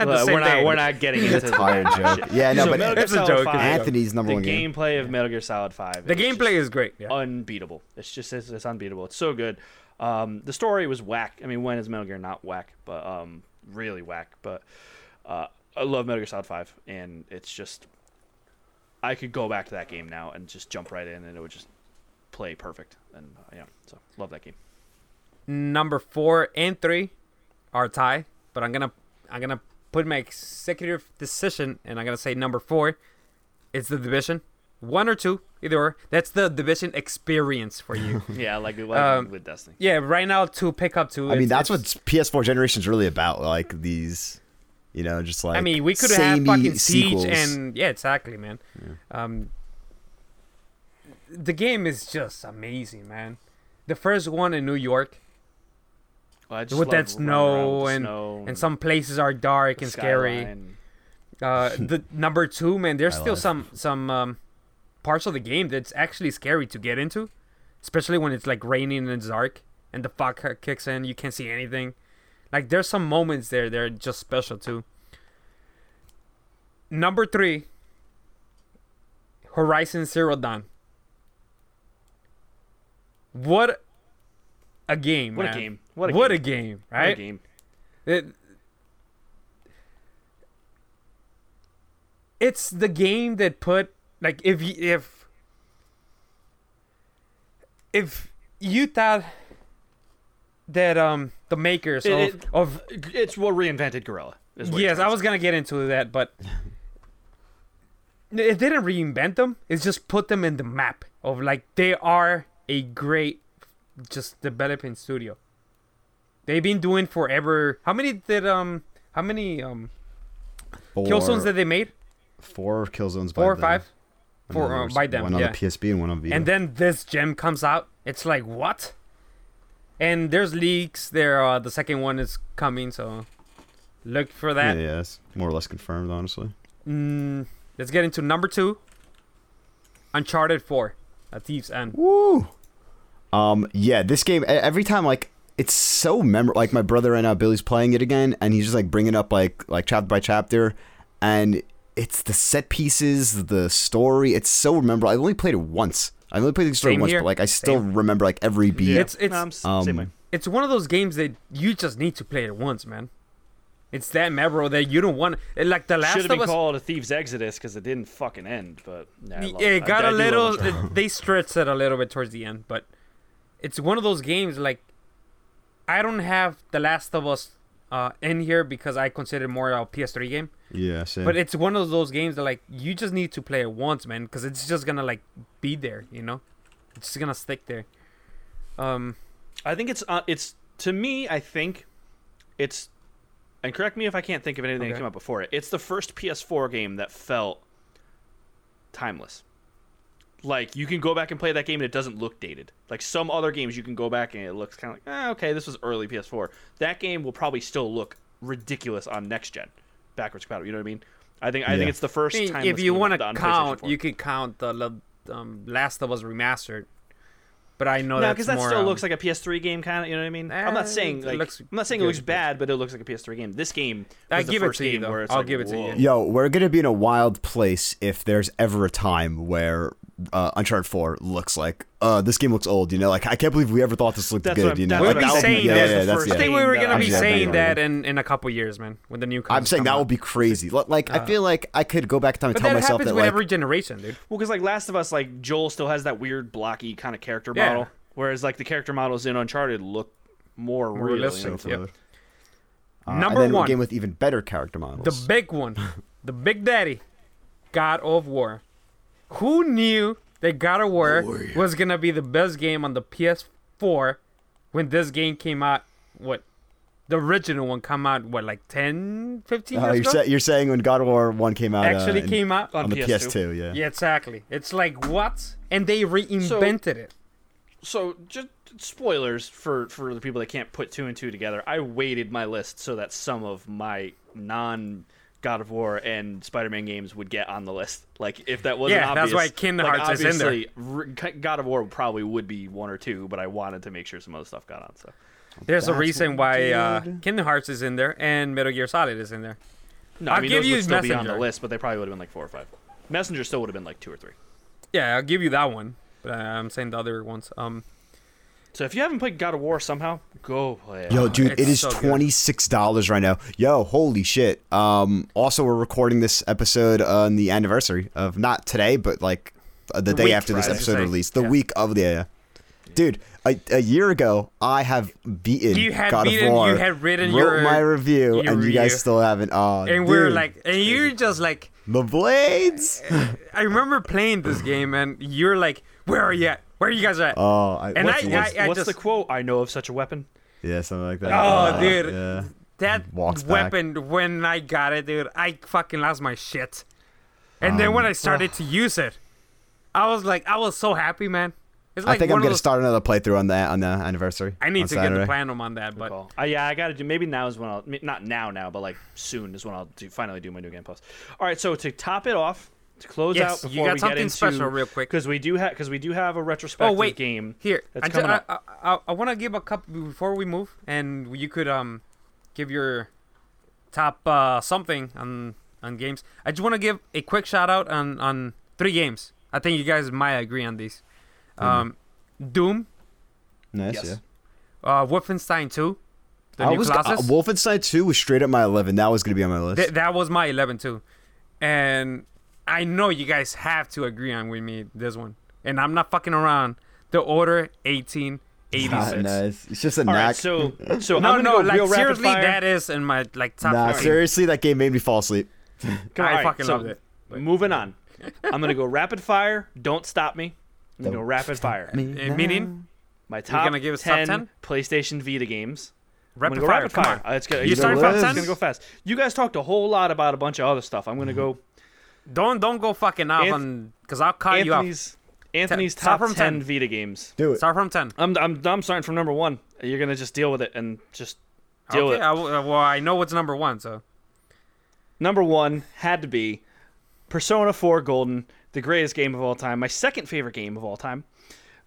Speaker 1: Well,
Speaker 2: same
Speaker 1: we're not.
Speaker 2: day.
Speaker 1: We're not getting into the
Speaker 3: Tired joke.
Speaker 1: shit.
Speaker 3: Yeah, no,
Speaker 1: So
Speaker 3: but
Speaker 1: Metal Gear
Speaker 2: It's a
Speaker 1: Solid
Speaker 2: joke, it's a
Speaker 1: 5,
Speaker 2: joke.
Speaker 3: Anthony's number
Speaker 1: The
Speaker 3: one game.
Speaker 1: gameplay of Metal Gear Solid Five.
Speaker 2: the gameplay is great. Uh, Yeah.
Speaker 1: unbeatable. It's just it's, it's unbeatable. It's so good. Um, the story was whack. I mean, when is Metal Gear not whack? But um, really whack. But uh, I love Metal Gear Solid Five, and it's just I could go back to that game now and just jump right in, and it would just play perfect. And uh, yeah, so love that game.
Speaker 2: Number four and three are tie, but I'm gonna I'm gonna put my executive decision and I'm gonna say number four. It's the division. One or two, either or. That's the division experience for you.
Speaker 1: Yeah, like, like
Speaker 2: Um,
Speaker 1: with Destiny.
Speaker 2: yeah, right now to pick up two.
Speaker 3: I mean,
Speaker 2: it's-
Speaker 3: that's
Speaker 2: it's-
Speaker 3: what PS4 generation's really about. Like these, you know, just like
Speaker 2: I mean, we could have
Speaker 3: samey
Speaker 2: fucking
Speaker 3: sequels.
Speaker 2: Siege and yeah, exactly, man. Um, the game is just amazing, man. The first one in New York,
Speaker 1: Well, I just
Speaker 2: with
Speaker 1: love
Speaker 2: that
Speaker 1: running around with
Speaker 2: snow
Speaker 1: the
Speaker 2: and
Speaker 1: snow
Speaker 2: and some places are dark
Speaker 1: Mm. the
Speaker 2: and scary.
Speaker 1: skyline.
Speaker 2: Uh, the number two, man, there's
Speaker 3: I
Speaker 2: still
Speaker 3: lied.
Speaker 2: some some um, parts of the game that's actually scary to get into, especially when it's like raining and it's dark and the fog ki- kicks in, you can't see anything. Like there's some moments there that are just special too. Number three, Horizon Zero Dawn. What a game!
Speaker 1: What a
Speaker 2: man.
Speaker 1: game. What a game.
Speaker 2: game!
Speaker 1: What a
Speaker 2: Right?
Speaker 1: game.
Speaker 2: It, it's the game that put like if y- if if you thought that um the makers
Speaker 1: It-
Speaker 2: of,
Speaker 1: it-
Speaker 2: of
Speaker 1: It's what reinvented Gorilla. Is what
Speaker 2: yes,
Speaker 1: you're
Speaker 2: I was gonna get into that, but it didn't reinvent them. It's just put them in the map of like they are a great, just developing studio. They've been doing forever. How many did um? How many um
Speaker 3: Four,
Speaker 2: kill zones that they made?
Speaker 3: four kill zones.
Speaker 2: Four or
Speaker 3: by
Speaker 2: five?
Speaker 3: Them.
Speaker 2: Four, uh, by them,
Speaker 3: One on
Speaker 2: yeah.
Speaker 3: the PSP and one on Vita.
Speaker 2: And then this gem comes out. It's like what? And there's leaks. There, uh, the second one is coming, so look for that.
Speaker 3: yeah, yeah, that's more or less confirmed, honestly.
Speaker 2: Mm, let's get into number two. Uncharted Four, A Thief's End.
Speaker 3: Woo. Um. Yeah. This game. e- Every time, like, it's so memorable. Like, my brother right now, Billy's playing it again, and he's just like bringing up like like chapter by chapter, and it's the set pieces, the story. It's so memorable. I only played it once. I only played the story
Speaker 2: Same
Speaker 3: once,
Speaker 2: here.
Speaker 3: but like, I still remember like every beat.
Speaker 1: Yeah.
Speaker 2: It's it's
Speaker 1: No, I'm s-
Speaker 3: Um,
Speaker 1: same way.
Speaker 2: it's one of those games that you just need to play it once, man. It's that memorable that you don't want. it- Like the Last
Speaker 1: Should
Speaker 2: of
Speaker 1: have been
Speaker 2: Us, eh,
Speaker 1: called a Thieves Exodus because it didn't fucking end. But nah, I love- I-
Speaker 2: it got
Speaker 1: I
Speaker 2: a
Speaker 1: do love
Speaker 2: little.
Speaker 1: Uncharted.
Speaker 2: it- they stretched it a little bit towards the end, but it's one of those games like I don't have the Last of Us uh, in here because I consider it more a PS3 game.
Speaker 3: Yeah. Same.
Speaker 2: But it's one of those games that like you just need to play it once, man, because it's just gonna like be there, you know. It's just gonna stick there. Um,
Speaker 1: I think it's uh, it's to me. I think it's and correct me if I can't think of anything
Speaker 2: Okay.
Speaker 1: that came out before it. It's the first PS4 game that felt timeless. Like you can go back and play that game and it doesn't look dated. Like some other games, you can go back and it looks kind of like, ah, okay, this was early PS4. That game will probably still look ridiculous on next gen, backwards compatible. You know what I mean? I think I
Speaker 3: Yeah.
Speaker 1: think it's the first
Speaker 2: I mean,
Speaker 1: time.
Speaker 2: if you want to count, you can count the Lo- um, Last of Us remastered. But I know
Speaker 1: No,
Speaker 2: that's
Speaker 1: because that
Speaker 2: more,
Speaker 1: still
Speaker 2: um,
Speaker 1: looks like a PS3 game, kind of. You know what I mean? I'm not
Speaker 2: Eh,
Speaker 1: saying
Speaker 2: it
Speaker 1: like
Speaker 2: looks
Speaker 1: I'm not saying it looks
Speaker 2: good.
Speaker 1: bad, but it looks like a PS3 game. This game,
Speaker 2: I
Speaker 1: was the
Speaker 2: give it
Speaker 1: first
Speaker 2: to you,
Speaker 1: game
Speaker 2: though.
Speaker 1: Where it's
Speaker 2: I'll
Speaker 1: like,
Speaker 2: give it to you.
Speaker 1: whoa.
Speaker 3: Yo, we're gonna be in a wild place if there's ever a time where uh, Uncharted Four looks like uh, this game looks old. You know, like I can't believe we ever thought this looked
Speaker 1: That's
Speaker 3: good.
Speaker 1: what I'm-
Speaker 3: you know,
Speaker 1: that's
Speaker 3: Like,
Speaker 2: what I'm
Speaker 3: that would be-
Speaker 2: saying.
Speaker 3: Yeah,
Speaker 2: That's
Speaker 3: yeah,
Speaker 1: the
Speaker 3: that's,
Speaker 1: first
Speaker 3: yeah.
Speaker 2: I think we were gonna be
Speaker 3: Yeah,
Speaker 2: saying
Speaker 3: yeah, yeah.
Speaker 2: that in, in a couple years, man, when the new.
Speaker 3: I'm
Speaker 2: consoles
Speaker 3: saying
Speaker 2: come
Speaker 3: that
Speaker 2: out.
Speaker 3: would be crazy. Like, like I feel like I could go back in time and
Speaker 2: But
Speaker 3: tell
Speaker 2: that
Speaker 3: myself
Speaker 2: happens
Speaker 3: that
Speaker 2: with
Speaker 3: like
Speaker 2: every generation, dude.
Speaker 1: Well, because like Last of Us, like Joel still has that weird blocky kind of character
Speaker 2: Yeah.
Speaker 1: model, whereas like the character models in Uncharted look more real. you know?
Speaker 2: realistic.
Speaker 1: So-
Speaker 2: Yep.
Speaker 3: Uh,
Speaker 2: Number
Speaker 3: and then
Speaker 2: one.
Speaker 3: a game with even better character
Speaker 2: The
Speaker 3: models.
Speaker 2: big one. the big daddy. God of War. Who knew that God of War was going to be the best game on the PS4 when this game came out? What? The original one come out, what, like 10, 15
Speaker 3: uh,
Speaker 2: years
Speaker 3: you're,
Speaker 2: ago?
Speaker 3: sa- you're saying when God of War One came out, uh,
Speaker 2: Actually
Speaker 3: in-
Speaker 2: came out.
Speaker 3: on the PS2, yeah.
Speaker 2: yeah, exactly. It's like, what? And they reinvented it.
Speaker 1: so just spoilers for for the people that can't put two and two together i weighted my list so that some of my non god of war and spider-man games would get on the list like if that wasn't
Speaker 2: Yeah, that's
Speaker 1: obvious
Speaker 2: why Kingdom
Speaker 1: like,
Speaker 2: Hearts is in there.
Speaker 1: obviously, r- god of war probably would be one or two but i wanted to make sure some other stuff got on so
Speaker 2: There's a
Speaker 3: That's
Speaker 2: reason
Speaker 3: what
Speaker 2: why
Speaker 3: we
Speaker 2: uh,
Speaker 3: did.
Speaker 2: Kingdom Hearts is in there and Metal Gear Solid is in there.
Speaker 1: no
Speaker 2: I'll
Speaker 1: mean
Speaker 2: give
Speaker 1: those
Speaker 2: you
Speaker 1: would still be on the
Speaker 2: Messenger.
Speaker 1: list but they probably would have been like four or five messenger still would have been like two or three
Speaker 2: Yeah, I'll give you that one. But uh, I'm saying the other ones. Um,
Speaker 1: so if you haven't played god of war somehow go play it
Speaker 3: Yo, dude,
Speaker 2: it's
Speaker 3: it is
Speaker 2: so good.
Speaker 3: twenty six dollars right now. Yo, holy shit! Um, also, we're recording this episode on the anniversary of not today, but like uh, the, day
Speaker 2: week
Speaker 3: after this
Speaker 2: Friday.
Speaker 3: episode
Speaker 2: Say-
Speaker 3: release, the
Speaker 2: yeah.
Speaker 3: week of the. Yeah, yeah. Dude, a, a year ago, I have beaten
Speaker 2: You had
Speaker 3: God
Speaker 2: beaten-
Speaker 3: of
Speaker 2: you
Speaker 3: War.
Speaker 2: had written
Speaker 3: wrote
Speaker 2: your-
Speaker 3: my review,
Speaker 2: your
Speaker 3: and you
Speaker 2: review.
Speaker 3: guys still haven't. Oh,
Speaker 2: and we're
Speaker 3: dude,
Speaker 2: like, and you're just like,
Speaker 3: the blades.
Speaker 2: I remember playing this game, and you're like, "Where are you at? Where are you guys at?"
Speaker 3: Oh, I,
Speaker 2: And
Speaker 3: what's-
Speaker 2: I-
Speaker 3: what's-
Speaker 2: I
Speaker 1: what's
Speaker 2: just-
Speaker 1: the quote i know of such a weapon
Speaker 3: yeah, something like that.
Speaker 2: Oh,
Speaker 3: Uh,
Speaker 2: dude.
Speaker 3: yeah.
Speaker 2: that
Speaker 3: walks back.
Speaker 2: weapon, when I got it, dude, I fucking lost my shit. And then
Speaker 3: Um,
Speaker 2: when I started to use it, I was like, I was so happy, man. It's like
Speaker 3: I think I'm
Speaker 2: one of
Speaker 3: gonna
Speaker 2: those-
Speaker 3: start another playthrough on that on the anniversary.
Speaker 2: I
Speaker 3: on
Speaker 2: need to get
Speaker 3: Saturday.
Speaker 2: the platinum on that, but
Speaker 1: call. Uh, yeah, I gotta do. Maybe now is when I'll. m- Not now, now, but like soon is when I'll do, finally do my new game post. All right, so to top it off, to close
Speaker 2: Yes,
Speaker 1: out
Speaker 2: you
Speaker 1: before
Speaker 2: got
Speaker 1: we get
Speaker 2: something
Speaker 1: into,
Speaker 2: special real quick.
Speaker 1: because we do have because we do have a retrospective
Speaker 2: oh wait,
Speaker 1: game
Speaker 2: here.
Speaker 1: that's
Speaker 2: I, ju-
Speaker 1: coming
Speaker 2: I,
Speaker 1: up.
Speaker 2: I, I, I want to give a couple before we move, and you could um give your top uh, something on on games. I just want to give a quick shout out on on three games. I think you guys might agree on these. Um, Doom,
Speaker 3: Nice,
Speaker 1: Yes.
Speaker 3: yeah.
Speaker 2: uh, Wolfenstein 2, the
Speaker 3: I
Speaker 2: new
Speaker 3: was uh,
Speaker 2: classes.
Speaker 3: Wolfenstein 2 was straight up my 11. That was going to be on my list.
Speaker 2: Th- that was my 11 too, and I know you guys have to agree on with me this one, and I'm not fucking around. The order eighteen eighty
Speaker 3: Not
Speaker 2: six.
Speaker 3: Ah, nice. It's just a
Speaker 1: All
Speaker 3: knack.
Speaker 1: right, so so
Speaker 2: No,
Speaker 1: I'm gonna
Speaker 2: no,
Speaker 1: go
Speaker 2: like
Speaker 1: real rapid
Speaker 2: seriously,
Speaker 1: fire.
Speaker 2: that is in my like top.
Speaker 3: nah,
Speaker 2: 15.
Speaker 3: seriously, that game made me fall asleep.
Speaker 1: Come on,
Speaker 2: I
Speaker 1: all right,
Speaker 2: fucking
Speaker 1: so
Speaker 2: loved it.
Speaker 1: Moving on. I'm gonna go rapid fire. Don't stop me. I'm gonna
Speaker 3: Don't
Speaker 1: go rapid fire.
Speaker 2: Uh, meaning,
Speaker 1: My top
Speaker 2: gonna give us top
Speaker 1: 10
Speaker 2: 10?
Speaker 1: PlayStation Vita games.
Speaker 2: rapid
Speaker 1: I'm gonna go
Speaker 2: fire.
Speaker 1: rapid
Speaker 2: come
Speaker 1: fire.
Speaker 2: on.
Speaker 1: Uh, it's gonna,
Speaker 2: You
Speaker 1: it's gonna
Speaker 3: started
Speaker 1: go
Speaker 3: top
Speaker 1: fast.
Speaker 3: 10?
Speaker 1: It's gonna go fast. You guys talked a whole lot about a bunch of other stuff. I'm gonna go
Speaker 2: Don't don't go fucking off
Speaker 1: Anth-
Speaker 2: on because I'll cut you
Speaker 1: Anthony's Anthony's
Speaker 2: start
Speaker 1: top
Speaker 2: from
Speaker 1: 10
Speaker 2: 10.
Speaker 1: Vita games.
Speaker 3: Do
Speaker 2: off.
Speaker 3: it.
Speaker 2: Start from ten.
Speaker 1: I'm, I'm I'm starting from number one. You're gonna just deal with it and just deal
Speaker 2: okay.
Speaker 1: with it.
Speaker 2: I, will- uh, well, I know what's number one, so
Speaker 1: Number one had to be Persona 4 Golden, the greatest game of all time, my second favorite game of all time.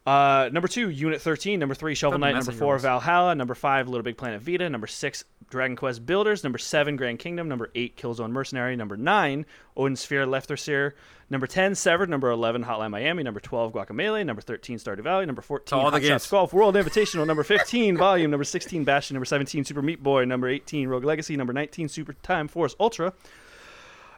Speaker 1: Uh, number two, Unit 13. Number three, Shovel
Speaker 2: Stop
Speaker 1: Knight. Number
Speaker 2: messing
Speaker 1: four,
Speaker 2: yours.
Speaker 1: Valhalla. Number five, Little Big Planet Vita. Number six, Dragon Quest Builders. Number seven, Grand Kingdom. Number eight, Killzone Mercenary. Number nine, Odin Sphere Lefterseer. Number ten, Severed. Number eleven, Hotline Miami. Number twelve, Guacamelee. Number thirteen, Stardew Valley. Number fourteen,
Speaker 2: all the
Speaker 1: Hot
Speaker 2: games.
Speaker 1: Shots Golf World Invitational. Number fifteen, Volume. Number sixteen, Bastion. Number seventeen, Super Meat Boy. Number eighteen, Rogue Legacy. Number nineteen, Super Time Force Ultra.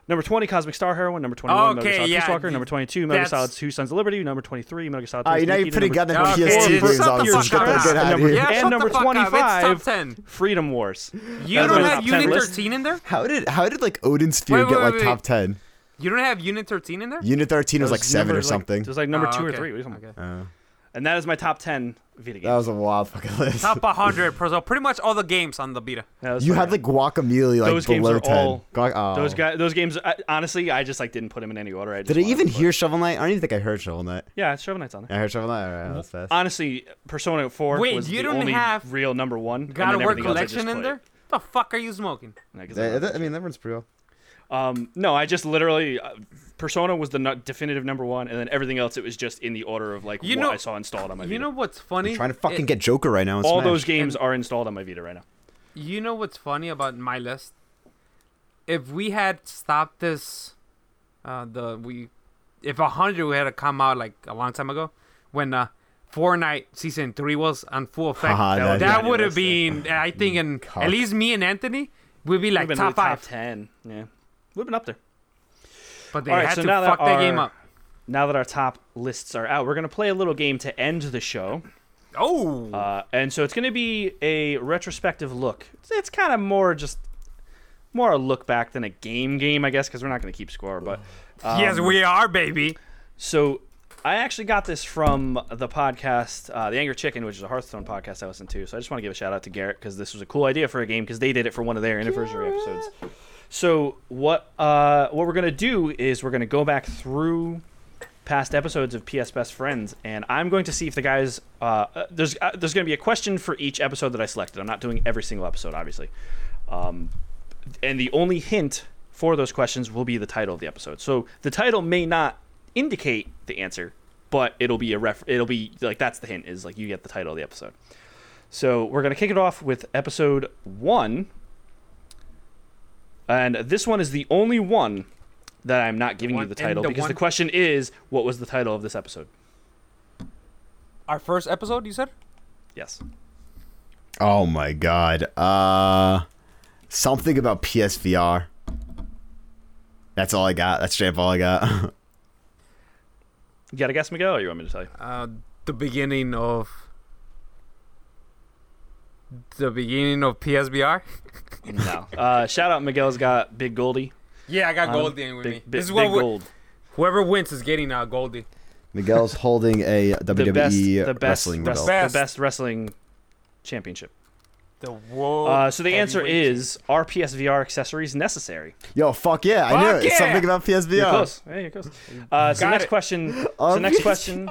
Speaker 1: Number 20, Cosmic Star Heroine. Number 21, Metal Gear
Speaker 2: Okay,
Speaker 1: Solid
Speaker 2: yeah,
Speaker 1: Peace Walker.
Speaker 2: d-
Speaker 1: Number 22, Metal Gear
Speaker 2: that's-
Speaker 1: Solid 2 Sons of Liberty. Number 23, Metal Gear Solid 2
Speaker 3: All right, now you're putting
Speaker 1: number,
Speaker 3: goddamn
Speaker 2: Okay,
Speaker 3: PS2
Speaker 2: dude,
Speaker 3: rings
Speaker 2: shut
Speaker 3: on
Speaker 2: the
Speaker 3: some
Speaker 2: fuck
Speaker 3: shit.
Speaker 2: up.
Speaker 3: Let's get out of
Speaker 1: Number-
Speaker 3: here.
Speaker 2: yeah,
Speaker 1: and
Speaker 2: shut
Speaker 1: number
Speaker 2: the fuck Up. It's
Speaker 1: 25.
Speaker 2: top ten.
Speaker 1: Freedom Wars.
Speaker 2: You
Speaker 1: That's
Speaker 2: don't
Speaker 1: my
Speaker 2: have
Speaker 1: top 10
Speaker 2: Unit
Speaker 1: list.
Speaker 2: thirteen in there.
Speaker 3: How did how did like Odin Sphere
Speaker 2: Wait, wait,
Speaker 3: get like
Speaker 2: wait,
Speaker 3: top
Speaker 2: wait.
Speaker 3: ten?
Speaker 2: You don't have Unit thirteen in there.
Speaker 3: Unit thirteen was like seven
Speaker 1: number,
Speaker 3: or something. Uh.
Speaker 1: It was like number
Speaker 2: Oh,
Speaker 1: 2 or
Speaker 2: okay.
Speaker 1: 3. What are you talking
Speaker 2: Okay.
Speaker 1: about? And that is my top 10 video
Speaker 3: that
Speaker 1: games.
Speaker 3: was a wild fucking list.
Speaker 2: Top 100, so pretty much all the games on the beta.
Speaker 1: That was
Speaker 3: you
Speaker 1: fun.
Speaker 3: had like Guacamole like
Speaker 1: Those games
Speaker 3: below
Speaker 1: are
Speaker 3: ten.
Speaker 1: all-
Speaker 3: Guac- oh.
Speaker 1: Those guys, those games. I, honestly, I just like didn't put them in any order. I just
Speaker 3: Did I
Speaker 1: wanted
Speaker 3: even
Speaker 1: to put-
Speaker 3: hear Shovel Knight? I don't even think I heard Shovel Knight.
Speaker 1: Yeah, it's Shovel Knight's on there.
Speaker 3: I heard Shovel Knight. All right, that's fast.
Speaker 1: Honestly, Persona 4
Speaker 2: Wait,
Speaker 1: was
Speaker 2: you
Speaker 1: the
Speaker 2: don't
Speaker 1: only
Speaker 2: have
Speaker 1: real number one. and
Speaker 2: Got a
Speaker 1: then
Speaker 2: word
Speaker 1: everything else I just
Speaker 2: collection in
Speaker 1: played.
Speaker 2: there? The fuck are you smoking?
Speaker 1: Yeah, 'cause
Speaker 3: That-
Speaker 1: I'm not-
Speaker 3: that- I mean, that one's pretty well.
Speaker 1: Um, no, I just literally uh, Persona was the nu- definitive number one, and then everything else it was just in the order of like
Speaker 2: You
Speaker 1: what
Speaker 2: know-
Speaker 1: I saw installed on my
Speaker 2: You
Speaker 1: Vita.
Speaker 2: know what's funny?
Speaker 3: I'm trying to
Speaker 2: It-
Speaker 3: fucking get Joker right now. in
Speaker 1: All
Speaker 3: Smash.
Speaker 1: those games are installed on my Vita right now.
Speaker 2: You know what's funny about my list? If we had stopped this, uh, the we, if a hundred we had come out like a long time ago, when uh, Fortnite season three was on full effect,
Speaker 3: Haha,
Speaker 2: that,
Speaker 3: that- Ah, yeah. Mm,
Speaker 2: would have been, I think, and
Speaker 3: Cock.
Speaker 2: at least me and Anthony would be like
Speaker 1: Would've been
Speaker 2: top
Speaker 1: in the
Speaker 2: five.
Speaker 1: top ten. Yeah, we've been up there.
Speaker 2: But they
Speaker 1: All right,
Speaker 2: had
Speaker 1: so
Speaker 2: to
Speaker 1: now that
Speaker 2: fuck that game
Speaker 1: our-
Speaker 2: up.
Speaker 1: Now that our top lists are out, we're gonna play a little game to end the show,
Speaker 2: Oh,
Speaker 1: uh, and so it's gonna be a retrospective look. It's, it's kind of more just more a look back than a game game, I guess, because we're not gonna keep score. But um,
Speaker 2: yes, we are, baby.
Speaker 1: So I actually got this from the podcast, uh, The Angry Chicken, which is a Hearthstone podcast I listen to. So I just want to give a shout out to Garrett because this was a cool idea for a game because they did it for one of their anniversary episodes. So what uh, what we're gonna do is we're gonna go back through past episodes of PS Best Friends, and I'm going to see if the guys uh, uh, there's uh, there's gonna be a question for each episode that I selected. I'm not doing every single episode, obviously. Um, and the only hint for those questions will be the title of the episode. So the title may not indicate the answer, but it'll be a ref. It'll be like that's the hint is like you get the title of the episode. So we're gonna kick it off with episode one, and this one is the only one that I'm not giving
Speaker 2: one-
Speaker 1: you the
Speaker 2: and
Speaker 1: title
Speaker 2: the
Speaker 1: because
Speaker 2: one-
Speaker 1: the question is what was the title of this episode?
Speaker 2: Our first episode, you said?
Speaker 1: Yes.
Speaker 3: Oh my god. Uh, something about PSVR. That's all I got. That's straight up all I got.
Speaker 1: You gotta guess, Miguel, or you want me to tell you?
Speaker 2: Uh, the beginning of the beginning of PSBR.
Speaker 1: No. uh, shout out, Miguel's got Big Goldie.
Speaker 2: Yeah, I got
Speaker 1: Um,
Speaker 2: Goldie in with
Speaker 1: big,
Speaker 2: me.
Speaker 1: Big,
Speaker 2: this is
Speaker 1: big
Speaker 2: what we-
Speaker 1: Gold.
Speaker 2: whoever wins is getting uh, Goldie.
Speaker 3: Miguel's holding a WWE
Speaker 1: the best, the best,
Speaker 3: E wrestling
Speaker 1: wrest-
Speaker 3: belt.
Speaker 2: Best.
Speaker 1: the best wrestling championship.
Speaker 2: The world.
Speaker 1: Uh, so the answer is are PSVR accessories necessary?
Speaker 3: Yo, fuck yeah! I knew
Speaker 2: Fuck
Speaker 3: it. It's Something
Speaker 2: yeah!
Speaker 3: about PSVR.
Speaker 1: You're close. Yeah, you're close. Uh, so
Speaker 2: Got
Speaker 1: next
Speaker 2: it.
Speaker 1: question. So
Speaker 3: Obvious.
Speaker 1: next question.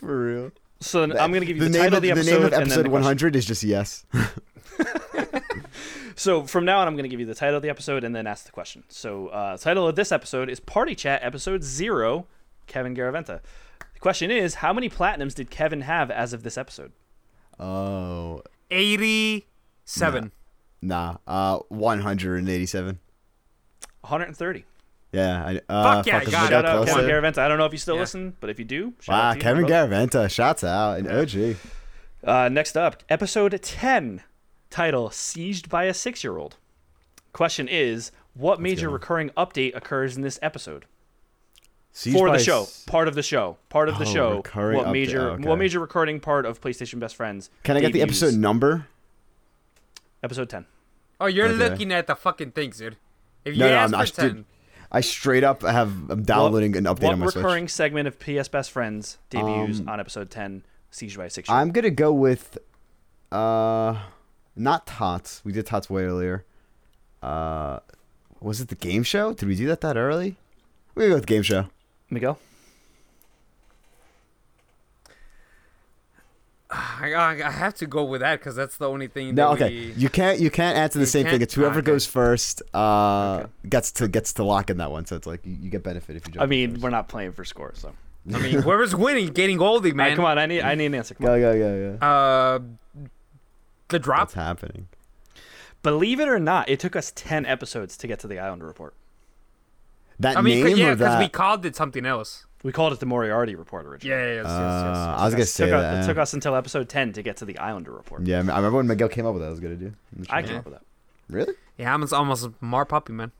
Speaker 3: For real.
Speaker 1: So then I'm gonna give you the,
Speaker 3: name of
Speaker 1: title of the episode,
Speaker 3: name of
Speaker 1: and then
Speaker 3: episode
Speaker 1: the question.
Speaker 3: 100 is just yes.
Speaker 1: So from now on, I'm gonna give you the title of the episode and then ask the question. So uh, the title of this episode is Party Chat Episode Zero, Kevin Garaventa. The question is, how many platinums did Kevin have as of this episode?
Speaker 3: Oh,
Speaker 2: eighty-seven.
Speaker 3: nah. Uh, 187.
Speaker 1: 130.
Speaker 3: Yeah. I, uh,
Speaker 2: Fuck yeah,
Speaker 3: fuck, Miguel
Speaker 2: got it.
Speaker 1: Shout out
Speaker 3: close
Speaker 1: Kevin
Speaker 3: it.
Speaker 1: Garaventa. I don't know if you still
Speaker 2: Yeah.
Speaker 1: listen, but if you do, shout out
Speaker 3: Wow,
Speaker 1: to you.
Speaker 3: Kevin
Speaker 1: Bravo.
Speaker 3: Garaventa. Shouts out. And OG.
Speaker 1: Uh, next up, episode 10, title Sieged by a Six Year Old. Question is What major
Speaker 4: go.
Speaker 1: recurring update occurs in this episode?
Speaker 4: Siege
Speaker 1: for
Speaker 4: by
Speaker 1: the show,
Speaker 4: S-
Speaker 1: part of the show, part of the
Speaker 3: Oh,
Speaker 1: show.
Speaker 3: recurring
Speaker 1: what
Speaker 3: update, Oh,
Speaker 1: major,
Speaker 3: okay.
Speaker 1: what major recording part of PlayStation Best Friends?
Speaker 3: Can I get the
Speaker 1: debuts?
Speaker 3: episode number?
Speaker 1: Episode ten.
Speaker 2: Oh, you're
Speaker 3: Okay.
Speaker 2: looking at the fucking things, dude. If you
Speaker 3: No, no,
Speaker 2: ask
Speaker 3: I'm
Speaker 2: for
Speaker 3: not-
Speaker 2: ten,
Speaker 3: dude, I straight up have I'm downloading an update
Speaker 1: what
Speaker 3: on my Switch.
Speaker 1: recurring segment of PS Best Friends debuts
Speaker 3: Um,
Speaker 1: on episode ten? Siege by Six.
Speaker 3: I'm gonna go with, uh, not Tots. We did Tots way earlier. Uh, was it the game show? Did we do that that early? We go with game show.
Speaker 1: Miguel.
Speaker 2: I, I I have to go with that because that's the only thing.
Speaker 3: No,
Speaker 2: that
Speaker 3: okay.
Speaker 2: we-
Speaker 3: You can't you can't answer the
Speaker 2: You
Speaker 3: same thing.
Speaker 2: can't-
Speaker 3: It's whoever
Speaker 2: okay.
Speaker 3: goes first uh
Speaker 2: Okay.
Speaker 3: gets to gets to lock in that one. So it's like you, you get benefit if you jump.
Speaker 1: I
Speaker 3: in
Speaker 1: mean,
Speaker 3: first.
Speaker 1: we're not playing for score, so.
Speaker 2: I mean, whoever's winning, getting Goldie,
Speaker 1: All right,
Speaker 2: man.
Speaker 1: come on, I need, I need an answer. Come on.
Speaker 3: go go go go.
Speaker 2: Uh, the drop.
Speaker 3: What's happening?
Speaker 1: Believe it or not, it took us ten episodes to get to the Islander report.
Speaker 3: That
Speaker 2: I mean, 'cause-
Speaker 3: name
Speaker 2: yeah,
Speaker 3: or
Speaker 2: because
Speaker 3: that?
Speaker 2: we called it something else.
Speaker 1: We called it the Moriarty report originally.
Speaker 2: Yeah, yeah, yes, yes, yes,
Speaker 3: Uh,
Speaker 2: yes.
Speaker 3: I was gonna say
Speaker 1: took us-
Speaker 3: that.
Speaker 1: it took us until episode 10 to get to the Islander report.
Speaker 3: yeah, I remember when Miguel came up with that. I was gonna do.
Speaker 1: I came
Speaker 2: Yeah.
Speaker 1: up with that.
Speaker 3: Really?
Speaker 2: Yeah, I'm almost a Mar puppy, man.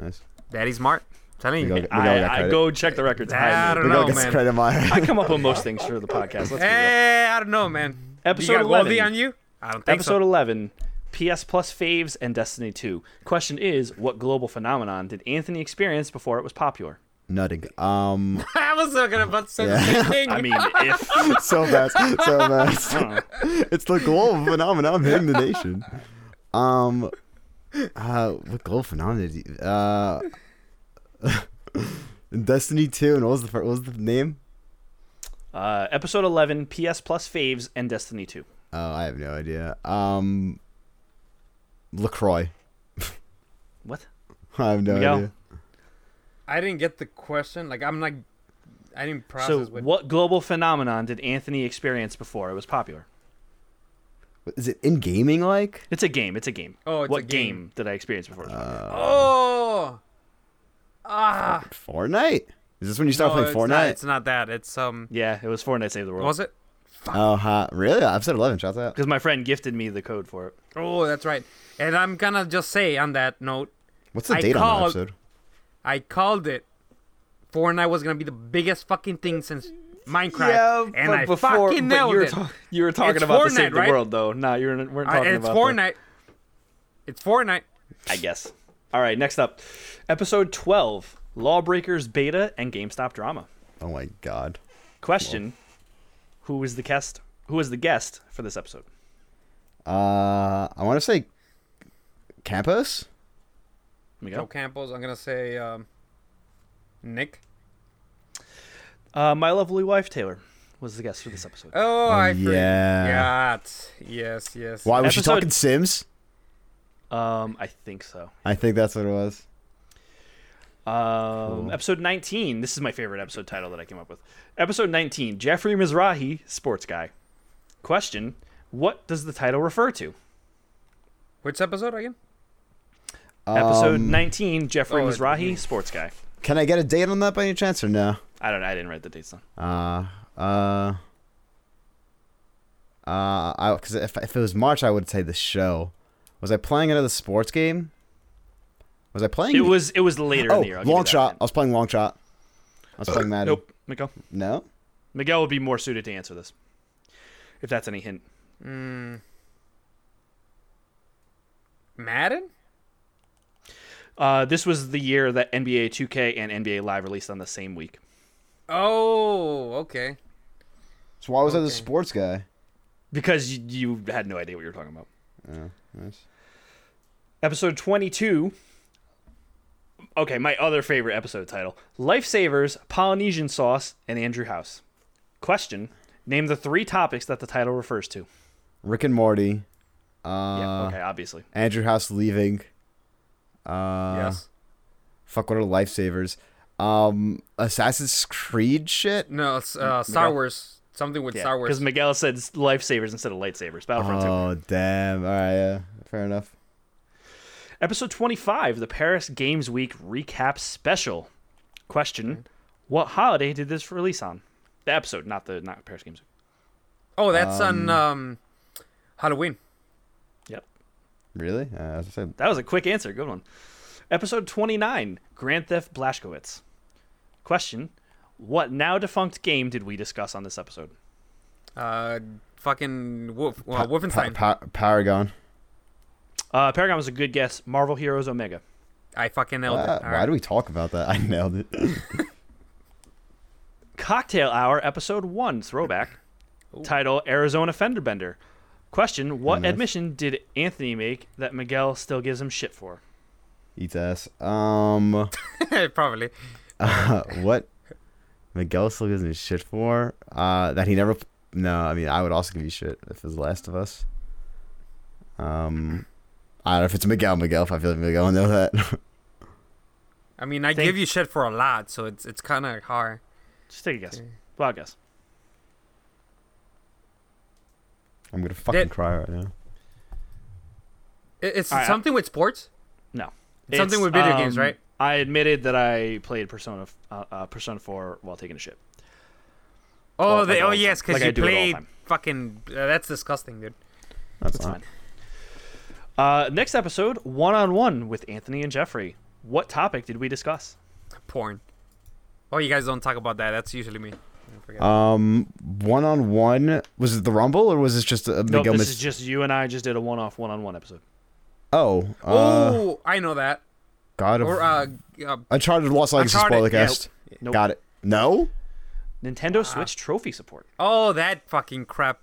Speaker 3: Nice.
Speaker 2: Daddy's Mart. Telling
Speaker 3: Miguel,
Speaker 2: you.
Speaker 3: Miguel got
Speaker 1: I, I
Speaker 3: credit.
Speaker 1: go check the records.
Speaker 2: I
Speaker 1: I,
Speaker 2: don't
Speaker 3: Miguel
Speaker 2: know,
Speaker 3: gets
Speaker 2: man.
Speaker 3: credit. My
Speaker 1: I come up with most things for the podcast. Let's be real.
Speaker 2: Hey, Eh, I don't know, man.
Speaker 1: Episode
Speaker 2: you got Goldie
Speaker 1: 11.
Speaker 2: on you? I don't think
Speaker 1: Episode
Speaker 2: so.
Speaker 1: 11, PS Plus faves and Destiny 2. Question is, what global phenomenon did Anthony experience before it was popular?
Speaker 3: nutting. Um,
Speaker 2: I was not gonna about to say the
Speaker 3: Yeah.
Speaker 2: same thing.
Speaker 1: I mean, if
Speaker 3: so fast, so fast.
Speaker 1: uh,
Speaker 3: it's the global phenomenon. I'm hitting the nation. Um, uh, what global phenomenon? Did you, uh, in Destiny Two, and what was the fir- what was the name?
Speaker 1: uh, episode 11, PS Plus faves and Destiny 2.
Speaker 3: Oh, I have no idea. Um, Lacroix.
Speaker 1: What?
Speaker 3: I have no
Speaker 1: Miguel?
Speaker 3: idea.
Speaker 2: I didn't get the question. Like, I'm like, I didn't process
Speaker 1: So,
Speaker 2: what.
Speaker 1: what global phenomenon did Anthony experience before it was popular?
Speaker 3: What- Is it in gaming? Like,
Speaker 1: It's a game. It's a game.
Speaker 2: Oh, it's a
Speaker 1: what
Speaker 2: game.
Speaker 1: did I experience before? it was popular?
Speaker 2: oh, ah.
Speaker 3: Fortnite? Is this when you start
Speaker 2: No,
Speaker 3: playing
Speaker 2: Oh, it's Not,
Speaker 3: Fortnite?
Speaker 2: it's not that. It's um.
Speaker 1: yeah, it was Fortnite Save the World.
Speaker 2: Was it?
Speaker 3: oh, ha! Really? Episode eleven. Shout out.
Speaker 1: Because my friend gifted me the code for it.
Speaker 2: Oh, that's right. And I'm gonna just say on that note,
Speaker 3: What's the
Speaker 2: I
Speaker 3: date on that
Speaker 2: called-
Speaker 3: episode?
Speaker 2: I called it. Fortnite was gonna be the biggest fucking thing since Minecraft, and I fucking nailed
Speaker 1: you were,
Speaker 2: it.
Speaker 1: ta- you were talking
Speaker 2: It's
Speaker 1: about the
Speaker 2: Fortnite,
Speaker 1: Save
Speaker 2: right?
Speaker 1: the World, though. No, you weren't, weren't
Speaker 2: I-
Speaker 1: talking
Speaker 2: it's
Speaker 1: about the-
Speaker 2: Fortnite. It's Fortnite.
Speaker 1: I guess. All right, next up. Episode 12 Lawbreakers Beta and GameStop Drama.
Speaker 3: Oh my god.
Speaker 1: Question Who is the guest? Who is the guest for this episode?
Speaker 3: Uh, I want to say Campos.
Speaker 1: Miguel?
Speaker 2: Joe Campos. I'm gonna say um, Nick.
Speaker 1: Uh, my lovely wife, Taylor, was the guest for this episode.
Speaker 2: Oh, I forgot.
Speaker 3: yeah.
Speaker 2: Yes, yes, yes.
Speaker 3: Why was she
Speaker 1: Episode-
Speaker 3: talking Sims?
Speaker 1: Um, I think so.
Speaker 3: I think that's what it was.
Speaker 1: Um, Episode 19. This is my favorite episode title that I came up with. Episode 19. Jeffrey Mizrahi, sports guy. Question: What does the title refer to?
Speaker 2: Which episode again?
Speaker 1: episode
Speaker 3: Um,
Speaker 1: 19. Jeffrey
Speaker 2: oh, it's-
Speaker 1: Mizrahi, sports guy.
Speaker 3: Can I get a date on that by any chance or no?
Speaker 1: I don't. know. I didn't write the dates down.
Speaker 3: Uh, uh, uh, because if if it was March, I would say the show. Was I playing another sports game? Was I playing?
Speaker 1: It was. It was later in
Speaker 3: oh,
Speaker 1: the year. I'll give you
Speaker 3: long
Speaker 1: that
Speaker 3: shot.
Speaker 1: hint.
Speaker 3: I was playing long shot. I was playing Madden.
Speaker 1: Nope. Miguel.
Speaker 3: No.
Speaker 1: Miguel would be more suited to answer this, if that's any hint.
Speaker 2: Madden.
Speaker 1: Uh, this was the year that NBA 2K and NBA Live released on the same week.
Speaker 2: Oh, okay.
Speaker 3: So why was I the
Speaker 2: Okay.
Speaker 3: sports guy?
Speaker 1: Because you, you had no idea what you were talking about.
Speaker 3: Oh, nice.
Speaker 1: episode 22 okay my other favorite episode title lifesavers polynesian sauce and andrew house question name the three topics that the title refers to
Speaker 3: Rick and Morty. Uh,
Speaker 1: yeah okay obviously
Speaker 3: Andrew House leaving. Uh,
Speaker 2: yes.
Speaker 3: Fuck, what are lifesavers? Um, Assassin's Creed shit.
Speaker 2: No, it's uh, Star
Speaker 1: Miguel?
Speaker 2: Wars. Something with
Speaker 1: yeah
Speaker 2: Star Wars.
Speaker 1: because miguel said s- lifesavers instead of lightsabers battlefront 2
Speaker 3: Oh damn! All right, yeah, fair enough.
Speaker 1: episode 25 the paris games week recap special question what holiday did this release on the episode not the not paris games Week.
Speaker 2: oh, that's on um, Halloween.
Speaker 1: yep
Speaker 3: Really? Uh, as I said,
Speaker 1: That was a quick answer. Good one. Episode 29 Grand Theft Blashkowitz. Question What now defunct game did we discuss on this episode?
Speaker 2: Uh, fucking Wolf,
Speaker 3: Pa-
Speaker 2: well, Wolfenstein.
Speaker 3: Pa- pa- Paragon.
Speaker 1: Uh, Paragon was a good guess. Marvel Heroes Omega.
Speaker 2: I fucking nailed
Speaker 3: Uh,
Speaker 2: it.
Speaker 3: why do we talk about that? I nailed it.
Speaker 1: Cocktail Hour, Episode 1, throwback. Title Arizona Fender Bender. Question What
Speaker 3: Nice.
Speaker 1: admission did Anthony make that Miguel still gives him shit for?
Speaker 3: Eats ass. Um,
Speaker 2: we? Probably.
Speaker 3: what? Miguel still gives me shit for uh, that he never. No, I mean I would also give you shit if it was Last of Us. Um, I don't know if it's Miguel. Miguel, if I feel like Miguel, will know that.
Speaker 2: I mean, I
Speaker 1: Think-
Speaker 2: give you shit for a lot, so it's it's kind of hard.
Speaker 1: Just take a guess.
Speaker 2: Okay.
Speaker 1: Wild guess.
Speaker 3: I'm gonna fucking
Speaker 2: Did-
Speaker 3: cry right now.
Speaker 2: It, it's
Speaker 1: All right, I-
Speaker 2: something with sports.
Speaker 1: No. um,
Speaker 2: It's something with video games, right?
Speaker 1: I admitted that I played Persona f- uh, uh, Persona 4 while taking a shit.
Speaker 2: Oh,
Speaker 1: Well,
Speaker 2: they,
Speaker 1: like
Speaker 2: oh
Speaker 1: all the
Speaker 2: yes,
Speaker 1: time.
Speaker 2: because
Speaker 1: Like I
Speaker 2: you
Speaker 1: do it all the
Speaker 2: played
Speaker 1: time.
Speaker 2: fucking. Uh, that's disgusting, dude.
Speaker 3: That's
Speaker 1: It's
Speaker 3: fine.
Speaker 1: fine. Uh, next episode, one on one with Anthony and Jeffrey. What topic did we discuss?
Speaker 2: Porn. Oh, you guys don't talk about that. That's usually me. I forget.
Speaker 3: Um, one on one was it the Rumble or was this just a
Speaker 1: No,
Speaker 3: Miguel?
Speaker 1: this
Speaker 3: miss-
Speaker 1: is just you and I just did a one-off, one-on-one episode.
Speaker 3: oh, uh,
Speaker 2: oh, I know that.
Speaker 3: God of
Speaker 2: Or uh, uh
Speaker 3: Uncharted Lost Legacy
Speaker 2: Uncharted,
Speaker 3: spoiler
Speaker 2: yeah.
Speaker 3: cast.
Speaker 1: Nope.
Speaker 3: Got it. No.
Speaker 1: Nintendo Switch trophy support.
Speaker 2: oh, that fucking crap.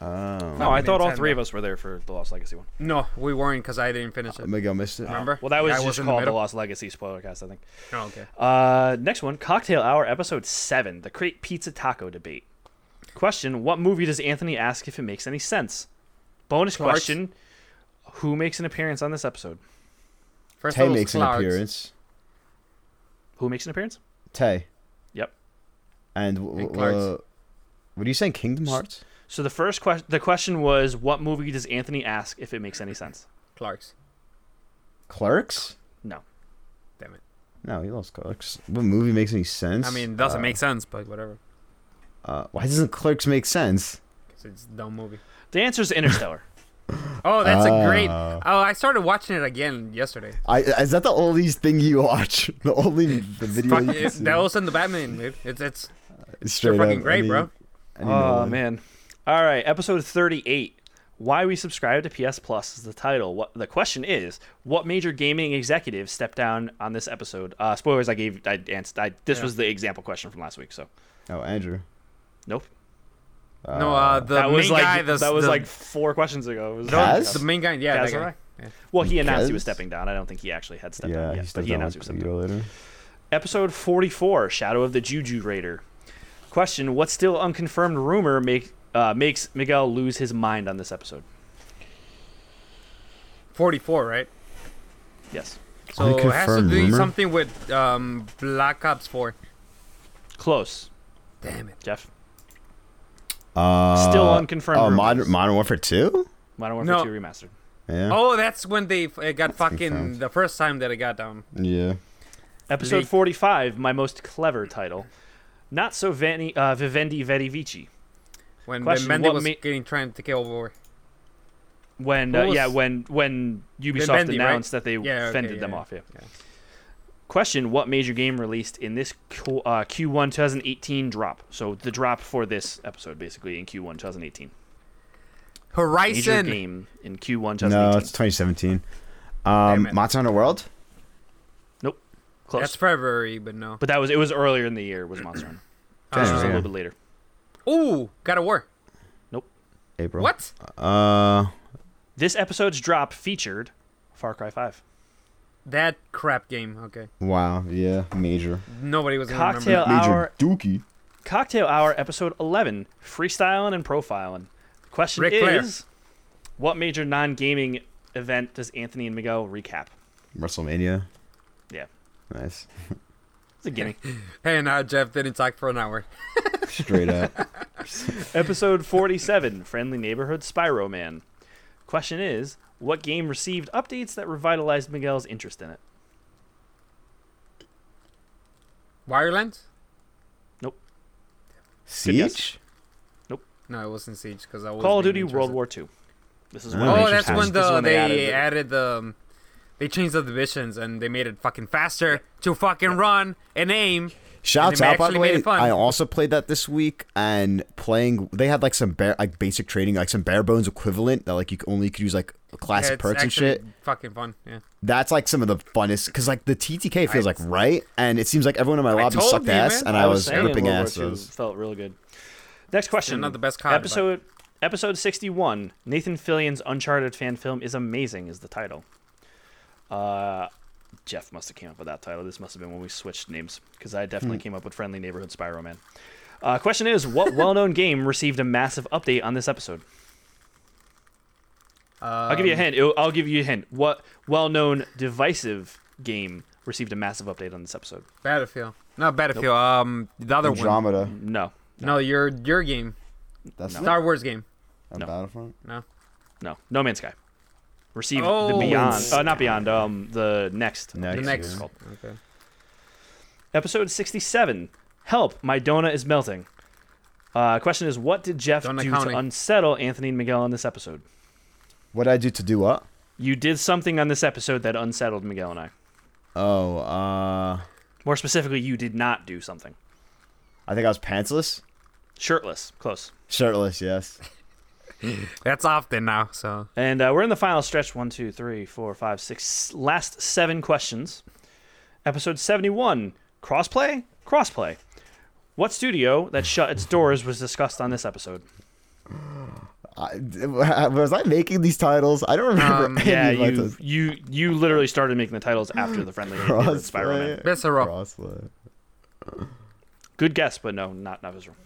Speaker 3: Oh,
Speaker 1: No, I thought all
Speaker 2: Nintendo.
Speaker 1: three of us were there for the Lost Legacy one.
Speaker 2: No, we weren't because I didn't finish it.
Speaker 3: Miguel missed it.
Speaker 2: Remember?
Speaker 1: Well, that was
Speaker 2: I
Speaker 1: just
Speaker 2: in
Speaker 1: called the,
Speaker 2: middle.
Speaker 1: Lost Legacy spoiler cast, I think.
Speaker 2: Oh, okay.
Speaker 1: Uh, next one, Cocktail Hour, episode seven, the Create Pizza Taco debate. Question: What movie does Anthony ask if it makes any sense? Bonus
Speaker 2: Clarks.
Speaker 1: question: Who makes an appearance on this episode?
Speaker 2: First
Speaker 3: Tay
Speaker 2: of all,
Speaker 3: makes an
Speaker 2: Clouds.
Speaker 3: appearance.
Speaker 1: Who makes an appearance?
Speaker 3: Tay.
Speaker 1: Yep.
Speaker 3: And w-
Speaker 2: And
Speaker 3: w-
Speaker 2: Clarks.
Speaker 3: uh, what are you saying? Kingdom Hearts.
Speaker 1: So the first question, the question was, what movie does Anthony ask if it makes any sense?
Speaker 2: Clark's.
Speaker 3: Clerks.
Speaker 1: No.
Speaker 2: Damn it.
Speaker 3: No, he loves Clerks. What movie makes any sense?
Speaker 2: I mean, it doesn't
Speaker 3: Uh,
Speaker 2: make sense, but whatever.
Speaker 3: Uh, why doesn't Clerks make sense?
Speaker 2: 'Cause it's a dumb movie.
Speaker 1: The answer is Interstellar.
Speaker 2: Oh, that's a great.
Speaker 3: Ah.
Speaker 2: Oh, I started watching it again yesterday.
Speaker 3: I is that the only thing you watch? The only the video
Speaker 2: Fuck,
Speaker 3: you can
Speaker 2: it,
Speaker 3: see?
Speaker 2: that was in the Batman, dude. It's it's
Speaker 3: Straight
Speaker 2: they're
Speaker 3: up,
Speaker 2: fucking great,
Speaker 3: any-
Speaker 2: bro.
Speaker 3: any
Speaker 1: oh
Speaker 3: Nolan.
Speaker 1: man. All right, episode thirty-eight. Why we subscribe to PS Plus is the title. What the question is: What major gaming executive stepped down on this episode? Uh, spoilers. I gave. I answered. I, this
Speaker 2: Yeah.
Speaker 1: was the example question from last week. So
Speaker 3: Oh, Andrew.
Speaker 1: nope.
Speaker 2: no, uh, the
Speaker 1: that
Speaker 2: main
Speaker 1: was like
Speaker 2: guy. The,
Speaker 1: that was
Speaker 2: the,
Speaker 1: like four questions ago. It was-
Speaker 3: Kaz?
Speaker 2: the main guy. Yeah, that
Speaker 1: Kaz
Speaker 2: guy.
Speaker 1: Arai. Well, he announced he
Speaker 3: Kaz?
Speaker 1: was stepping down. I don't think he actually had stepped
Speaker 3: yeah,
Speaker 1: down
Speaker 3: he
Speaker 1: yet, but
Speaker 3: stepped
Speaker 1: he
Speaker 3: down
Speaker 1: announced he
Speaker 3: like
Speaker 1: was
Speaker 3: a
Speaker 1: stepping down.
Speaker 3: year later.
Speaker 1: Episode 44, Shadow of the Juju Raider. Question, what still unconfirmed rumor make, uh, makes Miguel lose his mind on this episode?
Speaker 2: Forty-four, right?
Speaker 1: Yes.
Speaker 2: So it has to
Speaker 3: Unconfirmed
Speaker 2: do
Speaker 3: rumor?
Speaker 2: something with um Black Ops Four.
Speaker 1: Close,
Speaker 2: Damn it.
Speaker 1: Jeff.
Speaker 3: Uh,
Speaker 1: Still unconfirmed
Speaker 3: Oh,
Speaker 1: rumors.
Speaker 3: Modern, Modern Warfare Two.
Speaker 1: Modern Warfare
Speaker 2: No.
Speaker 1: 2 Remastered.
Speaker 3: Yeah.
Speaker 2: Oh, that's when they f- it got fucking
Speaker 3: confirmed.
Speaker 2: the first time that it got down.
Speaker 3: Yeah.
Speaker 1: Episode
Speaker 2: Leak.
Speaker 1: 45, my most clever title. Not so vani, uh, vivendi vedi vici.
Speaker 2: When when
Speaker 1: Question,
Speaker 2: Bendy
Speaker 1: what
Speaker 2: was
Speaker 1: ma-
Speaker 2: getting trying to kill over.
Speaker 1: When
Speaker 2: What
Speaker 1: uh, yeah,
Speaker 2: was-
Speaker 1: when when Ubisoft
Speaker 2: Vivendi, right?
Speaker 1: announced that they
Speaker 2: Yeah, okay,
Speaker 1: fended them
Speaker 2: yeah,
Speaker 1: off, yeah.
Speaker 2: yeah.
Speaker 1: Question: What major game released in this Q- uh, Q1 2018 drop? So the drop for this episode, basically in Q1 2018. Major
Speaker 2: Horizon.
Speaker 1: game in Q1
Speaker 3: No,
Speaker 1: 2018.
Speaker 3: it's 2017. Um,
Speaker 2: it.
Speaker 3: Monster Hunter World.
Speaker 1: Close,
Speaker 2: That's February, but no.
Speaker 1: but that was it was earlier in the year. Was Monster Hunter? This
Speaker 3: Oh,
Speaker 1: was
Speaker 3: yeah.
Speaker 1: a little bit later.
Speaker 2: Ooh, God of War.
Speaker 3: April.
Speaker 2: What?
Speaker 3: Uh,
Speaker 1: This episode's drop featured Far Cry 5.
Speaker 2: That crap game. Okay.
Speaker 3: wow. Yeah, major.
Speaker 2: Nobody was gonna
Speaker 1: Cocktail
Speaker 2: remember.
Speaker 3: Major
Speaker 1: Hour,
Speaker 3: Dookie.
Speaker 1: Cocktail Hour, episode 11, freestyling and profiling. Question
Speaker 2: Ric Flair.
Speaker 1: is, what major non-gaming event does Anthony and Miguel recap?
Speaker 3: WrestleMania.
Speaker 1: Yeah.
Speaker 3: Nice.
Speaker 1: It's a gimme.
Speaker 2: Hey, now Jeff didn't talk for an hour.
Speaker 3: Straight up.
Speaker 1: Episode 47 Friendly Neighborhood Spyro Man. Question is What game received updates that revitalized Miguel's interest in it?
Speaker 2: Wirelands?
Speaker 3: Siege.
Speaker 2: No, it wasn't Siege because I was
Speaker 1: Call of Duty World War II. This is
Speaker 3: Oh,
Speaker 1: one
Speaker 2: Oh,
Speaker 1: of the
Speaker 2: that's
Speaker 1: times-
Speaker 2: when
Speaker 1: this is
Speaker 2: the, they
Speaker 1: the-
Speaker 2: added the um, They changed the divisions and they made it fucking faster to fucking run and aim.
Speaker 3: Shouts
Speaker 2: they
Speaker 3: out by the
Speaker 2: actually made
Speaker 3: way.
Speaker 2: it fun.
Speaker 3: I also played that this week and playing. They had like some bare, like basic training, like some bare bones equivalent that like you c- only could use like classic
Speaker 2: It's
Speaker 3: perks and
Speaker 2: actually
Speaker 3: shit.
Speaker 2: Fucking fun. Yeah.
Speaker 3: That's like some of the funnest because like the TTK feels
Speaker 2: I-
Speaker 3: like right, and it seems like everyone in my lobby
Speaker 2: told
Speaker 3: sucked
Speaker 2: you,
Speaker 3: ass,
Speaker 2: man.
Speaker 3: and I was,
Speaker 1: saying
Speaker 3: ripping
Speaker 1: World War
Speaker 3: ass. so
Speaker 1: II
Speaker 3: it was-
Speaker 1: Felt real good. Next question.
Speaker 2: not the best COD, but-
Speaker 1: episode. Episode sixty-one. Nathan Fillion's Uncharted fan film is amazing. Is the title. Uh, Jeff must have came up with that title. This must have been when we switched names because I
Speaker 2: Hmm.
Speaker 1: definitely came up with Friendly Neighborhood Spyro Man. Uh, question is, what well-known game received a massive update on this episode? I'll give you a
Speaker 2: Um,
Speaker 1: hint. It'll- I'll give you a hint. What well-known divisive game received a massive update on this episode?
Speaker 2: Battlefield. No, Battlefield. Um, the other one.
Speaker 3: Andromeda,
Speaker 1: No,
Speaker 2: No, your your game.
Speaker 3: that's it?
Speaker 2: Star Wars game.
Speaker 3: On
Speaker 1: No.
Speaker 3: Battlefront.
Speaker 2: No.
Speaker 1: no, No Man's Sky. Received
Speaker 2: Oh.
Speaker 1: the Beyond, uh, not Beyond. Um, the
Speaker 3: Next,
Speaker 1: next. update, I
Speaker 2: The
Speaker 1: think
Speaker 2: next.
Speaker 1: it's called.
Speaker 2: Okay.
Speaker 1: Episode sixty-seven. Help! My donut is melting. Uh, question is, what did Jeff
Speaker 2: Donut
Speaker 1: do
Speaker 2: counting.
Speaker 1: to unsettle Anthony and Miguel on this episode?
Speaker 3: What would I do to do uh? what?
Speaker 1: You did something on this episode that unsettled Miguel and I.
Speaker 3: Oh, uh,
Speaker 1: More specifically, you did not do something.
Speaker 3: I think I was pantsless,
Speaker 1: Shirtless, close.
Speaker 3: shirtless. Yes.
Speaker 2: That's often now. So
Speaker 1: And uh, we're in the final stretch. One, two, three, four, five, six. Last seven questions. Episode 71 Crossplay? Crossplay. What studio that shut its doors was discussed on this episode?
Speaker 3: I, was I making these titles? I don't remember.
Speaker 2: Um,
Speaker 3: any
Speaker 1: Yeah,
Speaker 3: of my
Speaker 1: you,
Speaker 3: titles.
Speaker 1: you you literally started making the titles after the friendly neighborhood Spiral Man.
Speaker 3: Crossplay.
Speaker 2: that's a rock.
Speaker 3: Crossplay.
Speaker 1: Good guess, but no, not not Israel.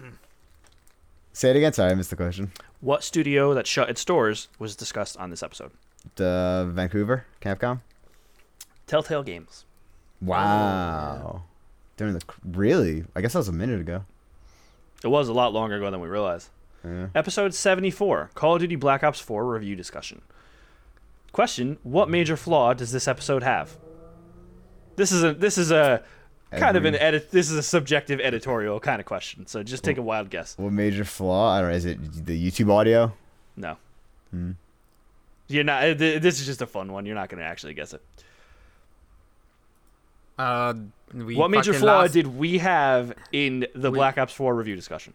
Speaker 3: Say it again. Sorry, I missed the question.
Speaker 1: What studio that shut its doors was discussed on this episode?
Speaker 3: Uh, Vancouver, Capcom.
Speaker 1: Telltale Games.
Speaker 3: Wow. During the really, I guess that was a minute ago.
Speaker 1: It was a lot longer ago than we realized.
Speaker 3: Yeah.
Speaker 1: Episode 74 Call of Duty Black Ops 4 review discussion. Question What major flaw does this episode have? This is a this is a kind of an
Speaker 3: Every-
Speaker 1: edit this is a subjective editorial kind of question. So just take a wild guess.
Speaker 3: What major flaw? I don't know. Is it the YouTube audio?
Speaker 1: No.
Speaker 3: Hmm.
Speaker 1: You're not th- th- this is just a fun one. You're not going to actually guess it.
Speaker 2: Uh, we
Speaker 1: what major
Speaker 2: fucking
Speaker 1: flaw
Speaker 2: lost.
Speaker 1: did we have in the
Speaker 2: We-
Speaker 1: Black Ops 4 review discussion?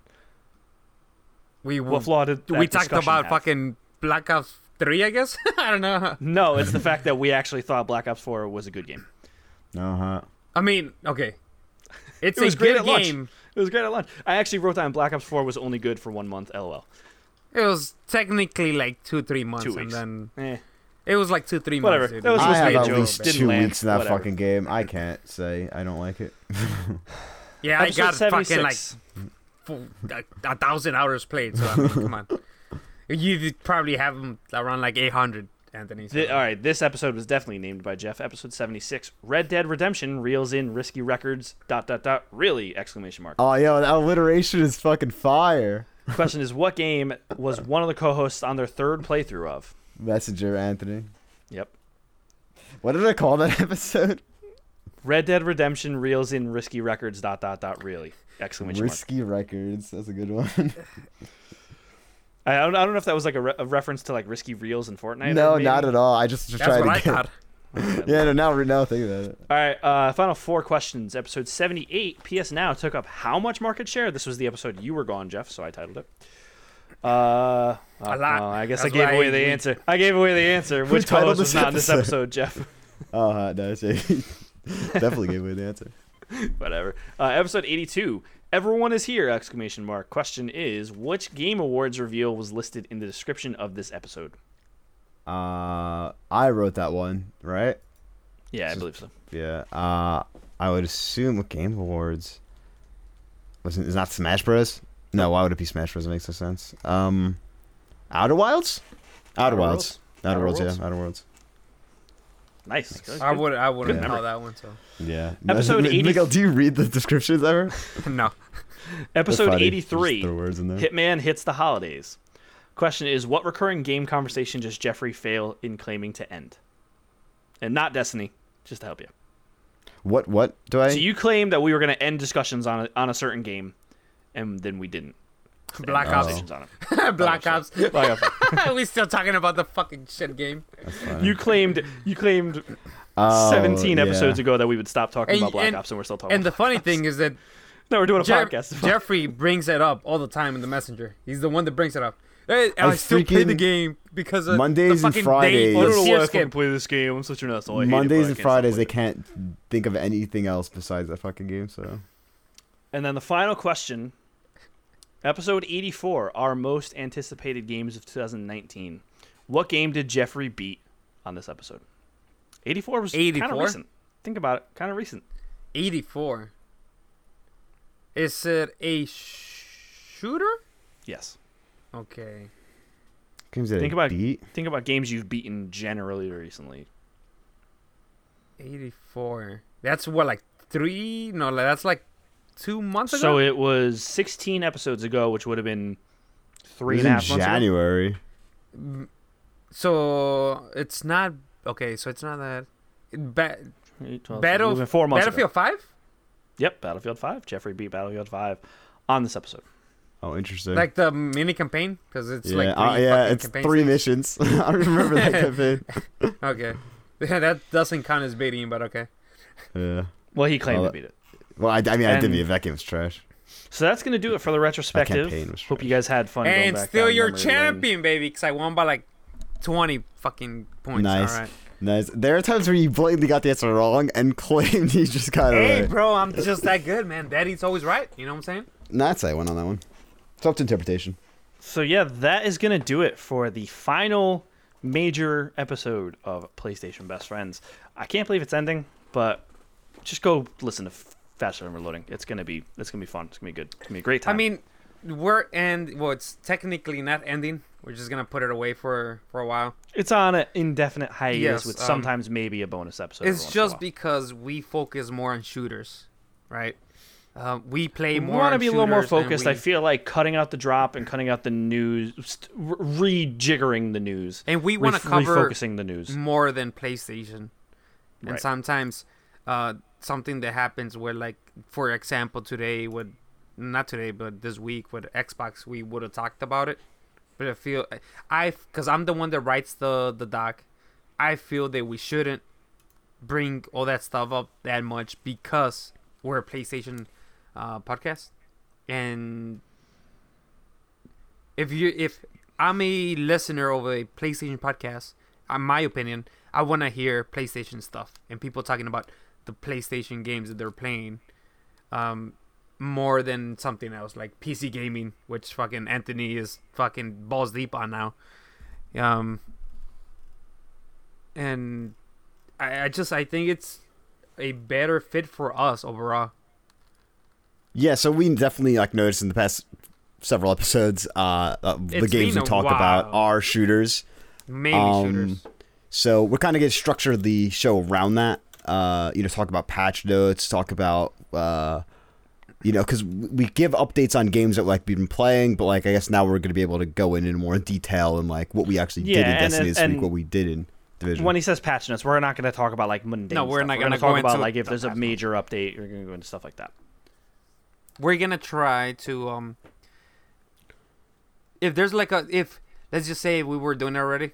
Speaker 2: we
Speaker 1: What flaw did that
Speaker 2: Hmm. we talked
Speaker 1: discussion
Speaker 2: about
Speaker 1: have?
Speaker 2: fucking Black Ops Three, I guess. I don't know.
Speaker 1: No, it's the fact that we actually thought Black Ops 4 was a good game.
Speaker 3: No, huh?
Speaker 2: I mean, okay, it's
Speaker 1: It was
Speaker 2: a
Speaker 1: great
Speaker 2: good
Speaker 1: at lunch.
Speaker 2: game.
Speaker 1: It was great at lunch. I actually wrote down Black Ops 4 was only good for one month, lol.
Speaker 2: It was technically like two, three months,
Speaker 1: Two
Speaker 2: and
Speaker 1: weeks.
Speaker 2: then
Speaker 1: Eh.
Speaker 2: it was like two, three
Speaker 1: Whatever.
Speaker 2: months. dude.
Speaker 1: That was
Speaker 2: It
Speaker 3: I
Speaker 1: supposed to
Speaker 3: have
Speaker 1: be a
Speaker 3: at
Speaker 1: joke.
Speaker 3: least
Speaker 1: Didn't
Speaker 3: two
Speaker 1: land,
Speaker 3: weeks in that
Speaker 1: whatever.
Speaker 3: fucking game. I can't say I don't like it.
Speaker 2: yeah, I
Speaker 1: Episode
Speaker 2: got fucking
Speaker 1: 76.
Speaker 2: like full, a, a thousand hours played. So I mean, come on, you did probably have 'em around like eight hundred, Anthony. so-
Speaker 1: Thi- all right, this episode was definitely named by Jeff. Episode 76, Red Dead Redemption reels in risky records, dot, dot, dot, really, exclamation mark.
Speaker 3: Oh, yo, that alliteration is fucking fire.
Speaker 1: Question is, what game was one of the co-hosts on their third playthrough of?
Speaker 3: Messenger Anthony.
Speaker 1: Yep.
Speaker 3: What did I call that episode?
Speaker 1: Red Dead Redemption reels in risky records, dot, dot, dot, really, exclamation mark.
Speaker 3: Risky Records. That's a good one.
Speaker 1: I I don't, I don't know if that was like a, re- a reference to like risky reels in Fortnite.
Speaker 3: no, not at all. I just, just
Speaker 2: That's
Speaker 3: tried
Speaker 2: what
Speaker 3: to
Speaker 2: I
Speaker 3: get.
Speaker 2: thought.
Speaker 3: Yeah, no, now now think about it.
Speaker 1: All right, uh, final four questions. Episode 78, PS Now took up how much market share? This was the episode you were gone, Jeff, so I titled it. Uh,
Speaker 2: A lot.
Speaker 1: I guess
Speaker 2: That's
Speaker 1: I gave
Speaker 2: why
Speaker 1: away the
Speaker 2: we-
Speaker 1: answer. I gave away the answer. Which
Speaker 3: titled
Speaker 1: co-host
Speaker 3: this
Speaker 1: was not in this
Speaker 3: episode?
Speaker 1: episode, Jeff?
Speaker 3: Oh, hot no, it's- definitely gave away the answer.
Speaker 1: Whatever. Uh, episode 82, Everyone is Here! Exclamation mark. Question is, which Game Awards reveal was listed in the description of this episode?
Speaker 3: Uh, I wrote that one, right?
Speaker 1: Yeah, I believe so.
Speaker 3: Yeah. Uh, I would assume with Game Awards. Wasn't is not Smash Bros? No, why would it be Smash Bros? It makes no sense. Um, Outer Wilds. Outer,
Speaker 1: Outer
Speaker 3: Wilds. Outer,
Speaker 1: Outer
Speaker 3: Worlds,
Speaker 1: Worlds.
Speaker 3: Yeah. Outer Worlds.
Speaker 1: Nice. Good-
Speaker 2: I
Speaker 1: good.
Speaker 2: would, I wouldn't
Speaker 3: Yeah.
Speaker 2: know that one. So
Speaker 3: Yeah.
Speaker 1: Episode
Speaker 3: Mi-
Speaker 1: 80
Speaker 3: Miguel, do you read the descriptions ever?
Speaker 2: no,
Speaker 1: Episode
Speaker 3: funny.
Speaker 1: 83.
Speaker 3: Just throw words in there.
Speaker 1: Hitman hits the holidays. Question is what recurring game conversation does Jeffrey fail in claiming to end? And not Destiny, just to help you.
Speaker 3: What? What do I?
Speaker 1: So you claimed that we were going to end discussions on a, on a certain game and then we didn't.
Speaker 2: Black Ops.
Speaker 1: Conversations on it.
Speaker 2: Black Ops.
Speaker 1: Black Ops.
Speaker 2: we still talking about the fucking shit game.
Speaker 3: That's funny.
Speaker 1: You claimed you claimed
Speaker 3: Oh,
Speaker 1: 17
Speaker 3: yeah.
Speaker 1: episodes ago that we would stop talking
Speaker 2: And-
Speaker 1: about Black
Speaker 2: and-
Speaker 1: Ops, and we're still talking.
Speaker 2: And the
Speaker 1: about
Speaker 2: funny thing is that
Speaker 1: no, we're doing a
Speaker 2: Jer-
Speaker 1: Oh. podcast.
Speaker 2: Jeffrey brings it up all the time in the messenger. He's the one that brings it up. Hey, I,
Speaker 3: I
Speaker 2: still play the
Speaker 3: freaking-
Speaker 2: game because of
Speaker 3: Mondays and
Speaker 2: the fucking
Speaker 3: Fridays.
Speaker 2: Day,
Speaker 3: I
Speaker 1: I
Speaker 3: don't
Speaker 1: don't know why I
Speaker 2: CS
Speaker 1: fucking
Speaker 2: game.
Speaker 1: play this game. I'm such an asshole.
Speaker 3: Mondays and Fridays, they can't think of anything else besides that fucking game. So
Speaker 1: And then the final question, episode 84, our most anticipated games of 2019. What game did Jeffrey beat on this episode? 84 was kind
Speaker 2: 84?
Speaker 1: of recent. Think about it, kind of recent.
Speaker 2: 84. Is it a sh- shooter?
Speaker 1: Yes.
Speaker 2: Okay.
Speaker 3: games that
Speaker 1: Think
Speaker 3: I
Speaker 1: about-
Speaker 3: beat.
Speaker 1: Think about games you've beaten generally recently.
Speaker 2: 84. That's what, like three? No, like, that's like two months ago?
Speaker 1: So it was 16 episodes ago, which would have been three
Speaker 3: It was
Speaker 1: and a
Speaker 3: in
Speaker 1: half months ago.
Speaker 3: January.
Speaker 2: So it's not okay. So it's not that. It Ba-
Speaker 1: Eight, 12,
Speaker 2: Battle-
Speaker 1: moving four months ago.
Speaker 2: Battlefield Five,
Speaker 1: Yep, Battlefield 5. Jeffrey beat Battlefield 5 on this episode.
Speaker 3: Oh, interesting.
Speaker 2: like the mini campaign, because it's
Speaker 3: yeah,
Speaker 2: like
Speaker 3: uh,
Speaker 2: three
Speaker 3: yeah,
Speaker 2: fucking
Speaker 3: it's
Speaker 2: campaign
Speaker 3: three missions.
Speaker 2: stages.
Speaker 3: I remember that campaign.
Speaker 2: Okay, yeah, that doesn't count as beating, but okay.
Speaker 3: Yeah.
Speaker 1: Well, he claimed
Speaker 3: Well,
Speaker 1: to beat it.
Speaker 3: Well, I, I mean, I did
Speaker 1: And-
Speaker 3: beat it. That game was trash.
Speaker 1: So that's going to do it for the
Speaker 3: campaign
Speaker 1: retrospective.
Speaker 3: was
Speaker 1: Hope you
Speaker 3: trash.
Speaker 1: guys had fun. going
Speaker 2: and
Speaker 1: back
Speaker 2: still
Speaker 1: down
Speaker 2: your
Speaker 1: memory lane.
Speaker 2: champion, baby, because I won by like twenty fucking points.
Speaker 3: Nice.
Speaker 2: All right.
Speaker 3: Nice. There are times where you blatantly got the answer wrong and claimed you just got it
Speaker 2: Hey,
Speaker 3: right.
Speaker 2: bro, I'm just that good, man. Daddy's always right. You know what I'm saying?
Speaker 3: That's I went on that one. It's up to interpretation.
Speaker 1: So yeah, that is going to do it for the final major episode of PlayStation Best Friends. I can't believe it's ending, but just go listen to F- Faster Than Reloading. It's going to be it's going to be fun. It's going to be good. It's going to be a great time.
Speaker 2: I mean, we're end. Well, it's technically not ending. We're just gonna put it away for for a while.
Speaker 1: it's on an indefinite hiatus
Speaker 2: Yes,
Speaker 1: with
Speaker 2: um,
Speaker 1: sometimes maybe a bonus episode. every
Speaker 2: It's
Speaker 1: once in a
Speaker 2: just
Speaker 1: while.
Speaker 2: because we focus more on shooters, right? Um, we play more.
Speaker 1: we want to
Speaker 2: on
Speaker 1: be a little more
Speaker 2: shooters and
Speaker 1: focused.
Speaker 2: We,
Speaker 1: I feel like cutting out the drop and cutting out the news, st- re- rejiggering the news,
Speaker 2: And we wanna
Speaker 1: Ref-
Speaker 2: cover
Speaker 1: refocusing the news.
Speaker 2: more than PlayStation, and
Speaker 1: Right.
Speaker 2: sometimes uh, something that happens where, like, for example, today with not today, but this week with Xbox, we would have talked about it. But I feel I because I'm the one that writes the the doc. I feel that we shouldn't bring all that stuff up that much because we're a PlayStation uh, podcast, and if you if I'm a listener of a PlayStation podcast, in my opinion, I want to hear PlayStation stuff and people talking about the PlayStation games that they're playing, um, more than something else like PC gaming, which fucking Anthony is fucking balls deep on now, um, and I, I just I think it's a better fit for us overall.
Speaker 3: Yeah, so we definitely like noticed in the past several episodes, uh, uh the
Speaker 2: It's
Speaker 3: games
Speaker 2: been
Speaker 3: we
Speaker 2: a
Speaker 3: talk
Speaker 2: while.
Speaker 3: about are shooters.
Speaker 2: Mainly
Speaker 3: Um,
Speaker 2: shooters.
Speaker 3: So we're kind of going to structure the show around that. Uh, you know, talk about patch notes, talk about, uh, you know, because we give updates on games that like we've been playing, but like I guess now we're going to be able to go in in more detail and like what we actually
Speaker 1: Yeah,
Speaker 3: did in
Speaker 1: and-
Speaker 3: Destiny this
Speaker 1: and-
Speaker 3: week, what we did in Division.
Speaker 1: When he says patch notes, we're not going to talk about like mundane.
Speaker 2: No, we're
Speaker 1: stuff.
Speaker 2: not
Speaker 1: going
Speaker 2: gonna
Speaker 1: to talk
Speaker 2: go
Speaker 1: about
Speaker 2: into
Speaker 1: like if
Speaker 2: the
Speaker 1: there's a
Speaker 2: patch
Speaker 1: major update. You're going to go into stuff like that.
Speaker 2: we're gonna try to um if there's like a if let's just say we were doing it already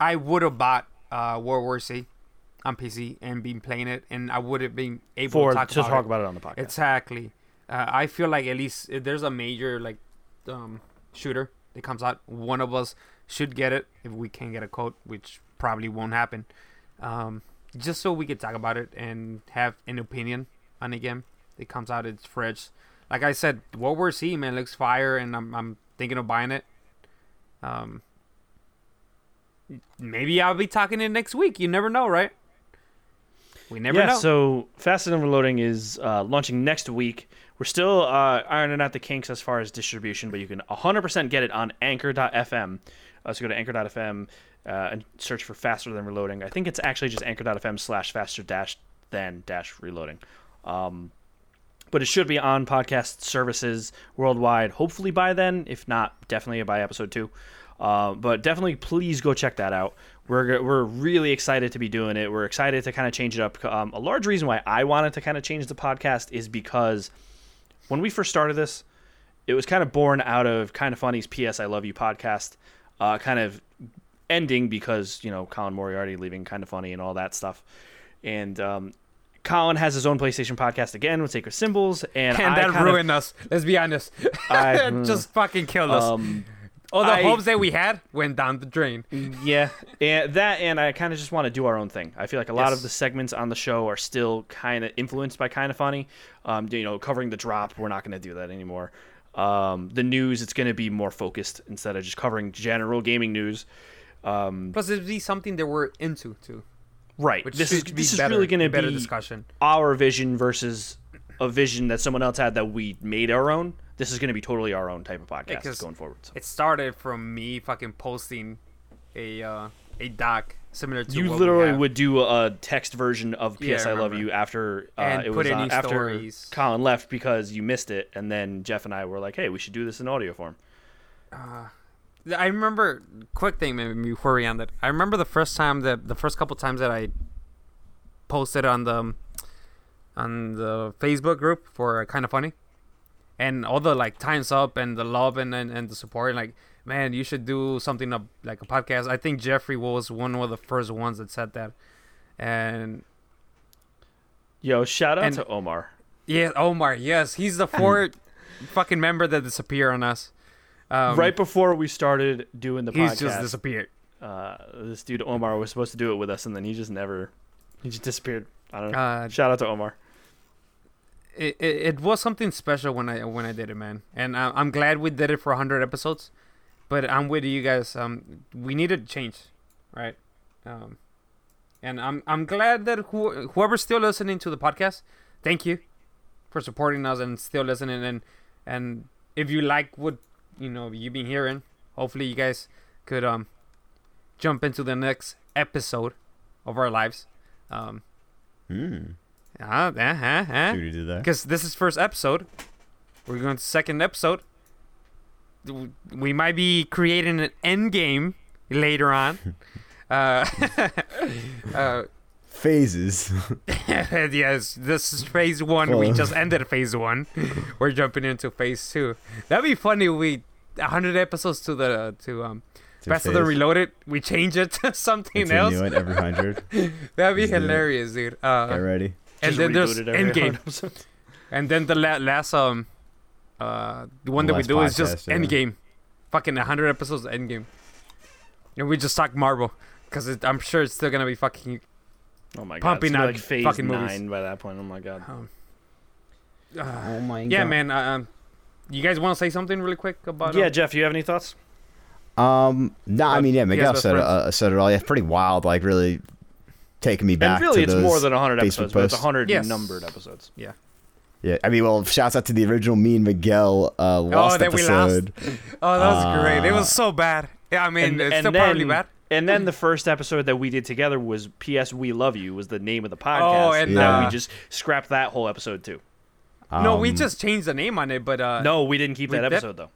Speaker 2: i would have bought uh world war c on pc and been playing it and i would have been able
Speaker 1: For
Speaker 2: to talk
Speaker 1: to
Speaker 2: about
Speaker 1: talk
Speaker 2: it
Speaker 1: about it on the podcast.
Speaker 2: exactly uh, i feel like at least if there's a major like um shooter that comes out one of us should get it if we can get a quote which probably won't happen um just so we could talk about it and have an opinion on the game it comes out it's fresh like i said what we're seeing man looks fire and i'm, I'm thinking of buying it um maybe i'll be talking it next week you never know right we never
Speaker 1: yeah,
Speaker 2: know
Speaker 1: so Fast and Overloading is uh, launching next week. We're still uh, ironing out the kinks as far as distribution, but you can 100% get it on anchor.fm. Uh, so go to anchor.fm uh, and search for Faster Than Reloading. I think it's actually just anchor.fm slash faster dash than dash reloading. Um, but it should be on podcast services worldwide, hopefully by then. If not, definitely by episode two. Uh, but definitely, please go check that out. We're, we're really excited to be doing it. We're excited to kind of change it up. Um, a large reason why I wanted to kind of change the podcast is because when we first started this, it was kind of born out of kind of funny's PS I love you podcast uh, kind of ending because you know Colin Moriarty leaving kind of funny and all that stuff and um, Colin has his own PlayStation podcast again with Sacred Symbols and,
Speaker 2: And
Speaker 1: I
Speaker 2: that
Speaker 1: kind of-
Speaker 2: ruined us. Let's be honest.
Speaker 1: I-
Speaker 2: It just fucking killed us.
Speaker 1: um,
Speaker 2: All the
Speaker 1: I-
Speaker 2: hopes that we had went down the drain.
Speaker 1: yeah, and that, and I kind of just want to do our own thing. I feel like a lot
Speaker 2: Yes.
Speaker 1: of the segments on the show are still kind of influenced by kind of funny. Um, you know, covering the drop, we're not going to do that anymore. Um, the news, it's going to be more focused instead of just covering general gaming news. Um,
Speaker 2: Plus, it'd be something that we're into too,
Speaker 1: right.
Speaker 2: which
Speaker 1: This is
Speaker 2: should be
Speaker 1: this is
Speaker 2: better,
Speaker 1: really going to
Speaker 2: better
Speaker 1: be
Speaker 2: discussion.
Speaker 1: our vision versus a vision that someone else had that we made our own. This is going to be totally our own type of podcast
Speaker 2: Because
Speaker 1: going forward. So.
Speaker 2: It started from me fucking posting a uh, a doc similar to
Speaker 1: You
Speaker 2: what we
Speaker 1: literally
Speaker 2: have.
Speaker 1: would do a text version of PS
Speaker 2: Yeah, I
Speaker 1: I, Love
Speaker 2: remember.
Speaker 1: You after uh,
Speaker 2: And
Speaker 1: it
Speaker 2: put
Speaker 1: was
Speaker 2: in
Speaker 1: on,
Speaker 2: new
Speaker 1: after
Speaker 2: stories.
Speaker 1: Colin left because you missed it, and then Jeff and I were like, "Hey, we should do this in audio form."
Speaker 2: I remember quick thing maybe before we end it. I remember the first time that the first couple times that I posted on the on the Facebook group for kind of funny, and all the like times up and the love and and, and the support and like man you should do something up like a podcast. I think Jeffrey was one of the first ones that said that, and
Speaker 1: Yo, shout out
Speaker 2: And-
Speaker 1: to Omar.
Speaker 2: yeah, Omar, yes, he's the fourth fucking member that disappeared on us. Um,
Speaker 1: right before we started doing the
Speaker 2: he's
Speaker 1: podcast,
Speaker 2: just disappeared.
Speaker 1: uh, this dude Omar was supposed to do it with us, and then he just never, he just disappeared. I don't know.
Speaker 2: Uh,
Speaker 1: shout out to Omar.
Speaker 2: it, it, it was something special when I when I did it, man. And I, I'm glad we did it for 100 episodes. But I'm with you guys. Um, we needed change, right? Um, and I'm I'm glad that who, whoever's still listening to the podcast, thank you for supporting us and still listening. And and if you like what you know you've been hearing, hopefully you guys could um jump into the next episode of our lives. Um,
Speaker 3: Hmm.
Speaker 2: uh, uh, uh, uh.
Speaker 3: See what you did there.
Speaker 2: Because this is first episode. We're going to second episode. W- We might be creating an end game later on. uh, uh,
Speaker 3: Phases.
Speaker 2: yes, this is phase one. We
Speaker 3: Well.
Speaker 2: just ended phase one. We're jumping into phase two. That'd be funny. if We hundred episodes to the to um
Speaker 3: It's a
Speaker 2: best of the
Speaker 3: phase.
Speaker 2: reloaded. We change it to something
Speaker 3: It's a
Speaker 2: else.
Speaker 3: new one every hundred.
Speaker 2: That'd be
Speaker 3: Just do it.
Speaker 2: hilarious, dude.
Speaker 3: Get
Speaker 2: Uh,
Speaker 3: ready.
Speaker 2: and
Speaker 1: Just
Speaker 2: then there's
Speaker 1: rebooted every
Speaker 2: end game.
Speaker 1: episode.
Speaker 2: And then the la- last um uh the one
Speaker 3: The
Speaker 2: that we
Speaker 3: last
Speaker 2: do is just
Speaker 3: podcast, yeah.
Speaker 2: Endgame, fucking hundred episodes of Endgame, and we just talk Marvel because I'm sure it's still gonna be fucking.
Speaker 1: Oh my god,
Speaker 2: Pumping
Speaker 1: it's gonna be
Speaker 2: out
Speaker 1: like phase
Speaker 2: fucking
Speaker 1: nine
Speaker 2: movies.
Speaker 1: by that point. Oh my god.
Speaker 2: Um, uh,
Speaker 3: Oh my
Speaker 2: yeah, man. uh, Um, you guys want to say something really quick about?
Speaker 1: yeah,
Speaker 2: um,
Speaker 1: Jeff, you have any thoughts?
Speaker 3: Um, no, I
Speaker 2: But
Speaker 3: mean, yeah,
Speaker 2: he has
Speaker 3: Miguel
Speaker 2: best
Speaker 3: said it,
Speaker 2: friends.
Speaker 3: uh, said it all. Yeah, it's pretty wild. Like really taking me back.
Speaker 1: and really,
Speaker 3: to
Speaker 1: it's more
Speaker 3: those-
Speaker 1: than hundred
Speaker 3: Facebook
Speaker 1: episodes, but it's
Speaker 3: posts.
Speaker 1: hundred
Speaker 2: Yes.
Speaker 1: numbered episodes.
Speaker 3: Yeah, I mean, well, shouts out to the original me and Miguel uh, lost
Speaker 2: that Oh, we lost.
Speaker 3: episode.
Speaker 2: oh, that was great. It
Speaker 3: uh,
Speaker 2: was so bad. Yeah, I mean,
Speaker 1: and,
Speaker 2: it's
Speaker 1: and
Speaker 2: still
Speaker 1: then,
Speaker 2: probably bad.
Speaker 1: And then the first episode that we did together was "P.S. We Love You" was the name of the podcast.
Speaker 2: Oh, and,
Speaker 1: that
Speaker 3: uh,
Speaker 1: we just scrapped that whole episode too.
Speaker 2: no, we
Speaker 3: Um,
Speaker 2: just changed the name on it, but uh,
Speaker 1: No, we didn't keep
Speaker 2: we
Speaker 1: that
Speaker 2: did-
Speaker 1: episode though.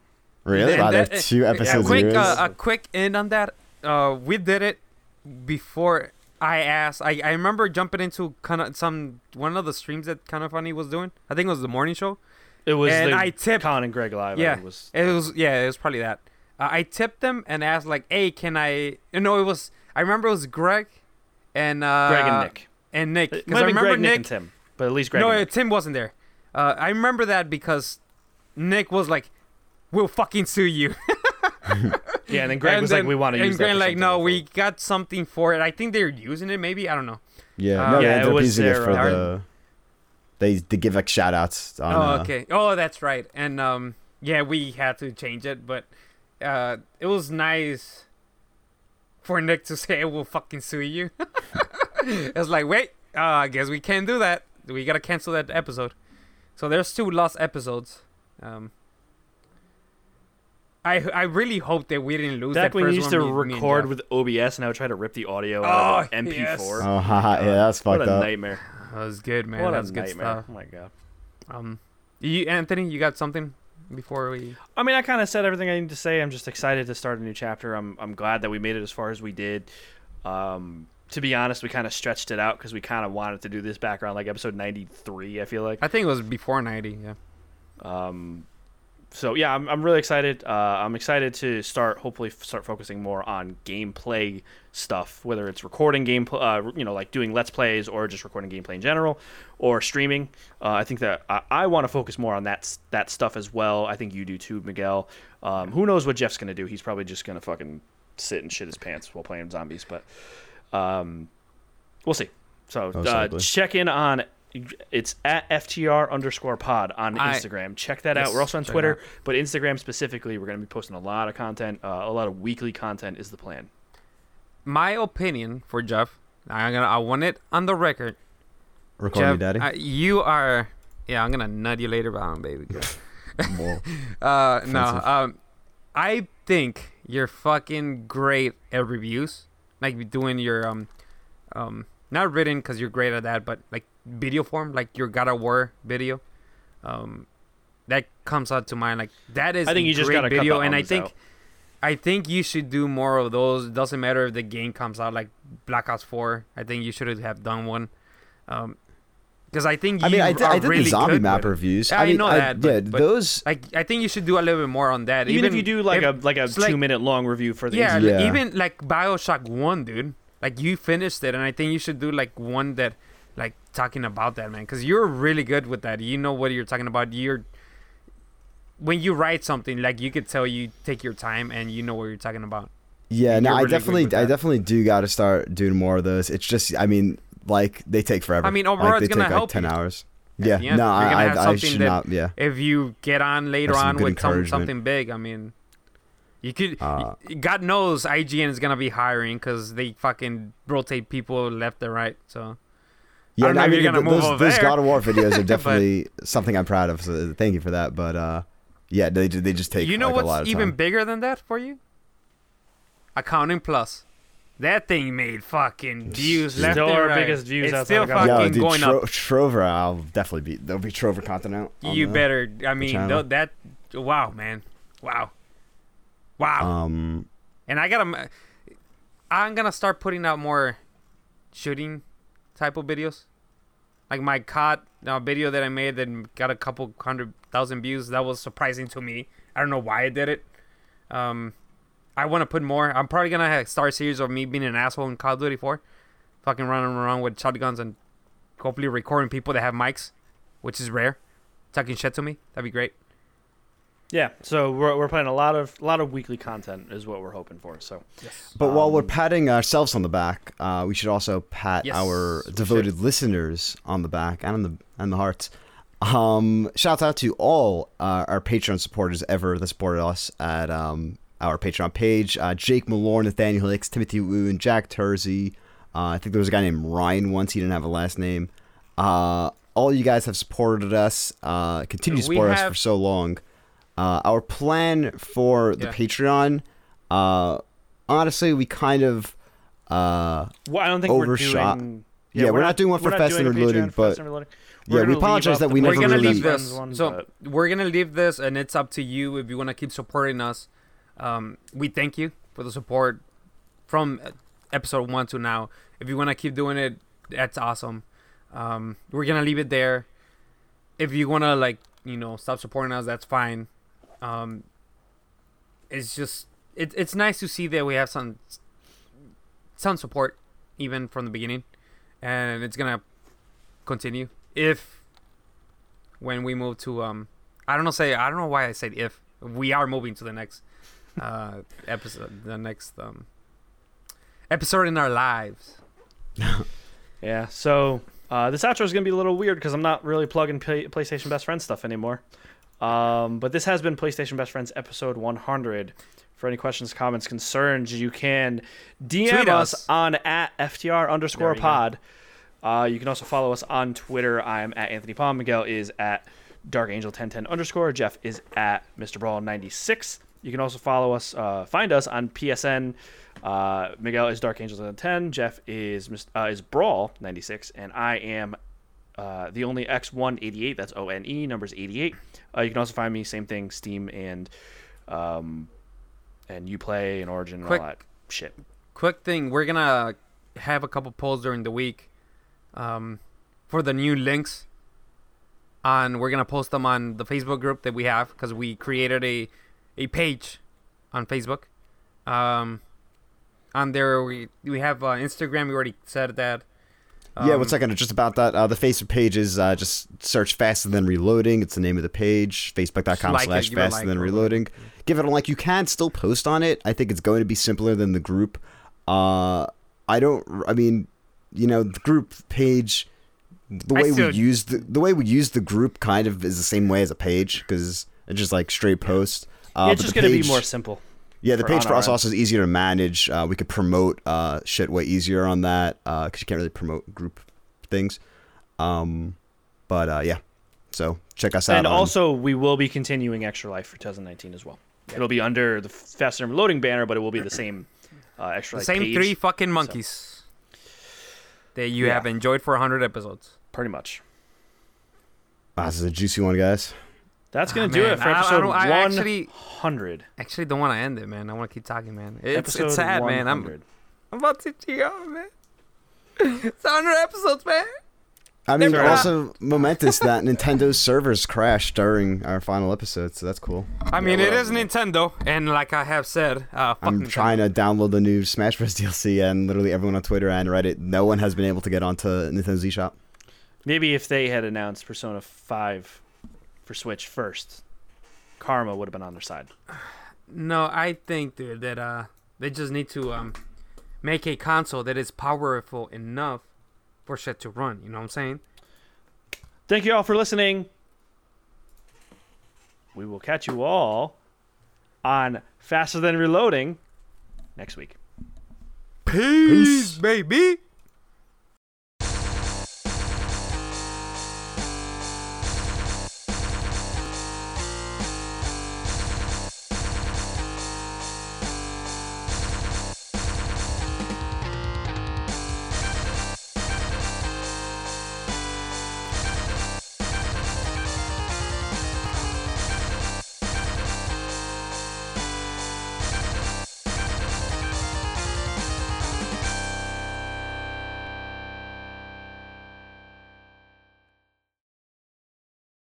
Speaker 3: really
Speaker 2: And
Speaker 3: wow,
Speaker 2: that- uh,
Speaker 3: there's two
Speaker 2: yeah,
Speaker 3: episodes. of
Speaker 2: quick,
Speaker 3: yours?
Speaker 2: uh, a quick end on that. Uh, we did it before I asked. I, I remember jumping into kind of some one of the streams that kind of funny was doing. I think it was the morning show.
Speaker 1: It was
Speaker 2: And
Speaker 1: the
Speaker 2: I tipped-
Speaker 1: Con and Greg live. I
Speaker 2: Yeah,
Speaker 1: think was
Speaker 2: It was yeah, it was probably that. Uh, I tipped them and asked like, "Hey, can I?" You know, it was. I remember it was Greg and uh,
Speaker 1: Greg and Nick.
Speaker 2: and Nick.
Speaker 1: It
Speaker 2: 'cause
Speaker 1: might
Speaker 2: I
Speaker 1: have been
Speaker 2: remember
Speaker 1: Greg, Nick,
Speaker 2: Nick
Speaker 1: and Tim, but at least Greg.
Speaker 2: no,
Speaker 1: and
Speaker 2: uh,
Speaker 1: Nick.
Speaker 2: Tim wasn't there. Uh, I remember that because Nick was like, "We'll fucking sue you."
Speaker 1: yeah, and then Greg
Speaker 2: And
Speaker 1: was
Speaker 2: then-
Speaker 1: like, "We want to use."
Speaker 2: And
Speaker 1: that
Speaker 2: Greg
Speaker 1: for
Speaker 2: like,
Speaker 1: something
Speaker 2: no,
Speaker 1: before."
Speaker 2: we got something for it. I think they're using it. Maybe I don't know.
Speaker 3: yeah,
Speaker 2: uh,
Speaker 3: no, they
Speaker 1: yeah,
Speaker 3: end
Speaker 1: it
Speaker 3: up
Speaker 1: was
Speaker 3: using it for
Speaker 2: Sarah.
Speaker 3: the. They they give like shout outs on.
Speaker 2: oh,
Speaker 3: uh,
Speaker 2: okay. Oh, that's right. And um, yeah, we had to change it, but uh, it was nice for Nick to say, "We'll fucking sue you." it's like, wait, uh, I guess we can't do that. We gotta cancel that episode. So there's two lost episodes. Um. I, I really hope that we didn't lose
Speaker 1: Back
Speaker 2: that
Speaker 1: when
Speaker 2: first
Speaker 1: you used to
Speaker 2: one, me- me and
Speaker 1: record
Speaker 2: Jeff.
Speaker 1: with OBS, and I would try to rip the audio out of
Speaker 2: Oh,
Speaker 1: an MP4.
Speaker 2: yes.
Speaker 3: Oh, haha, yeah, that's
Speaker 1: What
Speaker 3: fucked
Speaker 1: a
Speaker 3: up.
Speaker 1: nightmare!
Speaker 2: That was good, man.
Speaker 1: what a
Speaker 2: That's good
Speaker 1: nightmare!
Speaker 2: stuff.
Speaker 1: Oh my god.
Speaker 2: Um, you, Anthony, you got something before we?
Speaker 1: I mean, I kind of said everything I need to say. I'm just excited to start a new chapter. I'm I'm glad that we made it as far as we did. Um, to be honest, we kind of stretched it out because we kind of wanted to do this back around like episode 93. I feel like.
Speaker 2: I think it was before ninety. Yeah.
Speaker 1: Um, so yeah, I'm, I'm really excited. Uh, I'm excited to start hopefully f- start focusing more on gameplay stuff, whether it's recording gameplay, uh, you know, like doing let's plays or just recording gameplay in general, or streaming. Uh, I think that I, I want to focus more on that s- that stuff as well. I think you do too, Miguel. Um, who knows what Jeff's gonna do? He's probably just gonna fucking sit and shit his pants while playing zombies, but um, we'll see. So
Speaker 3: Most
Speaker 1: uh,
Speaker 3: likely.
Speaker 1: check in on it's at FTR underscore pod on
Speaker 2: I-
Speaker 1: Instagram. Check that out.
Speaker 2: Yes,
Speaker 1: We're also on
Speaker 2: check it
Speaker 1: Twitter,
Speaker 2: out.
Speaker 1: but Instagram specifically, we're going to be posting a lot of content. Uh, a lot of weekly content is the plan.
Speaker 2: My opinion for Jeff, I'm gonna, I want it on the record.
Speaker 3: Record
Speaker 2: Jeff,
Speaker 3: me, daddy.
Speaker 2: uh, you are, yeah, I'm gonna nut you later, but I'm a baby girl.
Speaker 3: Well,
Speaker 2: Uh, no,
Speaker 3: Offensive.
Speaker 2: um, I think you're fucking great at reviews, like doing your um, um, not written because you're great at that, but like video form, like your God of War video, um, that comes out to mind. Like that is
Speaker 1: I think
Speaker 2: a
Speaker 1: you just
Speaker 2: great
Speaker 1: gotta cut the
Speaker 2: video, and I
Speaker 1: ums
Speaker 2: think.
Speaker 1: out.
Speaker 2: I think you should do more of those. Doesn't matter if the game comes out like Black Ops 4. I think you should have done one, Um 'cause because I think you
Speaker 3: I mean, I did,
Speaker 2: are
Speaker 3: I did
Speaker 2: really
Speaker 3: the zombie
Speaker 2: good
Speaker 3: map
Speaker 2: with it.
Speaker 3: reviews.
Speaker 2: Yeah, I
Speaker 3: mean,
Speaker 2: know that, but-
Speaker 3: yeah,
Speaker 2: but-
Speaker 3: those.
Speaker 2: Like I think you should do a little bit more on that.
Speaker 1: Even, if you do like
Speaker 2: if-
Speaker 1: a like a
Speaker 2: it's like-
Speaker 1: two minute long review for the
Speaker 2: yeah,
Speaker 1: Instagram.
Speaker 2: like,
Speaker 3: Yeah.
Speaker 2: even like Bioshock One, dude. Like you finished it, and I think you should do like one that, like talking about that man, because you're really good with that. You know what you're talking about. You're when you write something, like you could tell you take your time and you know what you're talking about.
Speaker 3: Yeah,
Speaker 2: you're
Speaker 3: no, I
Speaker 2: really good
Speaker 3: definitely,
Speaker 2: with
Speaker 3: I
Speaker 2: that.
Speaker 3: definitely do got to start doing more of those. It's just, I mean, like they take forever.
Speaker 2: I mean,
Speaker 3: Like,
Speaker 2: overall,
Speaker 3: they
Speaker 2: it's gonna
Speaker 3: take,
Speaker 2: help
Speaker 3: like ten
Speaker 2: you.
Speaker 3: hours.
Speaker 2: At
Speaker 3: Yeah,
Speaker 2: the end,
Speaker 3: no,
Speaker 2: you're gonna
Speaker 3: I,
Speaker 2: have
Speaker 3: I, I
Speaker 2: something
Speaker 3: should
Speaker 2: that-
Speaker 3: not. Yeah,
Speaker 2: If you get on later
Speaker 3: That's some
Speaker 2: on
Speaker 3: good
Speaker 2: with some,
Speaker 3: encouragement.
Speaker 2: something big, I mean, you could.
Speaker 3: Uh,
Speaker 2: God knows IGN is gonna be hiring because they fucking rotate people left and right. So
Speaker 3: yeah. no,
Speaker 2: don't know
Speaker 3: I
Speaker 2: if
Speaker 3: mean,
Speaker 2: you're gonna
Speaker 3: th-
Speaker 2: move
Speaker 3: those,
Speaker 2: over
Speaker 3: those
Speaker 2: there.
Speaker 3: God of War videos are definitely something I'm proud of. So thank you for that. But uh, yeah, they ju- they just take.
Speaker 2: you know
Speaker 3: like, a lot
Speaker 2: what's
Speaker 3: of
Speaker 2: even
Speaker 3: time.
Speaker 2: bigger than that for you? Accounting Plus. That thing made fucking views
Speaker 1: Still
Speaker 2: left and
Speaker 1: our
Speaker 2: right.
Speaker 1: biggest views
Speaker 2: It's
Speaker 1: outside
Speaker 2: still
Speaker 1: of Accounting
Speaker 2: fucking
Speaker 3: yeah, dude,
Speaker 2: going
Speaker 3: Tro-
Speaker 2: up.
Speaker 3: Trover, I'll definitely be. There'll be Trover content out. on
Speaker 2: You
Speaker 3: uh, the-
Speaker 2: better. I mean,
Speaker 3: channel.
Speaker 2: tho- that. Wow, man. Wow. Wow.
Speaker 3: Um,
Speaker 2: and I gotta. I'm gonna start putting out more shooting type of videos. Like my COD uh, video that I made that got a couple hundred thousand views. That was surprising to me. I don't know why I did it. Um, I want to put more. I'm probably gonna have start a series of me being an asshole in Call of Duty 4, fucking running around with shotguns and hopefully recording people that have mics, which is rare. Talking shit to me. That'd be great.
Speaker 1: Yeah, so we're we're planning a lot of a lot of weekly content is what we're hoping for. So
Speaker 2: Yes.
Speaker 3: But while we're
Speaker 1: Um,
Speaker 3: patting ourselves on the back, uh, we should also pat
Speaker 2: Yes,
Speaker 3: our
Speaker 2: we
Speaker 3: devoted listeners on the back and on the and the hearts. Um, shout out to all uh, our Patreon supporters ever that supported us at um, our Patreon page: uh, Jake Malore, Nathaniel Hicks, Timothy Wu, and Jack Terzi. Uh, I think there was a guy named Ryan once. He didn't have a last name. Uh, all you guys have supported us, uh, continue to
Speaker 2: We
Speaker 3: support us
Speaker 2: have-
Speaker 3: for so long. Uh, our plan for the
Speaker 2: Yeah.
Speaker 3: Patreon, uh, honestly, we kind of, uh,
Speaker 1: well, I don't think
Speaker 3: Overshot.
Speaker 1: we're doing.
Speaker 3: Yeah, we're not doing one for
Speaker 1: we're not
Speaker 3: Fast and
Speaker 1: doing a
Speaker 3: Reloaded,
Speaker 1: Patreon for
Speaker 3: but-
Speaker 1: Fast and Reloaded. We're
Speaker 3: yeah,
Speaker 1: gonna
Speaker 3: we
Speaker 1: leave
Speaker 3: apologize
Speaker 1: off
Speaker 3: that
Speaker 1: the
Speaker 3: we
Speaker 2: we're
Speaker 3: never
Speaker 1: Patreon
Speaker 2: gonna
Speaker 3: really-
Speaker 2: leave
Speaker 1: friends
Speaker 2: this.
Speaker 1: one,
Speaker 2: so
Speaker 1: but-
Speaker 2: we're gonna leave this, and it's up to you if you want to keep supporting us. Um, we thank you for the support from uh, episode one to now. If you want to keep doing it, that's awesome. Um, we're gonna leave it there. If you wanna like, you know, stop supporting us, that's fine. Um, it's just it, it's nice to see that we have some some support even from the beginning, and it's gonna continue if when we move to um I don't know say I don't know why I said if we are moving to the next uh episode the next um episode in our lives.
Speaker 1: Yeah. So uh, this outro is going to be a little weird because I'm not really plugging play- PlayStation Best Friends stuff anymore. Um, but this has been PlayStation Best Friends episode 100. For any questions, comments, concerns, you can DM
Speaker 2: Tweet
Speaker 1: us.
Speaker 2: us.
Speaker 1: on at FTR underscore
Speaker 2: There you go.
Speaker 1: pod. Uh, you can also follow us on Twitter. I'm at Anthony Palm. Miguel is at Dark Angel 1010 underscore. Jeff is at Mr. Brawl 96. You can also follow us, uh, find us on PSN. Uh, Miguel is Dark Angel 1010. Jeff is Mis- uh, is Brawl 96, and I am uh, the only X188. That's O N E. Numbers 88. Uh, you can also find me same thing Steam and um, and Uplay and Origin and
Speaker 2: Quick-
Speaker 1: all that shit.
Speaker 2: Quick thing, we're gonna have a couple polls during the week um for the new links on we're gonna post them on the Facebook group that we have because we created a a page on Facebook. Um, on there we we have uh, Instagram. We already said that.
Speaker 3: yeah,
Speaker 2: Um,
Speaker 3: one second. Just about that. Uh, the Facebook page is uh, just search faster than reloading. It's the name of the page. Facebook.com
Speaker 2: Like it,
Speaker 3: slash
Speaker 2: give it a
Speaker 3: faster
Speaker 2: like
Speaker 3: than
Speaker 2: or
Speaker 3: reloading. Give it a like. You can still post on it. I think it's going to be simpler than the group. Uh, I don't. I mean, you know, the group page. The
Speaker 2: I
Speaker 3: way we
Speaker 2: still-
Speaker 3: use the, the way we use the group kind of is the same way as a page because it's just like straight post. Uh,
Speaker 1: it's
Speaker 3: but
Speaker 1: just
Speaker 3: the
Speaker 1: going to be
Speaker 3: page-
Speaker 1: more simple.
Speaker 3: yeah, the
Speaker 1: for
Speaker 3: page
Speaker 1: on
Speaker 3: for
Speaker 1: our
Speaker 3: us
Speaker 1: end.
Speaker 3: also is easier to manage. Uh, we could promote uh, shit way easier on that because you can't really promote group things. Um, but uh, yeah, so check us out.
Speaker 1: And
Speaker 3: on-
Speaker 1: also, we will be continuing Extra Life for 2019 as well. It'll be under the Faster and Reloading banner, but it will be the same uh, Extra
Speaker 2: The
Speaker 1: Life
Speaker 2: same
Speaker 1: page,
Speaker 2: three fucking monkeys that you
Speaker 1: Yeah.
Speaker 2: have enjoyed for hundred episodes.
Speaker 1: pretty much.
Speaker 3: Wow, this is a juicy one, guys.
Speaker 1: That's
Speaker 2: Ah,
Speaker 1: going to do
Speaker 2: man,
Speaker 1: it for
Speaker 2: I- I
Speaker 1: episode
Speaker 2: don't- I actually-
Speaker 1: 100.
Speaker 2: Actually, don't want to end it, man. I want to keep talking, man. It's
Speaker 1: episode
Speaker 2: it's sad, man. I'm
Speaker 1: 100.
Speaker 2: I'm about to tear up, man. It's 100 episodes, man.
Speaker 3: I mean,
Speaker 2: They're
Speaker 3: also momentous that Nintendo's servers crashed during our final episode, so that's cool.
Speaker 2: I mean, it
Speaker 1: well,
Speaker 2: is Nintendo, and like I have said, uh, fuck
Speaker 3: I'm
Speaker 2: Nintendo.
Speaker 3: trying to download the new Smash Bros. DLC, and literally everyone on Twitter and Reddit, no one has been able to get onto Nintendo's eShop.
Speaker 1: Maybe if they had announced Persona 5 for Switch first, Karma would have been on their side.
Speaker 2: No, I think, dude, that uh, they just need to um, make a console that is powerful enough for shit to run. You know what I'm saying?
Speaker 1: Thank you all for listening. We will catch you all on Faster Than Reloading next week.
Speaker 2: Peace, baby.